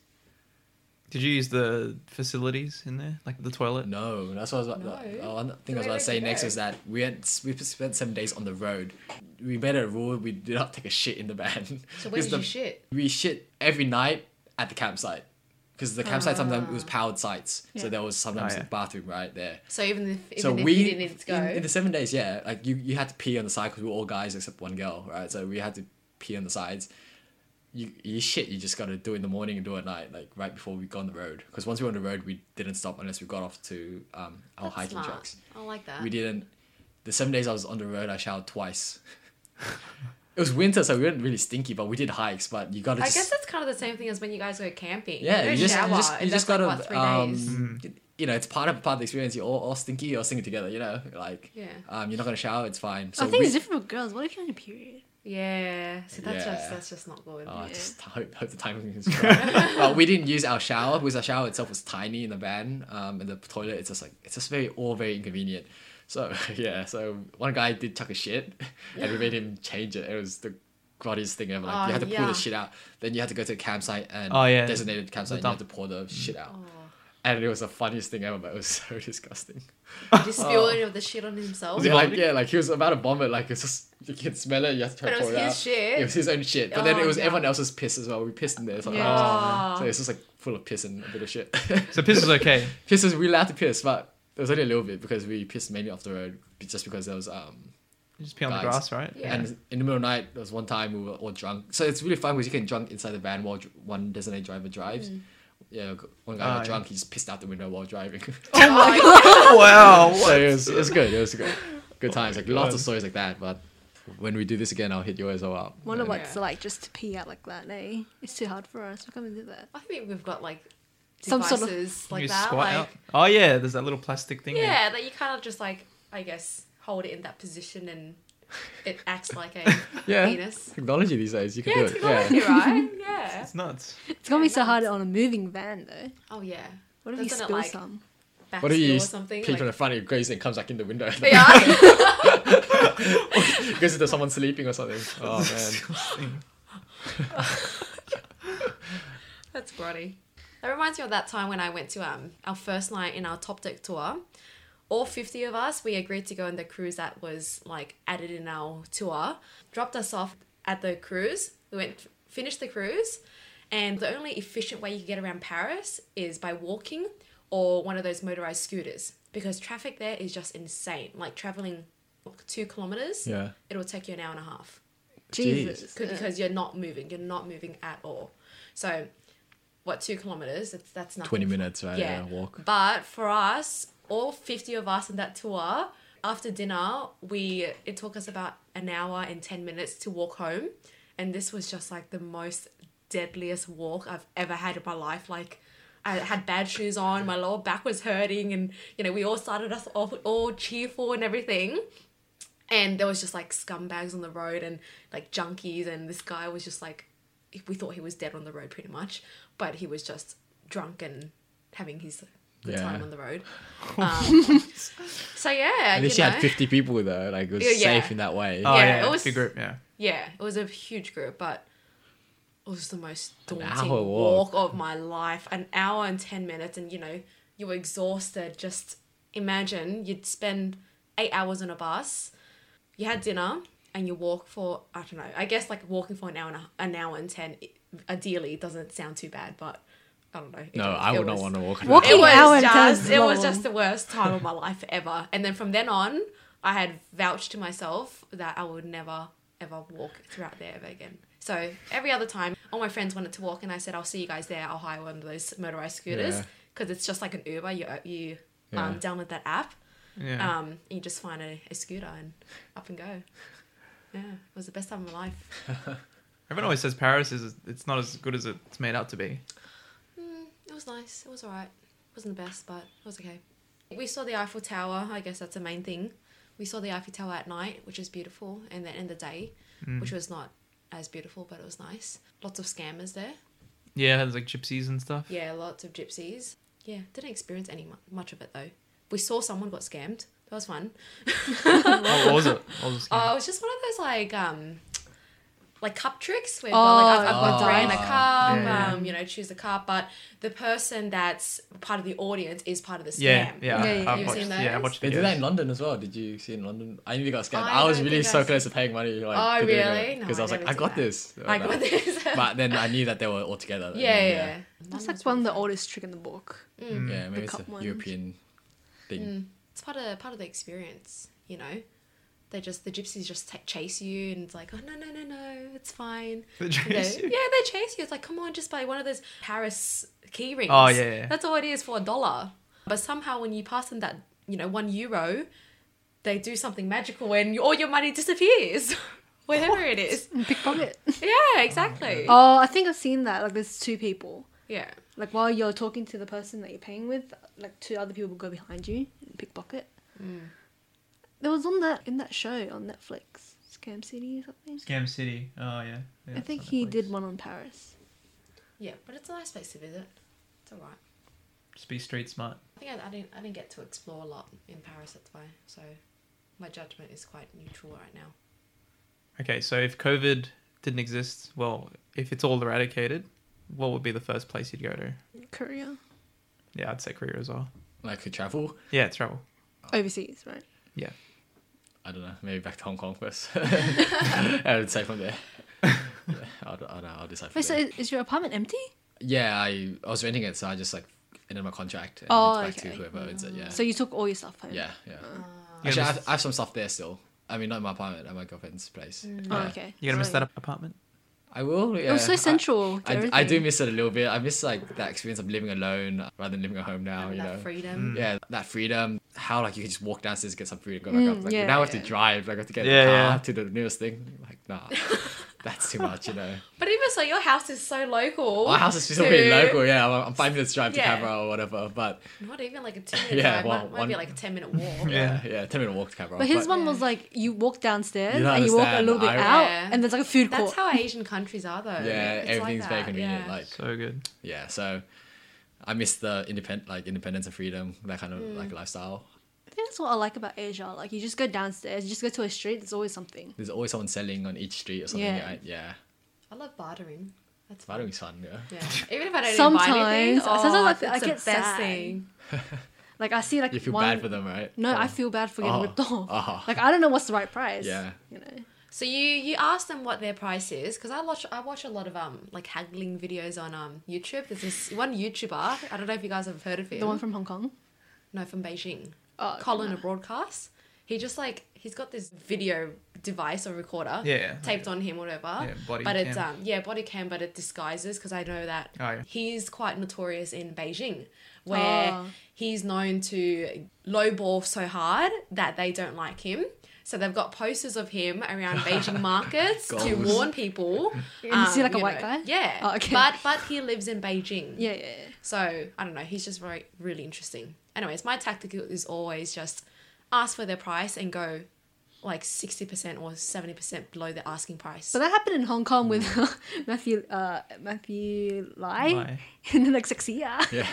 S1: Did you use the facilities in there, like the toilet?
S4: No, that's what I was about.
S3: No.
S4: oh, one
S3: Where
S4: thing I was about
S3: did
S4: to say
S3: you
S4: next
S3: go?
S4: was that we had we spent seven days on the road. We made a rule we did not take a shit in the van.
S3: So where
S4: 'Cause
S3: did
S4: the-
S3: you shit?
S4: We shit every night at the campsite because the campsite sometimes
S3: Ah.
S4: it was powered sites, so
S2: Yeah.
S4: there was sometimes
S1: Oh, yeah.
S4: the bathroom right there.
S3: So even if even
S4: so
S3: if
S4: we
S3: you didn't need to go,
S4: in, in the seven days, yeah, like you, you had to pee on the side because we were all guys except one girl, right? So we had to pee on the sides. You, you shit, you just gotta do it in the morning and do it at night, like right before we go on the road. Because once we were on the road, we didn't stop unless we got off to um, our
S3: that's
S4: hiking
S3: smart.
S4: tracks.
S3: I like that.
S4: We didn't. The seven days I was on the road, I showered twice. it was winter, so we weren't really stinky, but we did hikes. But you gotta.
S3: I
S4: just,
S3: guess that's kind of the same thing as when you guys go camping.
S4: yeah,
S3: you,
S4: you
S3: don't
S4: just,
S3: shower.
S4: you just, you
S3: and
S4: just
S3: that's,
S4: gotta,
S3: like, what, three
S4: um,
S3: days.
S4: you know, it's part of part of the experience. You're all, all stinky, all singing together. You know, like,
S3: Yeah.
S4: um, you're not gonna shower. It's fine. So
S2: I think
S4: we,
S2: it's different for girls. What if you're on a period?
S3: Yeah, see that's
S4: Yeah.
S3: just that's just not good.
S4: Oh, I
S2: Yeah.
S4: just hope, hope the timing is right. but we didn't use our shower because our shower itself was tiny in the van, um, and the toilet it's just like it's just very all very inconvenient. So yeah, so one guy did chuck a shit, and we made him change it. It was the grottiest thing ever. Like
S3: Oh,
S4: you had to pull
S3: yeah.
S4: the shit out, then you had to go to a campsite and
S1: Oh, yeah,
S4: designated campsite, and you
S1: dump.
S4: had to pour the shit out.
S3: Oh.
S4: And it was the funniest thing ever, but it was so disgusting.
S3: Did you spill any of the shit on himself?
S4: Oh. Yeah, like, yeah, like he was about to vomit. Like it's just you can smell it. You have to try
S3: But
S4: to
S3: it was
S4: pour it out.
S3: his shit.
S4: It was his own shit. But then
S3: Oh,
S4: it was
S3: yeah.
S4: everyone else's piss as well. We pissed in there sometimes.
S3: Yeah.
S4: So it's just like full of piss and a bit of shit.
S1: So piss is okay.
S4: piss is we allowed to piss, but it was only a little bit because we pissed mainly off the road just because there was um
S1: You just pee on the
S4: Guys.
S1: grass, right?
S3: Yeah.
S4: and in the middle of the night there was one time we were all drunk. So it's really fun because you can drunk inside the van while dr- one designated driver drives.
S3: Mm.
S4: Yeah, one guy
S1: Ah, yeah.
S4: got drunk. He just pissed out the window while driving.
S1: wow.
S4: so it was, it was good. It was good. Good times. Like lots
S1: Oh God.
S4: of stories like that. But when we do this again, I'll hit yours all up.
S2: Wonder
S4: And-
S2: what
S3: Yeah.
S2: it's like just to pee out like that, eh? It's too hard for us. We can't even do that.
S3: I think we've got like
S2: Some sort of-
S3: devices like
S1: you
S3: that.
S1: squat
S3: like
S1: out. Oh yeah, there's that little plastic thing.
S3: yeah, that you kind of just like I guess hold it in that position and it acts like a
S4: Yeah.
S3: penis.
S4: Technology these days, you can
S3: Yeah,
S4: do
S3: it's
S4: it.
S3: technology,
S4: Yeah.
S3: right? Yeah.
S1: It's nuts.
S2: It's gonna be so
S3: nuts.
S2: hard on a moving van though.
S3: Oh yeah.
S2: What if you
S3: Doesn't it,
S2: spill
S3: like,
S2: some?
S3: Back
S4: What do you
S3: or
S4: use?
S3: something?
S4: Pee
S3: Like,
S4: from the front, it goes and comes back in the window.
S3: yeah.
S4: goes into someone sleeping or something. Oh man.
S3: That's grotty. That reminds me of that time when I went to um our first night in our top deck tour. All 50 of us, we agreed to go on the cruise that was like added in our tour. Dropped us off at the cruise. We went finished the cruise, and the only efficient way you can get around Paris is by walking or one of those motorized scooters because traffic there is just insane. Like traveling 2 kilometers,
S4: Yeah.
S3: it'll take you an hour and a half.
S2: Jesus.
S3: Could, because you're not moving. You're not moving at all. So, what two kilometers? It's, that's nothing.
S4: Twenty minutes, right? Yeah. walk.
S3: But for us, all fifty of us in that tour, after dinner, we it took us about an hour and ten minutes to walk home, and this was just like the most deadliest walk I've ever had in my life. Like. I had bad shoes on, my lower back was hurting, and you know, we all started us off all cheerful and everything and there was just like scumbags on the road and like junkies and this guy was just like we thought he was dead on the road pretty much but he was just drunk and having his good
S4: Yeah.
S3: time on the road um, so yeah
S4: At
S3: you
S4: least you
S3: know.
S4: had fifty people though. Like it was
S3: Yeah, yeah.
S4: safe in that way.
S1: Oh
S3: Yeah,
S1: yeah,
S3: it was-
S1: big group. Yeah.
S3: yeah it was a huge group but it was the most daunting
S4: hour
S3: walk.
S4: walk.
S3: of my life an hour and 10 minutes and you know you were exhausted just imagine you'd spend eight hours on a bus you had dinner and you walk for i don't know i guess like walking for an hour and a, an hour and 10 it- ideally it doesn't sound too bad but i don't know It
S4: No,
S3: was-
S4: I
S3: it
S4: would not
S3: was-
S4: want to walk.
S2: Walking
S3: it
S2: Fucking
S3: was
S2: hour and ten
S3: just
S2: is
S3: it was
S2: long.
S3: just the worst time of my life ever. And then from then on, I had vouched to myself that I would never ever walk throughout there ever again. So every other time, all my friends wanted to walk, and I said, "I'll see you guys there. I'll hire one of those motorized scooters
S4: Yeah.
S3: because it's just like an Uber. You you um,
S4: Yeah.
S3: download that app,
S1: Yeah.
S3: um, and you just find a, a scooter and up and go." Yeah, it was the best time of my life.
S1: Everyone always says Paris is it's not as good as it's made out to be.
S3: Mm, it was nice. It was alright. wasn't the best, but it was okay. We saw the Eiffel Tower. I guess that's the main thing. We saw the Eiffel Tower at night, which is beautiful, and then in the day, which was not as beautiful, but it was nice. Lots of scammers there.
S1: Yeah, there's like gypsies and stuff.
S3: Yeah, lots of gypsies. Yeah, didn't experience any mu- much of it though. We saw someone got scammed. That was fun.
S1: Oh, what was it? What was the scam?
S3: Oh, it was just one of those like um like cup tricks where you've got, like I've, I've got
S4: Oh.
S3: three in a
S4: Oh.
S3: cup,
S1: Yeah, yeah.
S3: um, you know, choose the cup, but the person that's part of the audience is part of the scam.
S1: yeah, yeah,
S2: Yeah, yeah,
S1: I, I've
S2: yeah.
S1: watched,
S3: You've seen
S1: yeah, I
S3: those?
S1: watched
S4: They did that
S1: videos.
S4: in London as well. Did you see in London? I nearly got scammed.
S3: I
S4: I, was
S3: don't
S4: really
S3: think I
S4: so
S3: s-
S4: close to paying money.
S3: Oh,
S4: Like,
S3: really? No,
S4: Because
S3: I
S4: I was like,
S3: never
S4: I
S3: did
S4: got
S3: that.
S4: this.
S3: I got
S4: Like,
S3: this.
S4: But then I knew that they were all together.
S3: yeah, yeah,
S4: and
S3: yeah.
S2: That's like one of the oldest trick in the book.
S4: Yeah, Yeah, maybe
S2: Mm, The
S4: it's a
S2: cup ones.
S4: European thing.
S3: Mm. It's part of part of the experience, you know. They just the gypsies just ta chase you and it's like, oh no no no no, it's fine.
S1: They
S3: They-
S1: chase you.
S3: Yeah, they chase you. It's like, come on, just buy one of those Paris key rings.
S1: Oh, yeah, yeah.
S3: That's all it is for a dollar. But somehow when you pass them that, you know, one euro, they do something magical and all your money disappears. Whatever it is.
S2: Pickpocket.
S3: Yeah, exactly.
S2: oh, I think I've seen that. Like, there's two people.
S3: Yeah.
S2: Like, while you're talking to the person that you're paying with, like, two other people go behind you and pickpocket.
S3: Mm.
S2: There was on that in that show on Netflix, Scam City or something.
S1: Scam City. Oh yeah.
S2: I think he did one on Paris.
S3: Yeah, but it's a nice place to visit. It's alright.
S1: Just be street smart.
S3: I think I, I didn't I didn't get to explore a lot in Paris, that's why. So my judgment is quite neutral right now.
S1: Okay, so if COVID didn't exist, well, if it's all eradicated, what would be the first place you'd go to?
S2: Korea.
S1: Yeah, I'd say Korea as well.
S4: Like could travel.
S1: Yeah, travel.
S3: Oh.
S2: Overseas, right?
S1: Yeah.
S4: I don't know. Maybe back to Hong Kong first. I would say from there. yeah, I'll, I'll, I'll decide from
S2: Wait, so
S4: there.
S2: is, is your apartment empty?
S4: Yeah, I, I was renting it, so I just like ended my contract and
S2: Oh,
S4: it's back
S2: okay.
S4: to whoever owns it. Yeah.
S2: So Uh, you took all your stuff home?
S4: yeah, yeah.
S1: You're
S4: Actually, I
S1: gonna
S4: have,
S1: miss,
S4: I have some stuff there still. I mean, not in my apartment, at my girlfriend's place.
S2: Oh,
S4: Yeah.
S2: okay.
S1: you're gonna miss
S2: Sorry.
S1: that apartment.
S4: I will. Yeah.
S2: It was so
S4: I-
S2: central. to
S4: I, d- I
S2: everything.
S4: do miss it a little bit. I miss like that experience of living alone rather than living at home now.
S3: Having
S4: You
S3: that
S4: know.
S2: Mm.
S3: freedom.
S4: Oh, Yeah, that freedom. How like you can just walk downstairs, get some food, and go back
S2: Mm,
S4: up. Like
S2: yeah,
S4: now I have
S2: yeah.
S4: to drive. Like I have to get
S1: Yeah,
S4: the car
S1: yeah.
S4: to the nearest thing. Like nah, that's too much. You know,
S3: But even so, your house is so local.
S4: my house is still
S3: to-
S4: pretty local. Yeah, I'm, I'm five minutes drive to
S3: Yeah.
S4: Canberra or whatever. But
S3: Not even like a ten minute
S4: Yeah,
S3: drive.
S4: well,
S3: might, might
S4: one-
S3: be like a ten minute walk.
S4: yeah, uh, yeah, ten minute walk to Canberra.
S2: But his
S4: but-
S2: one was like you walk downstairs
S4: You don't
S2: and you walk a
S4: understand.
S2: little bit
S4: I-
S2: out,
S3: Yeah.
S2: and there's like a food
S3: That's
S2: court.
S3: how Asian countries are, though.
S4: yeah,
S3: It's like
S4: everything's very
S3: that,
S4: convenient.
S3: yeah.
S4: Like
S1: So good.
S4: yeah, so I miss the independent like independence and freedom, that kind of
S2: Mm.
S4: like lifestyle.
S2: I think that's what I like about Asia. Like you just go downstairs, you just go to a street. There's always something.
S4: There's always someone selling on each street or something.
S2: Yeah.
S4: right? yeah.
S3: I love bartering. That's fun.
S4: Bartering's fun. Yeah.
S3: Yeah, even if I don't
S2: Sometimes-
S3: buy anything, oh,
S2: sometimes I feel- I
S3: it's the
S2: get
S3: best
S2: sad.
S3: thing.
S2: Like I see like
S4: You feel
S2: one.
S4: bad for them, right?
S2: No, I
S4: Oh.
S2: feel bad for getting
S4: Oh.
S2: ripped off.
S4: Oh.
S2: Like I don't know what's the right price.
S4: Yeah.
S2: You know.
S3: So you you ask them what their price is because I watch I watch a lot of um like haggling videos on um YouTube. There's this one YouTuber. I don't know if you guys have heard of him.
S2: The one from Hong Kong.
S3: no, from Beijing.
S1: uh,
S2: Oh,
S3: Colin a broadcast. He just like he's got this video device or recorder
S1: Yeah.
S3: taped on him, whatever.
S1: Yeah, body
S3: but it's
S1: cam.
S3: um yeah body cam, but it disguises because I know that
S1: Oh, yeah.
S3: he's quite notorious in Beijing, where
S2: Oh.
S3: he's known to lowball so hard that they don't like him. So they've got posters of him around Beijing markets to
S4: Goals.
S3: warn people. um,
S2: And you see, like, a white guy?
S3: Yeah.
S2: Oh, okay.
S3: But but he lives in Beijing.
S2: Yeah, yeah, yeah.
S3: So I don't know. He's just very really interesting. Anyways, my tactic is always just ask for their price and go like sixty percent or seventy percent below the asking price.
S2: But that happened in Hong Kong with Matthew uh, Matthew Lai,
S1: Lai.
S2: in the next six year.
S4: Yeah.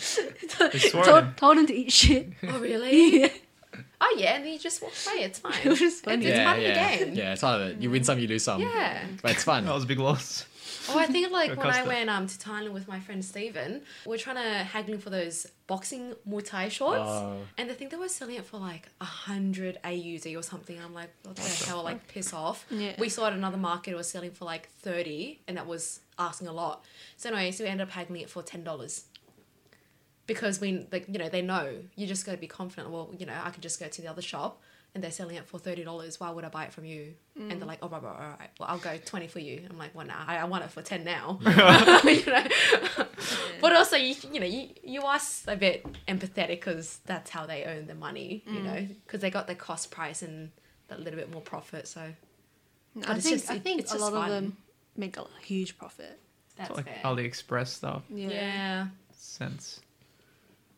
S1: They swore at him.
S2: told, told him to eat shit.
S3: oh really? oh yeah, and then you just walk away. It's fine.
S2: It was just funny.
S3: It's
S4: yeah,
S3: part of the
S4: yeah.
S3: game.
S4: Yeah, it's part of it. You win some, you lose some.
S3: Yeah.
S4: But it's fun.
S1: That was a big loss.
S3: Oh, I think like
S1: Got
S3: when I
S1: custard.
S3: went um to Thailand with my friend Steven, we are trying to haggling for those boxing Muay Thai shorts,
S4: Oh.
S3: and I think they were selling it for like a hundred AUD or something. I'm like, what the hell? Like, piss off.
S2: Yeah.
S3: We saw at another market it was selling for like thirty, and that was asking a lot. So anyway, so we ended up haggling it for ten dollars. Because we, like, you know, they know you just got to be confident. Well, you know, I could just go to the other shop, and they're selling it for thirty dollars. Why would I buy it from you? And they're like, oh, all right, all right. Well, I'll go twenty for you. I'm like, well, nah, I, I want it for ten now. you know, but also you, you know, you you are s- a bit empathetic because that's how they earn the money.
S2: Mm.
S3: You know, because they got the cost price and a little bit more profit. So
S2: No,
S3: But
S2: I
S3: it's
S2: think
S3: just-
S2: I
S3: it-
S2: think a
S3: it's just
S2: lot
S3: fun.
S2: of them make a huge profit.
S3: that's
S1: like
S3: fair.
S1: AliExpress stuff.
S2: Yeah.
S3: yeah.
S1: Sense.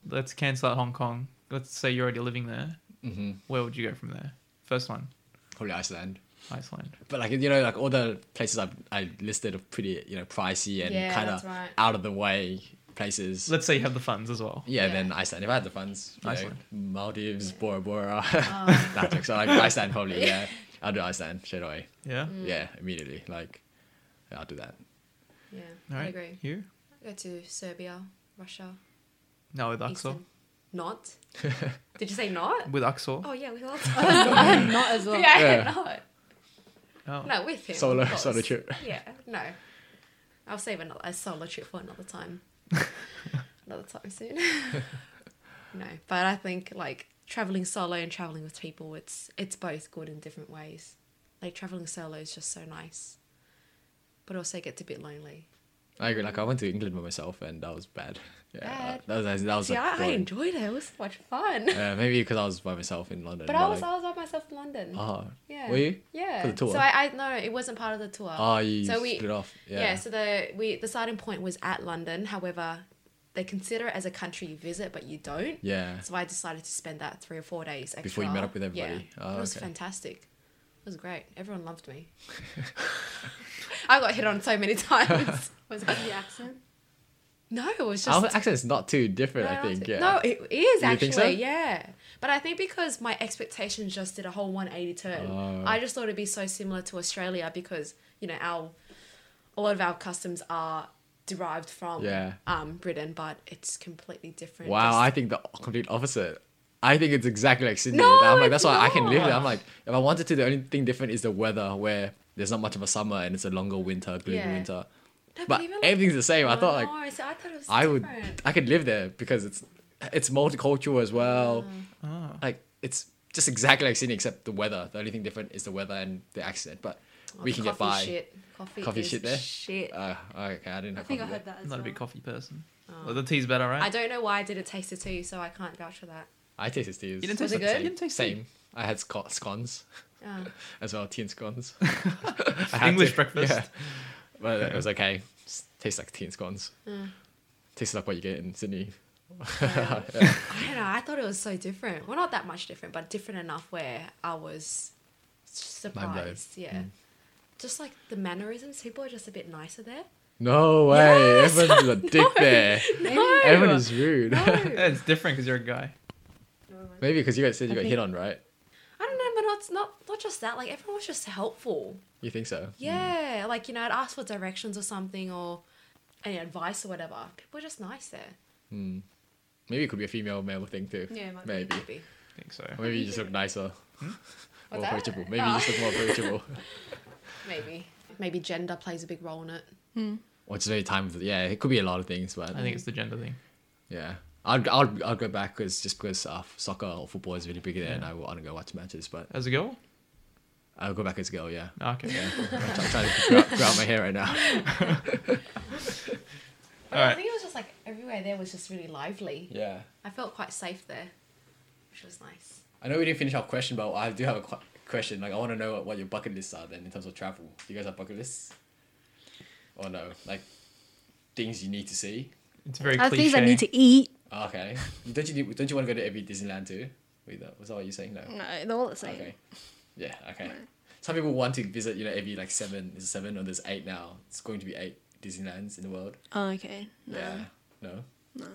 S1: Let's cancel out Hong Kong. Let's say you're already living there.
S4: hmm
S1: Where would you go from there? First one.
S4: Probably Iceland.
S1: Iceland.
S4: But like you know, like all the places I've I listed are pretty you know pricey and
S3: Yeah,
S4: kind
S3: that's
S4: of
S3: right.
S4: out of the way places.
S1: Let's say you have the funds as well.
S4: yeah,
S3: Yeah.
S4: then Iceland. If I had the funds, you know,
S1: Iceland.
S4: Maldives, Bora Bora,
S3: Oh.
S4: that so like Iceland probably. Yeah, I'll do Iceland straight away.
S1: Yeah.
S3: Mm.
S4: Yeah, immediately. Like, yeah, I'll do that.
S3: Yeah,
S1: All
S3: I
S1: right.
S3: agree.
S1: You?
S3: Go to Serbia, Russia,
S1: No, with Uxor.
S3: Eastern. Not? Did you say not?
S1: With Uxor.
S3: Oh yeah, with us.
S2: I had not as well.
S3: yeah,
S4: Yeah.
S3: not.
S1: Oh.
S3: No, with him.
S4: Solo-
S3: of course.
S4: solo trip.
S3: Yeah, no. I'll save another a solo trip for another time. another time soon. no, but I think like traveling solo and traveling with people, it's it's both good in different ways. Like traveling solo is just so nice, but also it gets a bit lonely.
S4: I agree. Like I went to England by myself, and that was bad. Yeah,
S3: Bad.
S4: that was that was
S3: See,
S4: like,
S3: I, I
S4: boring.
S3: enjoyed it. It was so much fun.
S4: Uh, maybe because I was by myself in London.
S3: but I was
S4: like,
S3: I was by myself in London.
S4: oh,
S3: Yeah.
S4: were you?
S3: Yeah.
S4: For the tour?
S3: So I, I no, it wasn't part of the tour.
S4: Oh, you
S3: So we-
S4: split off. Yeah.
S3: Yeah. so the we the starting point was at London. However, they consider it as a country you visit, but you don't.
S4: Yeah.
S3: So I decided to spend that three or four days extra.
S4: Before you met up with everybody.
S3: Yeah.
S4: Oh,
S3: it was
S4: okay.
S3: fantastic. It was great. Everyone loved me. I got hit on so many times.
S2: Was it the accent?
S3: No, it was just
S4: Our accent's not too different,
S3: no,
S4: I think. Yeah.
S3: No, it is
S4: You
S3: actually.
S4: think so?
S3: Yeah. But I think because my expectations just did a whole 180 turn,
S4: Oh.
S3: I just thought it'd be so similar to Australia because, you know, our a lot of our customs are derived from
S4: Yeah.
S3: um, Britain, but it's completely different.
S4: Wow, I
S3: Just-
S4: think the complete opposite. I think it's exactly like Sydney.
S3: No,
S4: I'm like,
S3: it's
S4: that's why I can live
S3: not.
S4: there. I'm like, if I wanted to, the only thing different is the weather where there's not much of a summer and it's a longer winter, gloomy
S3: Yeah.
S4: winter.
S3: No,
S4: But
S3: even,
S4: everything's the same. I thought like
S3: No, see, I thought it was
S4: I would,
S3: different.
S4: I could live there because it's it's multicultural as well.
S1: oh.
S4: Like it's just exactly like Sydney, except the weather. The only thing different is the weather and the accent. But
S3: Oh,
S4: we
S3: the
S4: can get
S3: coffee
S4: by.
S3: Shit. Coffee,
S4: Coffee
S3: is
S4: shit there?
S3: Shit.
S4: Uh, okay, I didn't.
S2: I
S4: Have
S2: think I
S4: coffee
S2: heard
S4: there.
S2: that
S1: I'm
S2: as
S1: not a
S2: well.
S1: big coffee person. Well, the tea's better, right?
S3: Oh. I don't know why I didn't taste the tea, so I can't vouch for that.
S4: I tasted steers.
S1: You didn't
S3: Was
S1: taste
S3: it
S1: the
S3: good?
S1: You didn't taste
S4: same. I had sco- scones
S3: Uh,
S4: as well, teen scones.
S1: the English breakfast.
S4: Yeah. But it was okay. S- Tastes like teen scones.
S2: Mm.
S4: Tastes like what you get in Sydney.
S3: I don't know. I thought it was so different. Well, not that much different, but different enough where I was
S4: blown.
S3: surprised. Yeah. Just like the mannerisms, people are just a bit nicer there.
S4: No way.
S3: Yes!
S4: Everyone's a dick there.
S3: No,
S4: Everyone is rude.
S3: no.
S1: Yeah, it's different because you're a guy.
S4: Maybe because you guys said you
S2: I
S4: got
S2: think-
S4: hit on, right?
S3: I don't know, but not not not just that. Like everyone was just helpful.
S4: You think so?
S3: Yeah, like you know, I'd ask for directions or something or any advice or whatever. People are just nice there.
S4: Maybe it could be a female male thing too.
S2: Yeah, it might be.
S4: maybe.
S3: Maybe.
S1: I think so.
S4: Or maybe you just look nicer.
S1: Hmm?
S4: more
S3: What's that?
S4: approachable.
S2: Oh.
S4: Maybe you just look more approachable.
S3: Maybe. Maybe gender plays a big role in it.
S4: or just maybe time. For, yeah, it could be a lot of things, but
S1: I think it's the gender thing.
S4: yeah. I'd, I'd, I'd go back cause, just because uh, soccer or football is really big there and I want to go watch matches, but
S1: As a girl? Oh,
S4: I'll go back as a girl, yeah.
S1: Okay.
S4: I'm try- trying to grow, out- grow out my hair right now.
S3: But I
S1: Alright.
S3: think it was just like everywhere there was just really lively.
S4: Yeah.
S3: I felt quite safe there, which was nice.
S4: I know we didn't finish our question, but I do have a qu- question. Like, I want to know what, what your bucket lists are then in terms of travel. Do you guys have bucket lists? Or no? Like, things you need to see?
S1: It's very
S2: I have
S1: cliche.
S2: things I need to eat.
S4: Ah, Okay. Don't you do- don't you want to go to every Disneyland too? Wait, that was that what you're saying? No.
S2: No, they're all the same.
S4: Okay. Yeah. Okay. Some people want to visit. You know, every like seven is it seven or there's eight now. It's going to be eight Disneylands in the world.
S2: Oh, okay. No.
S4: Yeah. No. No.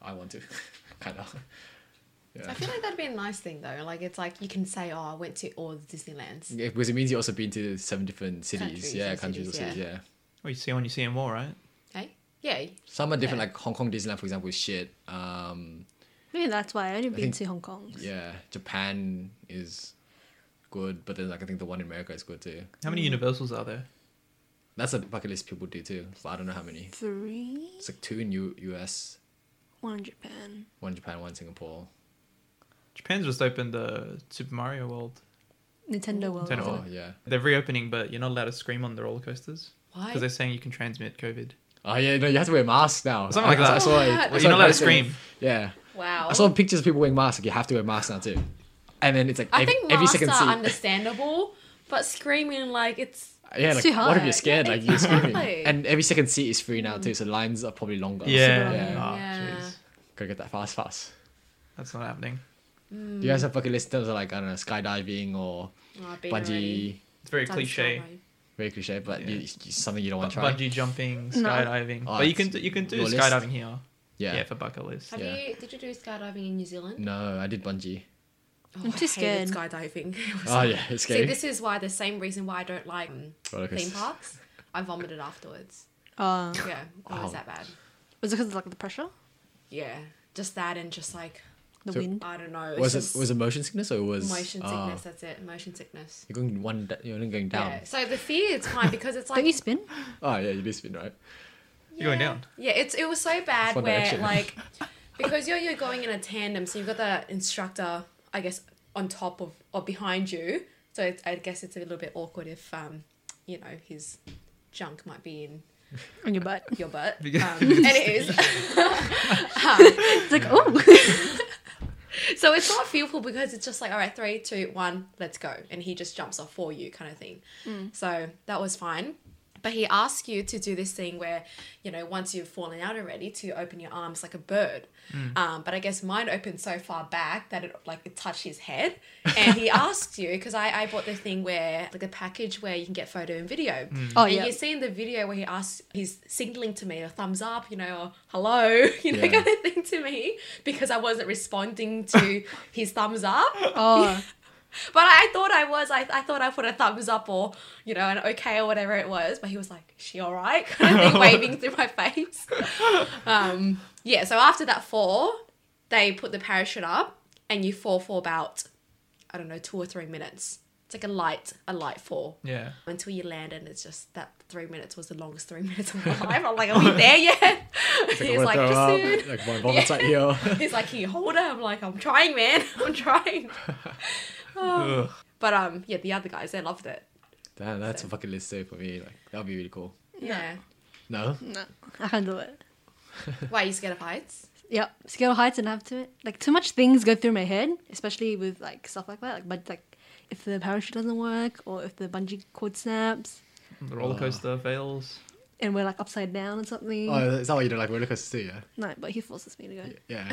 S4: I want to. kind of.
S3: I
S4: Yeah.
S3: feel like that'd be a nice thing though. Like it's like you can say, "Oh, I went to all the Disneylands."
S4: Yeah, because it means you also been to seven different cities.
S3: Countries
S4: yeah,
S3: and
S4: countries
S3: cities,
S4: or cities. Yeah.
S1: Well, you see one, you see more, right?
S3: Hey, yeah,
S4: Some are different.
S3: Yeah.
S4: Like Hong Kong Disneyland, for example, is shit. Um,
S2: Maybe that's why I only been
S4: think-
S2: to Hong Kong.
S4: yeah, Japan is good, but then like I think the one in America is good too.
S1: How many
S3: Mm.
S1: universals are there?
S4: That's a bucket list people do too, but I don't know how many.
S2: Three,
S4: It's like two in U- US,
S2: one in Japan.
S4: one in Japan, one in Singapore.
S1: Japan's just opened the Super Mario World.
S2: Nintendo World.
S1: Nintendo
S4: Oh
S1: World.
S4: yeah.
S1: They're reopening, but you're not allowed to scream on the roller coasters
S3: Why?
S1: because they're saying you can transmit COVID.
S4: Oh yeah, no, you have to wear masks now.
S1: Something like
S4: I- I
S1: that.
S4: saw it-
S3: Oh,
S1: Well,
S4: I saw
S1: you're
S4: it
S1: not allowed to
S4: posted.
S1: scream.
S4: Yeah,
S3: wow.
S4: I saw pictures of people wearing masks. Like you have to wear masks now too. And then it's like
S3: I
S4: ev-
S3: think
S4: every
S3: masks
S4: second
S3: are
S4: seat.
S3: understandable, but screaming like it's
S4: yeah, like
S2: too
S4: what if
S2: hard.
S4: you're scared?
S3: Yeah,
S4: like you're screaming.
S3: exactly.
S4: And every second seat is free now too, so lines are probably longer.
S3: Mm.
S1: Yeah.
S4: yeah.
S1: Oh,
S3: Yeah.
S1: jeez.
S4: Gotta get that fast, fast.
S1: That's not happening.
S4: Do you guys have bucket list in terms of like I don't know skydiving or
S3: Oh, I've been already.
S4: bungee?
S1: It's very
S3: Done
S1: cliche.
S3: skydiving.
S4: Very cliche, but
S1: Yeah.
S4: you, you- something you don't
S1: Bu-
S4: want to try.
S1: Bungee jumping, skydiving.
S4: Oh,
S1: but you
S4: it's
S1: can do, you can do
S4: your list?
S1: skydiving here.
S4: Yeah.
S1: Yeah. for bucket list.
S3: Have
S4: Yeah.
S3: you? Did you do skydiving in New Zealand?
S4: No, I did bungee.
S3: Oh,
S2: I'm too
S3: I
S2: scared.
S3: hated Skydiving. It was
S4: Oh yeah, it's
S3: See,
S4: scary. Oh,
S3: this is why the same reason why I don't like um,
S4: Roller
S3: theme
S4: coasters.
S3: parks. I vomited afterwards.
S2: Uh,
S3: Yeah, it was
S4: Wow.
S3: that bad.
S2: was it because of like the pressure,
S3: Yeah, just that and just like
S2: the
S4: So-
S2: wind?
S3: I don't know. It's
S4: Was
S3: just
S4: it was it motion sickness or was
S3: motion
S4: oh,
S3: sickness? That's it. Motion sickness.
S4: you're going one. da- You're only going down.
S3: Yeah. So the fear is fine because it's like
S2: Don't you spin?
S4: Oh yeah, you do spin right.
S1: You're going
S3: Yeah.
S1: down.
S3: Yeah, it's it was so bad
S4: One
S3: where
S4: Direction.
S3: like because you're you're going in a tandem, so you've got the instructor, I guess, on top of or behind you. So it's, I guess it's a little bit awkward if um, you know, his junk might be in
S2: On your butt.
S3: your butt. Um,
S1: Because-
S3: and it is.
S2: It's like, oh,
S3: so it's not fearful because it's just like, all right, three, two, one, let's go. And he just jumps off for you kind of thing.
S2: Mm.
S3: So that was fine. But he asks you to do this thing where, you know, once you've fallen out already, to open your arms like a bird. Um, but I guess mine opened so far back that it like it touched his head. And he asked you because I, I bought the thing where like a package where you can get photo and video.
S2: Oh,
S3: and
S2: yeah.
S3: you see in the video where he asks, he's signaling to me a thumbs up, you know, or hello, you know,
S4: Yeah.
S3: kind of thing to me because I wasn't responding to his thumbs up.
S2: oh,
S3: But I thought I was. I, I thought I put a thumbs up or, you know, an okay or whatever it was. But he was like, "Is she all right? Kind of thing, waving through my face. Um, yeah, so after that fall, they put the parachute up and you fall for about, I don't know, two or three minutes. It's like a light, a light fall
S1: Yeah.
S3: until you land and it's just that three minutes was the longest three minutes of my life. I'm like, are we there yet? He's
S4: I'm
S3: like,
S4: gonna
S3: just
S4: throw
S3: soon.
S4: up, like my vomits right here.
S3: He's like, can you hold it? I'm like, I'm trying, man. I'm trying.
S1: Ugh.
S3: But um, yeah, the other guys, they loved it.
S4: Damn, that's a bucket list save for me. Like that'd be really cool.
S3: Yeah.
S4: No,
S2: no, I can't do it.
S3: Why are you scared of heights?
S2: Yep, scared of heights and have to like too much things go through my head, especially with like stuff like that, like but like if the parachute doesn't work or if the bungee cord snaps
S1: The roller coaster fails.
S2: and we're like upside down or something.
S4: oh, is that why you don't like roller coasters too? Yeah,
S2: No, but he forces me to go.
S4: yeah.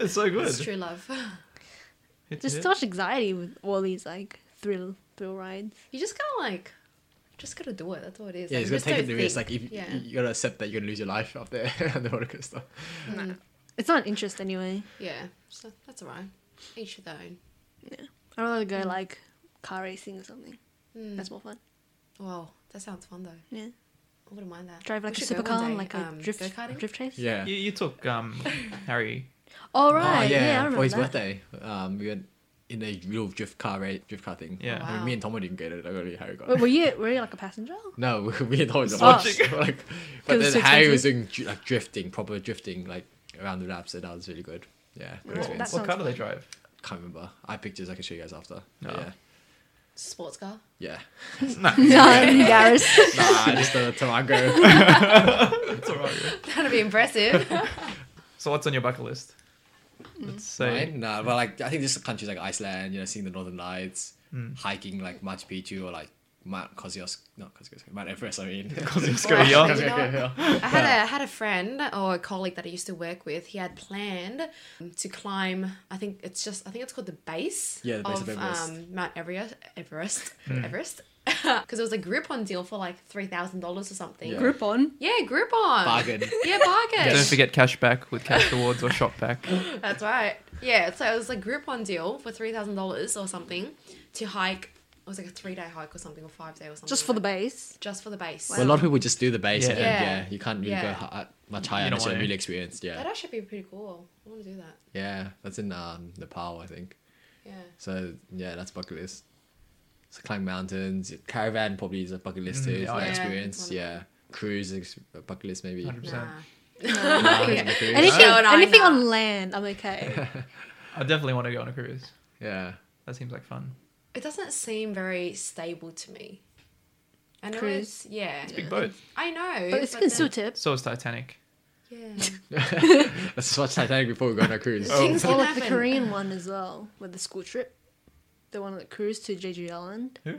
S1: It's so good.
S3: It's true love.
S1: Hit-
S2: Just
S1: hit.
S2: so much anxiety with all these like thrill thrill rides.
S3: You just gotta like, just gotta do it. That's all it is.
S4: Yeah,
S3: Like, you
S4: it's gonna
S3: just
S4: take it
S3: don't
S4: the risk.
S3: think.
S4: Like if
S3: yeah.
S4: you gotta accept that you're gonna lose your life up there on the roller coaster.
S3: Mm.
S2: It's not an interest anyway.
S3: yeah. So that's alright. Each of their own.
S2: I'd rather go like car racing or something.
S3: Mm.
S2: That's more fun.
S3: Wow, that sounds fun though.
S2: Yeah.
S3: I wouldn't mind that.
S2: Drive
S3: We
S2: like a
S3: should go one
S2: supercar,
S3: day.
S2: like a
S3: Um,
S2: drift
S3: go-karting?
S2: drift chase.
S4: Yeah.
S1: You, you took um Harry.
S2: Oh
S4: Oh,
S2: right, yeah, I remember
S4: for his
S2: that.
S4: birthday, um, we went in a real drift car race, drift car thing.
S1: Yeah.
S4: I mean,
S3: Wow.
S4: me and Tom didn't get it. Like, only Harry got.
S2: Wait,
S4: it.
S2: were you were you like a passenger?
S4: No, we and Tom was
S2: Oh.
S4: watching. like,
S2: It
S4: but
S2: was
S4: then
S2: too
S4: Harry was doing dr- like drifting, proper drifting, like around the laps, and that was really good. Yeah, good
S2: Right,
S4: experience.
S2: that
S1: What car do they
S2: sounds
S1: drive?
S4: Can't remember. I have pictures I can show you guys after. But
S1: Oh.
S4: Yeah,
S3: Sports car.
S4: yeah.
S2: No, Garris.
S4: nah, just the Tamango.
S1: It's alright.
S3: That'd be impressive.
S1: So what's on your bucket list? Let's say
S4: Mine? Nah, but like I think just countries like Iceland, you know, seeing the Northern Lights,
S1: Hmm.
S4: hiking like Machu Picchu or like Mount Kosciuszko, not Kosciuszko, Mount Everest. I mean,
S1: Kosciuszko
S3: Wow.
S1: Hill.
S3: You know what?
S4: Hill.
S3: I had a I had a friend or a colleague that I used to work with. He had planned to climb. I think it's just I think it's called the base.
S4: Yeah, the base of Everest.
S3: Um, Mount Everest, Everest, Everest, because it was a Groupon deal for like three thousand dollars or something.
S4: Yeah.
S3: Yeah,
S2: Group on.
S3: Groupon
S4: Bargain.
S3: Yeah, bargain.
S1: Don't forget cash back with cash rewards or shop back.
S3: That's right. Yeah, so it was a Groupon deal for three thousand dollars or something to hike. It was like a three day hike or something or five day or something.
S2: Just for the
S3: like
S2: base.
S3: that. Just for the base.
S4: Well, a lot of people just do the base, and
S1: Yeah.
S4: then,
S3: Yeah.
S4: yeah, you can't really
S3: Yeah.
S4: go hi- uh, much higher
S1: You don't
S4: unless you're
S1: wanna.
S4: really experienced.
S3: that
S4: Yeah,
S3: actually be pretty cool. I want to do that.
S4: yeah, that's in um, Nepal, I think.
S3: Yeah.
S4: So yeah, that's bucket list. So climb mountains, caravan probably is a bucket list too.
S1: Mm,
S4: it's
S1: oh,
S4: an
S1: yeah.
S4: experience,
S3: Yeah.
S4: yeah. Cruise is a bucket list maybe.
S1: 100%.
S3: Nah.
S4: Nah, it's a cruise.
S2: Anything,
S3: No, no,
S2: anything
S3: no.
S2: on land, I'm okay.
S1: I definitely want to go on a cruise.
S4: Yeah.
S1: That seems like fun.
S3: It doesn't seem very stable to me. I know
S2: Cruise.
S3: it's yeah.
S1: Big boat.
S3: I know.
S2: But it's
S3: but
S2: been
S3: then-
S2: still tips.
S1: So is Titanic.
S3: Yeah.
S4: Let's watch Titanic before we go on a cruise.
S3: Things
S2: Or
S3: can
S2: like the
S3: happen.
S2: Korean one as well, with the school trip. The one that cruise to Jeju Island.
S1: Who?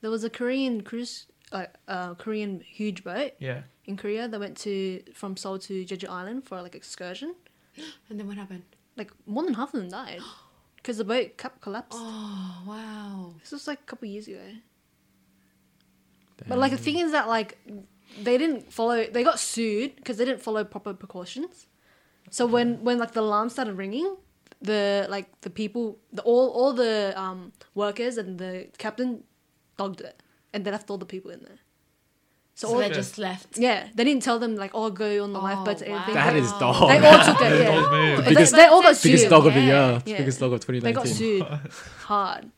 S2: There was a Korean cruise, uh, uh, Korean huge boat
S1: Yeah.
S2: in Korea that went to from Seoul to Jeju Island for like excursion.
S3: And then what happened?
S2: like more than half of them died because the boat cap collapsed.
S3: Oh wow.
S2: This was like a couple years ago. But like the thing is that like they didn't follow. They got sued because they didn't follow proper precautions. So when when like the alarm started ringing, the like the people, the all all the um workers and the captain dogged it, and they left all the people in there. So,
S3: So,
S2: all,
S3: they
S1: Yeah.
S3: just left.
S2: yeah, they didn't tell them like oh go on the
S3: Oh,
S2: lifeboats or anything.
S3: wow.
S4: That
S2: They-
S4: is
S3: They
S4: dog.
S2: they all took it. Oh, Yeah.
S1: Bold move.
S2: They,
S4: Biggest-
S2: they all got
S4: biggest
S2: sued.
S4: dog of the
S3: Yeah.
S4: year.
S2: Yeah.
S4: Biggest dog of
S2: They got
S4: 2019.
S2: sued hard.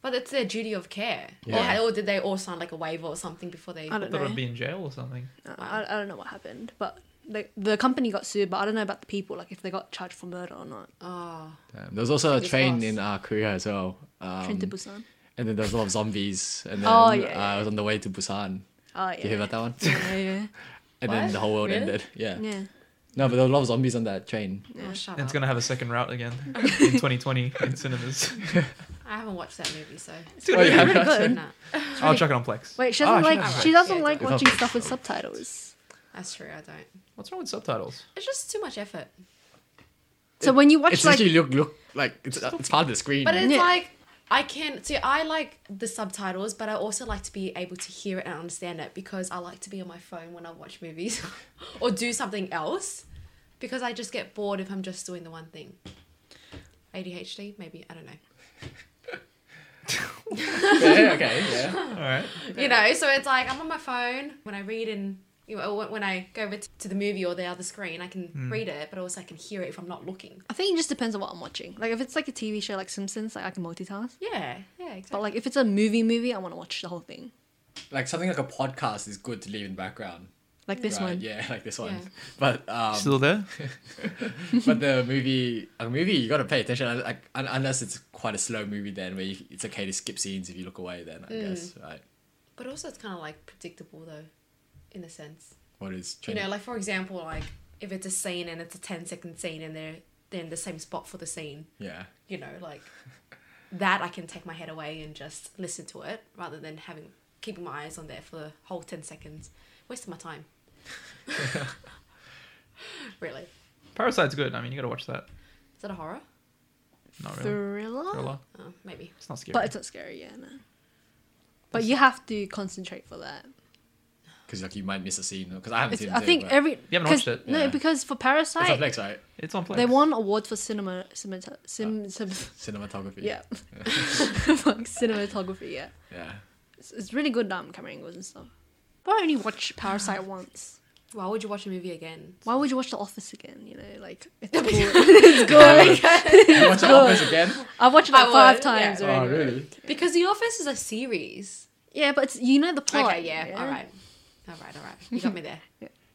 S3: But it's their duty of care.
S4: Yeah.
S3: Or, or did they all sign like a waiver or something before they?
S2: I
S1: I
S2: don't
S1: thought
S2: know.
S1: I'd be in jail or something.
S2: I, I don't know what happened, but the the company got sued, but I don't know about the people, like if they got charged for murder or not.
S3: Oh.
S4: Damn. There was also a
S3: Biggest
S4: train
S3: loss.
S4: in uh, Korea as well. Um,
S2: Train to Busan.
S4: And then there was a lot of zombies. And then
S2: Oh,
S4: uh,
S2: yeah, yeah.
S4: I was on the way to Busan.
S2: Oh
S4: Did you hear
S2: yeah.
S4: about that one?
S2: yeah, yeah,
S4: And then
S3: What?
S4: the whole world
S3: Really?
S4: ended. Yeah.
S2: yeah.
S4: No, but there were a lot of zombies on that train.
S3: oh,
S2: Uh-huh.
S3: shut
S1: And it's
S3: up.
S1: gonna have a second route again in 2020 in cinemas.
S3: I haven't watched that movie, so
S1: It's gonna
S4: Oh,
S1: be
S4: yeah.
S1: a-
S2: Good.
S3: nah,
S1: I'll chuck it on Plex.
S2: Wait, she
S1: Oh, I
S2: doesn't
S1: should
S2: like
S1: have
S2: she
S1: it.
S2: doesn't
S3: Yeah,
S2: like
S4: don't-
S2: watching stuff with subtitles.
S3: that's true. I don't.
S1: What's wrong with subtitles?
S3: It's just too much effort.
S2: So when you watch
S4: It's
S2: like
S4: literally look, look like it's, uh, it's part of the screen.
S3: But it's
S2: Yeah.
S3: like I can see. I like the subtitles, but I also like to be able to hear it and understand it because I like to be on my phone when I watch movies or do something else because I just get bored if I'm just doing the one thing. ADHD, maybe I don't know.
S4: yeah, okay, yeah.
S2: Uh-huh.
S1: All right.
S3: you know so it's like i'm on my phone when i read and you know when- when i go over t- to the movie or the other screen i can read it but also i can hear it if i'm not looking
S2: I think it just depends on what I'm watching. Like if it's like a TV show like Simpsons, like I can multitask.
S3: yeah yeah exactly
S2: But like if it's a movie movie, I want to watch the whole thing.
S4: Like something like a podcast is good to leave in the background.
S2: Like this
S4: right?
S2: one.
S4: Yeah, like this one.
S3: Yeah.
S4: But um,
S1: Still there?
S4: but the movie, a movie, you gotta pay attention. un- Like un- unless it's quite a slow movie, then where you, it's okay to skip scenes if you look away. Then I
S2: Mm.
S4: guess right.
S3: but also it's kind of like predictable though in a sense
S4: What is
S3: you
S4: trend-
S3: know like for example like if it's a scene and it's a 10 second scene and they're they're in the same spot for the scene
S4: yeah.
S3: you know like that i can take my head away and just listen to it rather than having keeping my eyes on there for the whole 10 seconds wasting my time really
S1: Parasite's good. I mean, you gotta watch that.
S3: Is that a horror?
S1: Not really.
S2: Thriller?
S1: Thriller.
S3: Oh, maybe.
S1: It's not scary.
S2: But it's not scary, yeah, no. But you have to concentrate for that.
S4: Because like you might miss a scene because I haven't
S2: It's,
S4: seen.
S2: I
S4: it,
S2: think
S4: but-
S2: every
S1: You haven't
S2: 'cause-
S1: watched it?
S2: No,
S4: Yeah.
S2: because for
S4: it's on
S2: Parasite,
S4: Plex, right?
S1: It's on Plex.
S2: They won awards for cinema, cinemata- sim, sim,
S4: Cinematography.
S2: yeah, Fuck, cinematography. Yeah,
S4: Yeah.
S2: it's, it's really good. Um, camera angles and stuff. But I only watched Parasite once.
S3: Why would you watch a movie again?
S2: Why would you watch The Office again? You know, like it's good. it's good.
S4: You watch The Office again?
S2: I've watched it
S3: I
S2: like
S3: would,
S2: five
S3: yeah.
S2: times
S4: Oh
S2: already.
S4: really?
S3: Because The Office is a series.
S2: Yeah, but it's you know the plot.
S3: okay, yeah, All right. All right, all right. You got me there.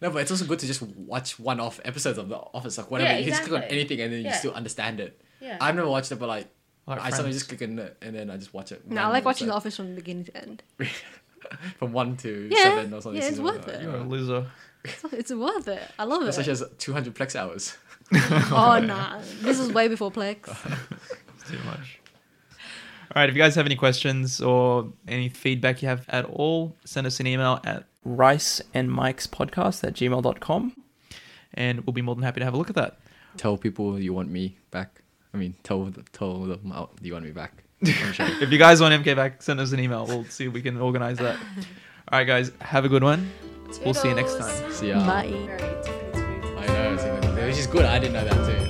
S4: No, but it's also good to just watch one-off episodes of The Office, like whatever.
S3: Yeah,
S4: You can just click on
S3: exactly.
S4: anything and then you
S3: Yeah.
S4: still understand it.
S3: Yeah.
S4: I've never watched it, but like,
S1: Like
S4: I sometimes
S1: Friends.
S4: just click on it and then I just watch it.
S2: No, I like watching The Office from beginning to end.
S4: Office from one to
S2: Yeah,
S4: seven or something.
S2: yeah, it's
S4: season,
S2: worth
S4: like,
S2: it.
S1: You're a loser.
S2: It's, it's worth it. I love it.
S4: Such as 200 plex hours.
S2: oh nah, this is way before Plex.
S1: It's too much. All right. If you guys have any questions or any feedback you have at all, send us an email at riceandmikespodcast at gmail.com and we'll be more than happy to have a look at that.
S4: Tell people you want me back. I mean, tell tell them out you want me back. I'm sure.
S1: If you guys want MK back, send us an email. We'll see if we can organize that. All right, guys. Have a good one. We'll see you next
S3: Toodles.
S1: time.
S4: See ya.
S2: Bye.
S3: Very different.
S4: I know. it's- Which is good. I didn't know that too.